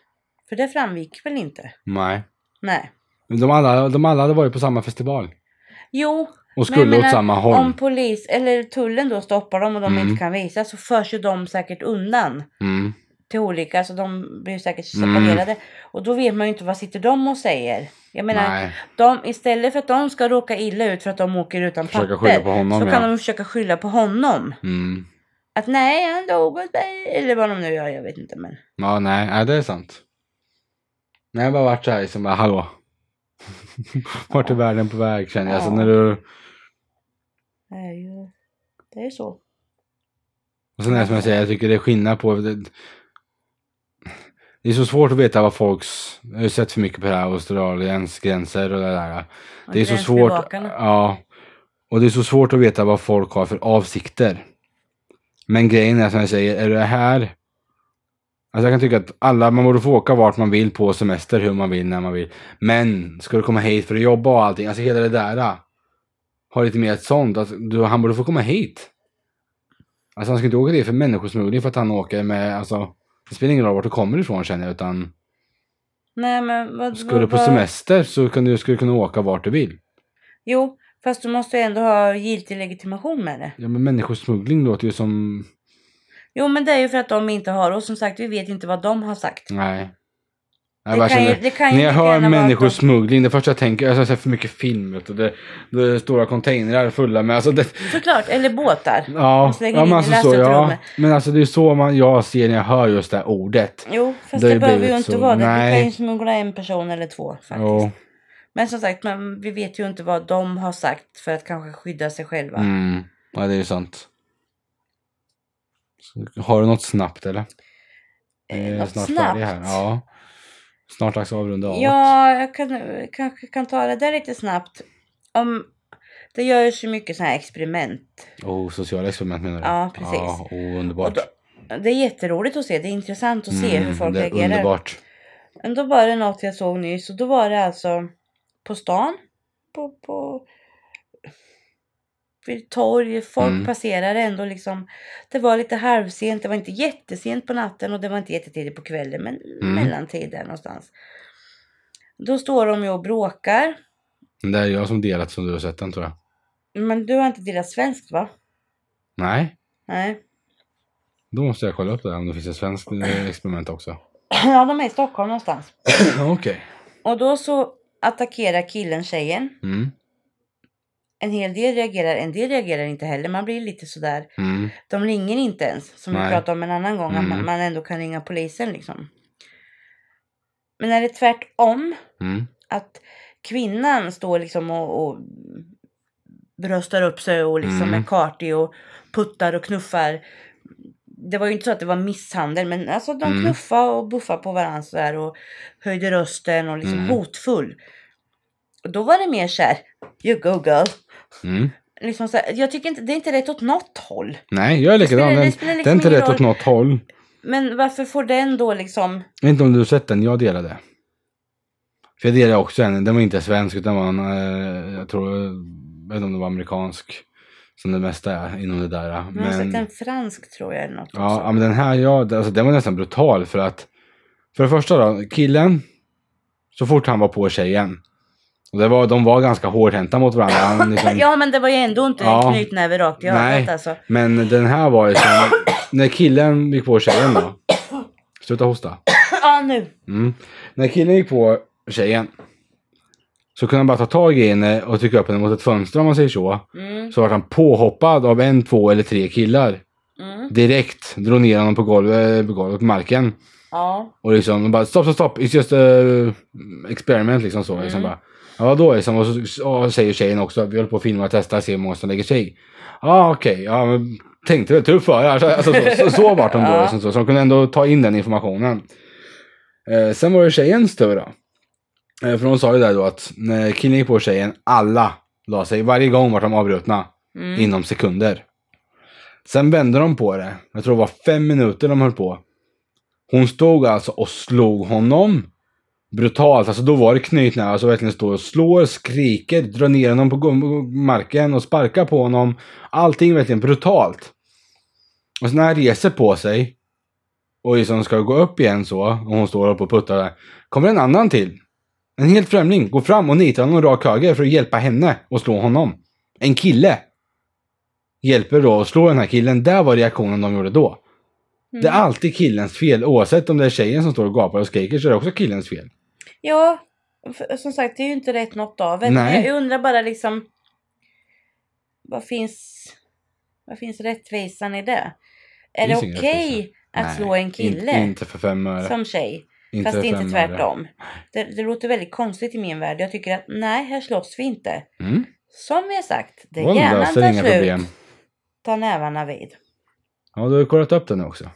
[SPEAKER 1] För det framgick väl inte?
[SPEAKER 2] nej.
[SPEAKER 1] Nej.
[SPEAKER 2] Men De alla, de alla hade varit på samma festival.
[SPEAKER 1] Jo,
[SPEAKER 2] Och
[SPEAKER 1] Men jag
[SPEAKER 2] skulle åt
[SPEAKER 1] menar,
[SPEAKER 2] samma håll.
[SPEAKER 1] om polis eller tullen då stoppar dem och de
[SPEAKER 2] Mm.
[SPEAKER 1] inte kan visa så förs ju de säkert undan
[SPEAKER 2] Mm,
[SPEAKER 1] till olika, så de blir säkert
[SPEAKER 2] Mm.
[SPEAKER 1] separerade. Och då vet man ju inte vad sitter de och säger. Jag menar,
[SPEAKER 2] nej.
[SPEAKER 1] de, istället för att de ska råka illa ut för att de åker utan
[SPEAKER 2] Försöka
[SPEAKER 1] papper
[SPEAKER 2] skylla på honom,
[SPEAKER 1] så
[SPEAKER 2] ja.
[SPEAKER 1] kan de försöka skylla på honom.
[SPEAKER 2] Mm.
[SPEAKER 1] Att nej, han dog åt mig. Eller vad de nu gör, jag vet inte. Men
[SPEAKER 2] Ja, nej, nej, det är sant. Nej, jag bara varit så här liksom, bara, hallå. (laughs) Vart är världen på väg känner jag. Alltså,
[SPEAKER 1] Ja.
[SPEAKER 2] när du,
[SPEAKER 1] det är ju, det är ju så.
[SPEAKER 2] Och sen är det som jag säger, jag tycker det är skillnad på... Det, det är så svårt att veta vad folks... Jag har ju sett för mycket på det här, Australiens gränser och det där. Det är så svårt...
[SPEAKER 1] Gränsbevakarna.
[SPEAKER 2] Ja. Och det är så svårt att veta vad folk har för avsikter. Men grejen är som jag säger, är det här... Alltså jag kan tycka att alla, man borde få åka vart man vill på semester, hur man vill, när man vill. Men, ska du komma hit för att jobba och allting, alltså hela det där. Har lite mer ett sånt, alltså, du, han borde få komma hit. Alltså han ska inte åka dit för människosmuggling för att han åker med, alltså. Det spelar ingen roll vart du kommer ifrån känner jag, utan.
[SPEAKER 1] Nej, men vad,
[SPEAKER 2] Ska du på
[SPEAKER 1] vad-
[SPEAKER 2] semester så kan du, ska du kunna åka vart du vill.
[SPEAKER 1] Jo, fast du måste ju ändå ha giltig legitimation med det.
[SPEAKER 2] Ja men människosmuggling låter ju som,
[SPEAKER 1] Jo, men det är ju för att de inte har och som sagt, vi vet inte vad de har sagt.
[SPEAKER 2] nej. Jag
[SPEAKER 1] Det
[SPEAKER 2] bara
[SPEAKER 1] kan ju-
[SPEAKER 2] känner,
[SPEAKER 1] det kan ju
[SPEAKER 2] när jag
[SPEAKER 1] lika
[SPEAKER 2] hör
[SPEAKER 1] gärna vara att
[SPEAKER 2] människosmuggling, det första jag tänker, alltså, jag ser för mycket film vet du, det, det är stora containrar fulla med, alltså det,
[SPEAKER 1] Såklart, eller båtar.
[SPEAKER 2] ja,
[SPEAKER 1] Och slänger
[SPEAKER 2] ja
[SPEAKER 1] in
[SPEAKER 2] men
[SPEAKER 1] i
[SPEAKER 2] alltså så, ja.
[SPEAKER 1] lastrummet.
[SPEAKER 2] Men alltså det är så man, jag ser när jag hör just det här ordet.
[SPEAKER 1] Jo, fast det,
[SPEAKER 2] Det har ju
[SPEAKER 1] behöver ju
[SPEAKER 2] blivit
[SPEAKER 1] inte
[SPEAKER 2] så.
[SPEAKER 1] vara det. Du
[SPEAKER 2] Nej.
[SPEAKER 1] kan ju smuggla en person eller två faktiskt.
[SPEAKER 2] Jo,
[SPEAKER 1] Men som sagt, men vi vet ju inte vad de har sagt för att kanske skydda sig själva.
[SPEAKER 2] mm, ja det är ju sant. Så, Har du något snabbt eller?
[SPEAKER 1] Eh,
[SPEAKER 2] Eh,
[SPEAKER 1] något
[SPEAKER 2] färdig
[SPEAKER 1] snabbt?
[SPEAKER 2] Här. Ja. Snart dags att avrunda av.
[SPEAKER 1] Ja, jag kan, kanske kan ta det där lite snabbt. Om, det görs ju mycket sådana här experiment.
[SPEAKER 2] Oh, sociala experiment menar du?
[SPEAKER 1] Ja, precis.
[SPEAKER 2] Ja, oh, underbart.
[SPEAKER 1] Och då, det är jätteroligt att se. Det är intressant att se hur
[SPEAKER 2] Mm,
[SPEAKER 1] folk
[SPEAKER 2] det är
[SPEAKER 1] reagerar.
[SPEAKER 2] Underbart.
[SPEAKER 1] Men då var det något jag såg nyss och då var det alltså på stan, på, på vid torg, folk
[SPEAKER 2] Mm.
[SPEAKER 1] passerade ändå liksom. Det var lite halvsent, det var inte jättesent på natten och det var inte jättetidigt på kvällen men
[SPEAKER 2] Mm.
[SPEAKER 1] mellantid där någonstans. Då står de ju och bråkar.
[SPEAKER 2] Det är jag som delat som du har sett den tror jag.
[SPEAKER 1] Men du har inte delat svenskt va?
[SPEAKER 2] Nej,
[SPEAKER 1] Nej. (clears throat)
[SPEAKER 2] då måste jag kolla upp det här om det finns ett svenskt eh, experiment också.
[SPEAKER 1] Ja, de är i Stockholm någonstans.
[SPEAKER 2] Okej.
[SPEAKER 1] Och då så attackerar killen tjejen.
[SPEAKER 2] Mm.
[SPEAKER 1] En hel del reagerar, en del reagerar inte heller. Man blir lite sådär
[SPEAKER 2] Mm.
[SPEAKER 1] De ringer inte ens, som vi
[SPEAKER 2] Nej.
[SPEAKER 1] pratade om en annan gång, att
[SPEAKER 2] Mm.
[SPEAKER 1] man, man ändå kan ringa polisen liksom. Men är det tvärtom,
[SPEAKER 2] Mm.
[SPEAKER 1] att kvinnan står liksom och, och bröstar upp sig och liksom
[SPEAKER 2] Mm.
[SPEAKER 1] är kartig och puttar och knuffar. Det var ju inte så att det var misshandel, men alltså de
[SPEAKER 2] Mm.
[SPEAKER 1] knuffade och buffade på varandra sådär och höjde rösten och liksom
[SPEAKER 2] Mm.
[SPEAKER 1] hotfull. Och då var det mer såhär, you go girl.
[SPEAKER 2] Mm.
[SPEAKER 1] Liksom så här, jag tycker inte, det är inte rätt åt något håll.
[SPEAKER 2] Nej, jag är likadan.
[SPEAKER 1] spelar- det
[SPEAKER 2] Den,
[SPEAKER 1] spelar liksom
[SPEAKER 2] den är inte
[SPEAKER 1] ingen
[SPEAKER 2] rätt åt
[SPEAKER 1] roll.
[SPEAKER 2] något håll.
[SPEAKER 1] Men varför får den då liksom...
[SPEAKER 2] Jag vet inte om du har sett den, jag delade. För jag delade också en, den var inte svensk utan var en, eh, jag tror, jag vet inte om den var amerikansk. Som det mesta är inom det där. eh.
[SPEAKER 1] Men... Jag har
[SPEAKER 2] Men-
[SPEAKER 1] sett en fransk tror jag eller något
[SPEAKER 2] Ja,
[SPEAKER 1] också.
[SPEAKER 2] ja, men den här, ja, det- alltså, den var nästan brutal för att för det första då, killen så fort han var på tjejen och det var, de var ganska hårdhänta mot varandra.
[SPEAKER 1] (laughs)
[SPEAKER 2] Han, liksom,
[SPEAKER 1] Ja men det var ju ändå inte
[SPEAKER 2] Ja.
[SPEAKER 1] en knytnäve rakt i
[SPEAKER 2] Nej.
[SPEAKER 1] ögat alltså.
[SPEAKER 2] Men den här var ju som, när killen gick på tjejen då. Sluta hosta.
[SPEAKER 1] Ja nu.
[SPEAKER 2] Mm. När killen gick på tjejen så kunde han bara ta tag i henne och trycka upp henne mot ett fönster om man säger så.
[SPEAKER 1] Mm,
[SPEAKER 2] Så vart han påhoppad av en, två eller tre killar.
[SPEAKER 1] mm,
[SPEAKER 2] Direkt drog ner honom på golvet, på golvet på marken.
[SPEAKER 1] ja.
[SPEAKER 2] Och liksom de bara stopp, stopp, stopp, it's just uh, experiment liksom så. Liksom bara, ja då liksom, och så och säger tjejen också, vi håller på att filma och testa, se hur många som lägger sig. Ja ah, okej, ja men tänkte väl tuff för alltså, alltså, så, så, så vart de då
[SPEAKER 1] Ja.
[SPEAKER 2] liksom så. Så de kunde ändå ta in den informationen. Eh, sen var det tjejens tur då. Eh, för hon sa ju där då att när killen gick på tjejen, alla la sig. Varje gång vart de avbrutna
[SPEAKER 1] Mm.
[SPEAKER 2] inom sekunder. Sen vände de på det. Jag tror det var fem minuter de höll på. Hon stod alltså och slog honom. Brutalt. Alltså då var det knytnäve. Alltså verkligen står och slår, skriker, drar ner honom på go- marken och sparkar på honom. Allting verkligen brutalt. Och sen när han reser på sig och liksom ska gå upp igen så, och hon står upp och puttar där, kommer en annan till. En helt främling går fram och nitar honom rak höger för att hjälpa henne och slå honom. En kille hjälper då att slå den här killen. Där var reaktionen de gjorde då.
[SPEAKER 1] Mm.
[SPEAKER 2] Det är alltid killens fel. Oavsett om det är tjejen som står och gapar och skriker så är det också killens fel.
[SPEAKER 1] Ja, för, som sagt det är ju inte rätt något av det. Men
[SPEAKER 2] Nej.
[SPEAKER 1] Jag undrar bara liksom... Vad finns... Vad finns rättvisan i det? Är det
[SPEAKER 2] Finns ingen
[SPEAKER 1] okej
[SPEAKER 2] rättvisa.
[SPEAKER 1] att
[SPEAKER 2] Nej,
[SPEAKER 1] slå en
[SPEAKER 2] In,
[SPEAKER 1] kille
[SPEAKER 2] inte för fem öre.
[SPEAKER 1] som tjej?
[SPEAKER 2] inte
[SPEAKER 1] Fast
[SPEAKER 2] för
[SPEAKER 1] det är
[SPEAKER 2] fem
[SPEAKER 1] inte
[SPEAKER 2] öre.
[SPEAKER 1] tvärtom. Det, det låter väldigt konstigt i min värld. Jag tycker att nej, här slåss vi inte.
[SPEAKER 2] Mm.
[SPEAKER 1] Som vi har sagt, det är
[SPEAKER 2] Våld
[SPEAKER 1] hjärnan
[SPEAKER 2] löser
[SPEAKER 1] tar
[SPEAKER 2] inga
[SPEAKER 1] slut.
[SPEAKER 2] problem.
[SPEAKER 1] Ta nävarna vid.
[SPEAKER 2] Ja, du har ju kollat upp det nu också.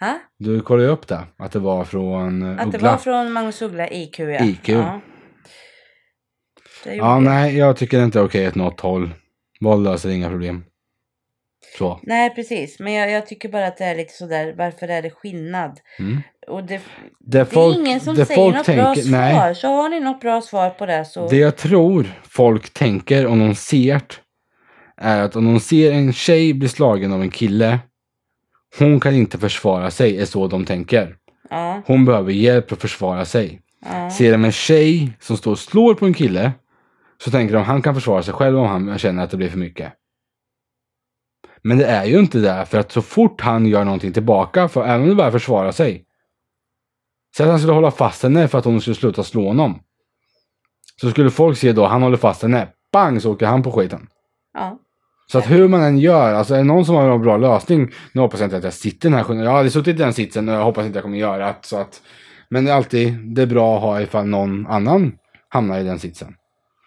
[SPEAKER 1] Ha?
[SPEAKER 2] Du kollade ju upp det. Att det var från eh,
[SPEAKER 1] Att det
[SPEAKER 2] Uggla.
[SPEAKER 1] var från Magnus Uggla IQ ja.
[SPEAKER 2] IQ.
[SPEAKER 1] Ja. Det gjorde
[SPEAKER 2] Ja,
[SPEAKER 1] jag.
[SPEAKER 2] nej, jag tycker inte det är okej åt något håll. Våld löser inga problem. Så.
[SPEAKER 1] Nej precis, men jag, jag tycker bara att det är lite sådär, varför är det skillnad?
[SPEAKER 2] Mm.
[SPEAKER 1] Och det,
[SPEAKER 2] Det,
[SPEAKER 1] det är ingen som
[SPEAKER 2] det
[SPEAKER 1] säger något bra svar,
[SPEAKER 2] nej,
[SPEAKER 1] så har ni något bra svar på det så...
[SPEAKER 2] Det jag tror folk tänker om de ser det, är att om de ser en tjej bli slagen av en kille, hon kan inte försvara sig, är så de tänker.
[SPEAKER 1] Ja,
[SPEAKER 2] Hon behöver hjälp att försvara sig.
[SPEAKER 1] ja.
[SPEAKER 2] Ser de en tjej som står och slår på en kille, så tänker de han kan försvara sig själv om han känner att det blir för mycket. Men det är ju inte det, för att så fort han gör någonting tillbaka, för även om det börjar försvara sig, Säg att han skulle hålla fast henne för att hon skulle sluta slå honom. Så skulle folk se då, han håller fast henne. Bang så åker han på skiten.
[SPEAKER 1] Ja.
[SPEAKER 2] Så att hur man än gör, alltså är det någon som har en bra lösning. Nu hoppas jag inte att jag sitter i den här skiten. Jag har aldrig suttit i den sitsen och jag hoppas inte jag kommer göra det. Så att, men det är alltid det är bra att ha ifall någon annan hamnar i den sitsen.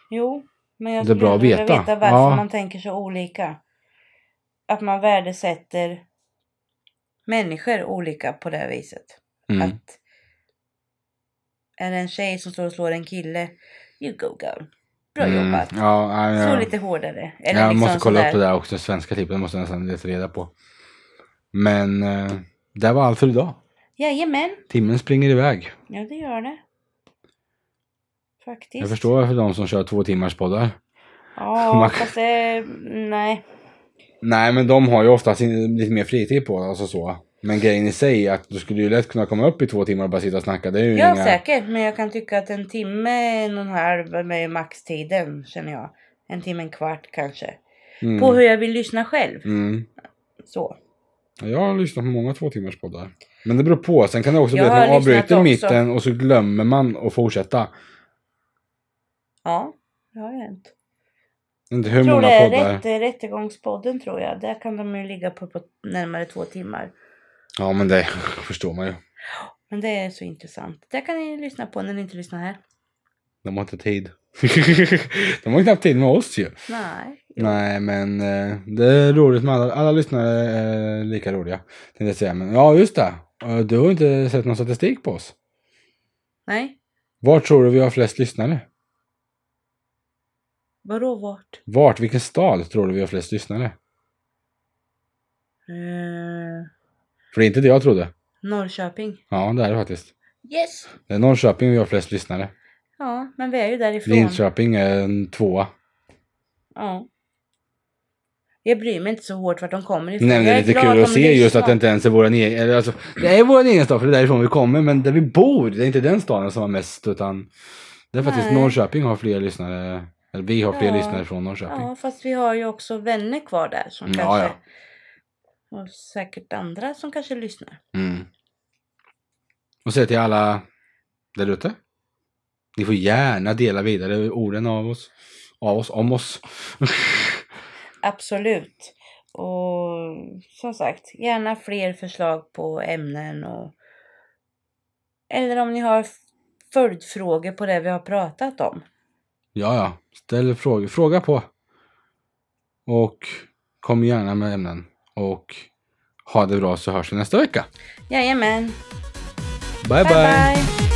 [SPEAKER 1] Jo, men jag
[SPEAKER 2] Det är
[SPEAKER 1] skulle
[SPEAKER 2] bra
[SPEAKER 1] ändå
[SPEAKER 2] att
[SPEAKER 1] vilja
[SPEAKER 2] veta.
[SPEAKER 1] veta varför
[SPEAKER 2] Ja.
[SPEAKER 1] man tänker så olika. Att man värdesätter människor olika på det här viset.
[SPEAKER 2] Mm.
[SPEAKER 1] Att är det en tjej som står och slår en kille, you go girl. Bra jobbat.
[SPEAKER 2] Mm. Ja, nej,
[SPEAKER 1] Slå
[SPEAKER 2] jag,
[SPEAKER 1] lite hårdare. Eller
[SPEAKER 2] jag
[SPEAKER 1] liksom
[SPEAKER 2] måste kolla upp
[SPEAKER 1] sådär.
[SPEAKER 2] det där också, svenska typen. Det måste jag nästan leta reda på. Men eh, det var allt för idag.
[SPEAKER 1] Jajamän,
[SPEAKER 2] Timmen springer iväg.
[SPEAKER 1] ja det gör det. Faktiskt.
[SPEAKER 2] Jag förstår för de som kör två timmars poddar.
[SPEAKER 1] Ja,
[SPEAKER 2] (laughs) Man-
[SPEAKER 1] fast det, nej.
[SPEAKER 2] Nej, men de har ju oftast in- lite mer fritid på alltså så. Men grejen i sig är att du skulle ju lätt kunna komma upp i två timmar och bara sitta och snacka. Det är ju
[SPEAKER 1] Ja,
[SPEAKER 2] inga...
[SPEAKER 1] säkert. Men jag kan tycka att en timme, en och en halv är ju maxtiden känner jag. En timme, en kvart kanske.
[SPEAKER 2] Mm.
[SPEAKER 1] På hur jag vill lyssna själv.
[SPEAKER 2] Mm.
[SPEAKER 1] Så.
[SPEAKER 2] Jag har lyssnat på många två timmars poddar. Men det beror på. Sen kan det också bli
[SPEAKER 1] Jag
[SPEAKER 2] att man
[SPEAKER 1] har lyssnat
[SPEAKER 2] avbryter
[SPEAKER 1] också.
[SPEAKER 2] mitten och så glömmer man att fortsätta.
[SPEAKER 1] Ja, det har hänt.
[SPEAKER 2] Inte hur
[SPEAKER 1] Jag tror
[SPEAKER 2] många
[SPEAKER 1] det är
[SPEAKER 2] poddar.
[SPEAKER 1] rätt, Rättegångspodden tror jag. Där kan de ju ligga på, på närmare två timmar.
[SPEAKER 2] Ja, men det (laughs) förstår man ju.
[SPEAKER 1] Men det är så intressant. Det kan ni lyssna på när ni inte lyssnar här.
[SPEAKER 2] De har inte tid. (laughs) De har knappt tid med oss ju.
[SPEAKER 1] Nej.
[SPEAKER 2] Nej, men eh, det är roligt med alla. Alla lyssnare är lika roliga. Tänkte jag säga. Men ja, just det. Eh, Du har inte sett någon statistik på oss.
[SPEAKER 1] Nej.
[SPEAKER 2] Var tror du vi har flest lyssnare?
[SPEAKER 1] Vadå vart?
[SPEAKER 2] Vart, vilken stad tror du vi har flest lyssnare?
[SPEAKER 1] Eh,
[SPEAKER 2] För det är inte det jag trodde.
[SPEAKER 1] Norrköping.
[SPEAKER 2] Ja, det är det faktiskt.
[SPEAKER 1] Yes.
[SPEAKER 2] Det är Norrköping vi har flest lyssnare.
[SPEAKER 1] Ja, men vi är ju därifrån.
[SPEAKER 2] Linköping är en tvåa.
[SPEAKER 1] Ja. Jag bryr mig inte så hårt vart de kommer ifrån.
[SPEAKER 2] Nej, men det
[SPEAKER 1] Jag
[SPEAKER 2] är lite
[SPEAKER 1] glad
[SPEAKER 2] kul
[SPEAKER 1] de
[SPEAKER 2] att se just
[SPEAKER 1] lyssnar.
[SPEAKER 2] att det inte ens är våran egen, eller alltså, det är våran egen stad för det är därifrån vi kommer, men där vi bor, det är inte den staden som har mest, utan det är faktiskt
[SPEAKER 1] Nej.
[SPEAKER 2] Norrköping har fler lyssnare, eller vi har fler
[SPEAKER 1] Ja.
[SPEAKER 2] lyssnare från Norrköping.
[SPEAKER 1] Ja, fast vi har ju också vänner kvar där som
[SPEAKER 2] Ja,
[SPEAKER 1] kanske...
[SPEAKER 2] ja.
[SPEAKER 1] Och säkert andra som kanske lyssnar.
[SPEAKER 2] Mm. Och säg till alla där ute, ni får gärna dela vidare orden av oss, av oss, om oss. (laughs)
[SPEAKER 1] Absolut. Och som sagt, gärna fler förslag på ämnen och... Eller om ni har f- följdfrågor på det vi har pratat om.
[SPEAKER 2] ja, ja, ställ frågor, fråga på. Och kom gärna med ämnen. Och ha det bra så hörs vi nästa vecka.
[SPEAKER 1] Jajamän!
[SPEAKER 2] bye. bye.
[SPEAKER 1] bye.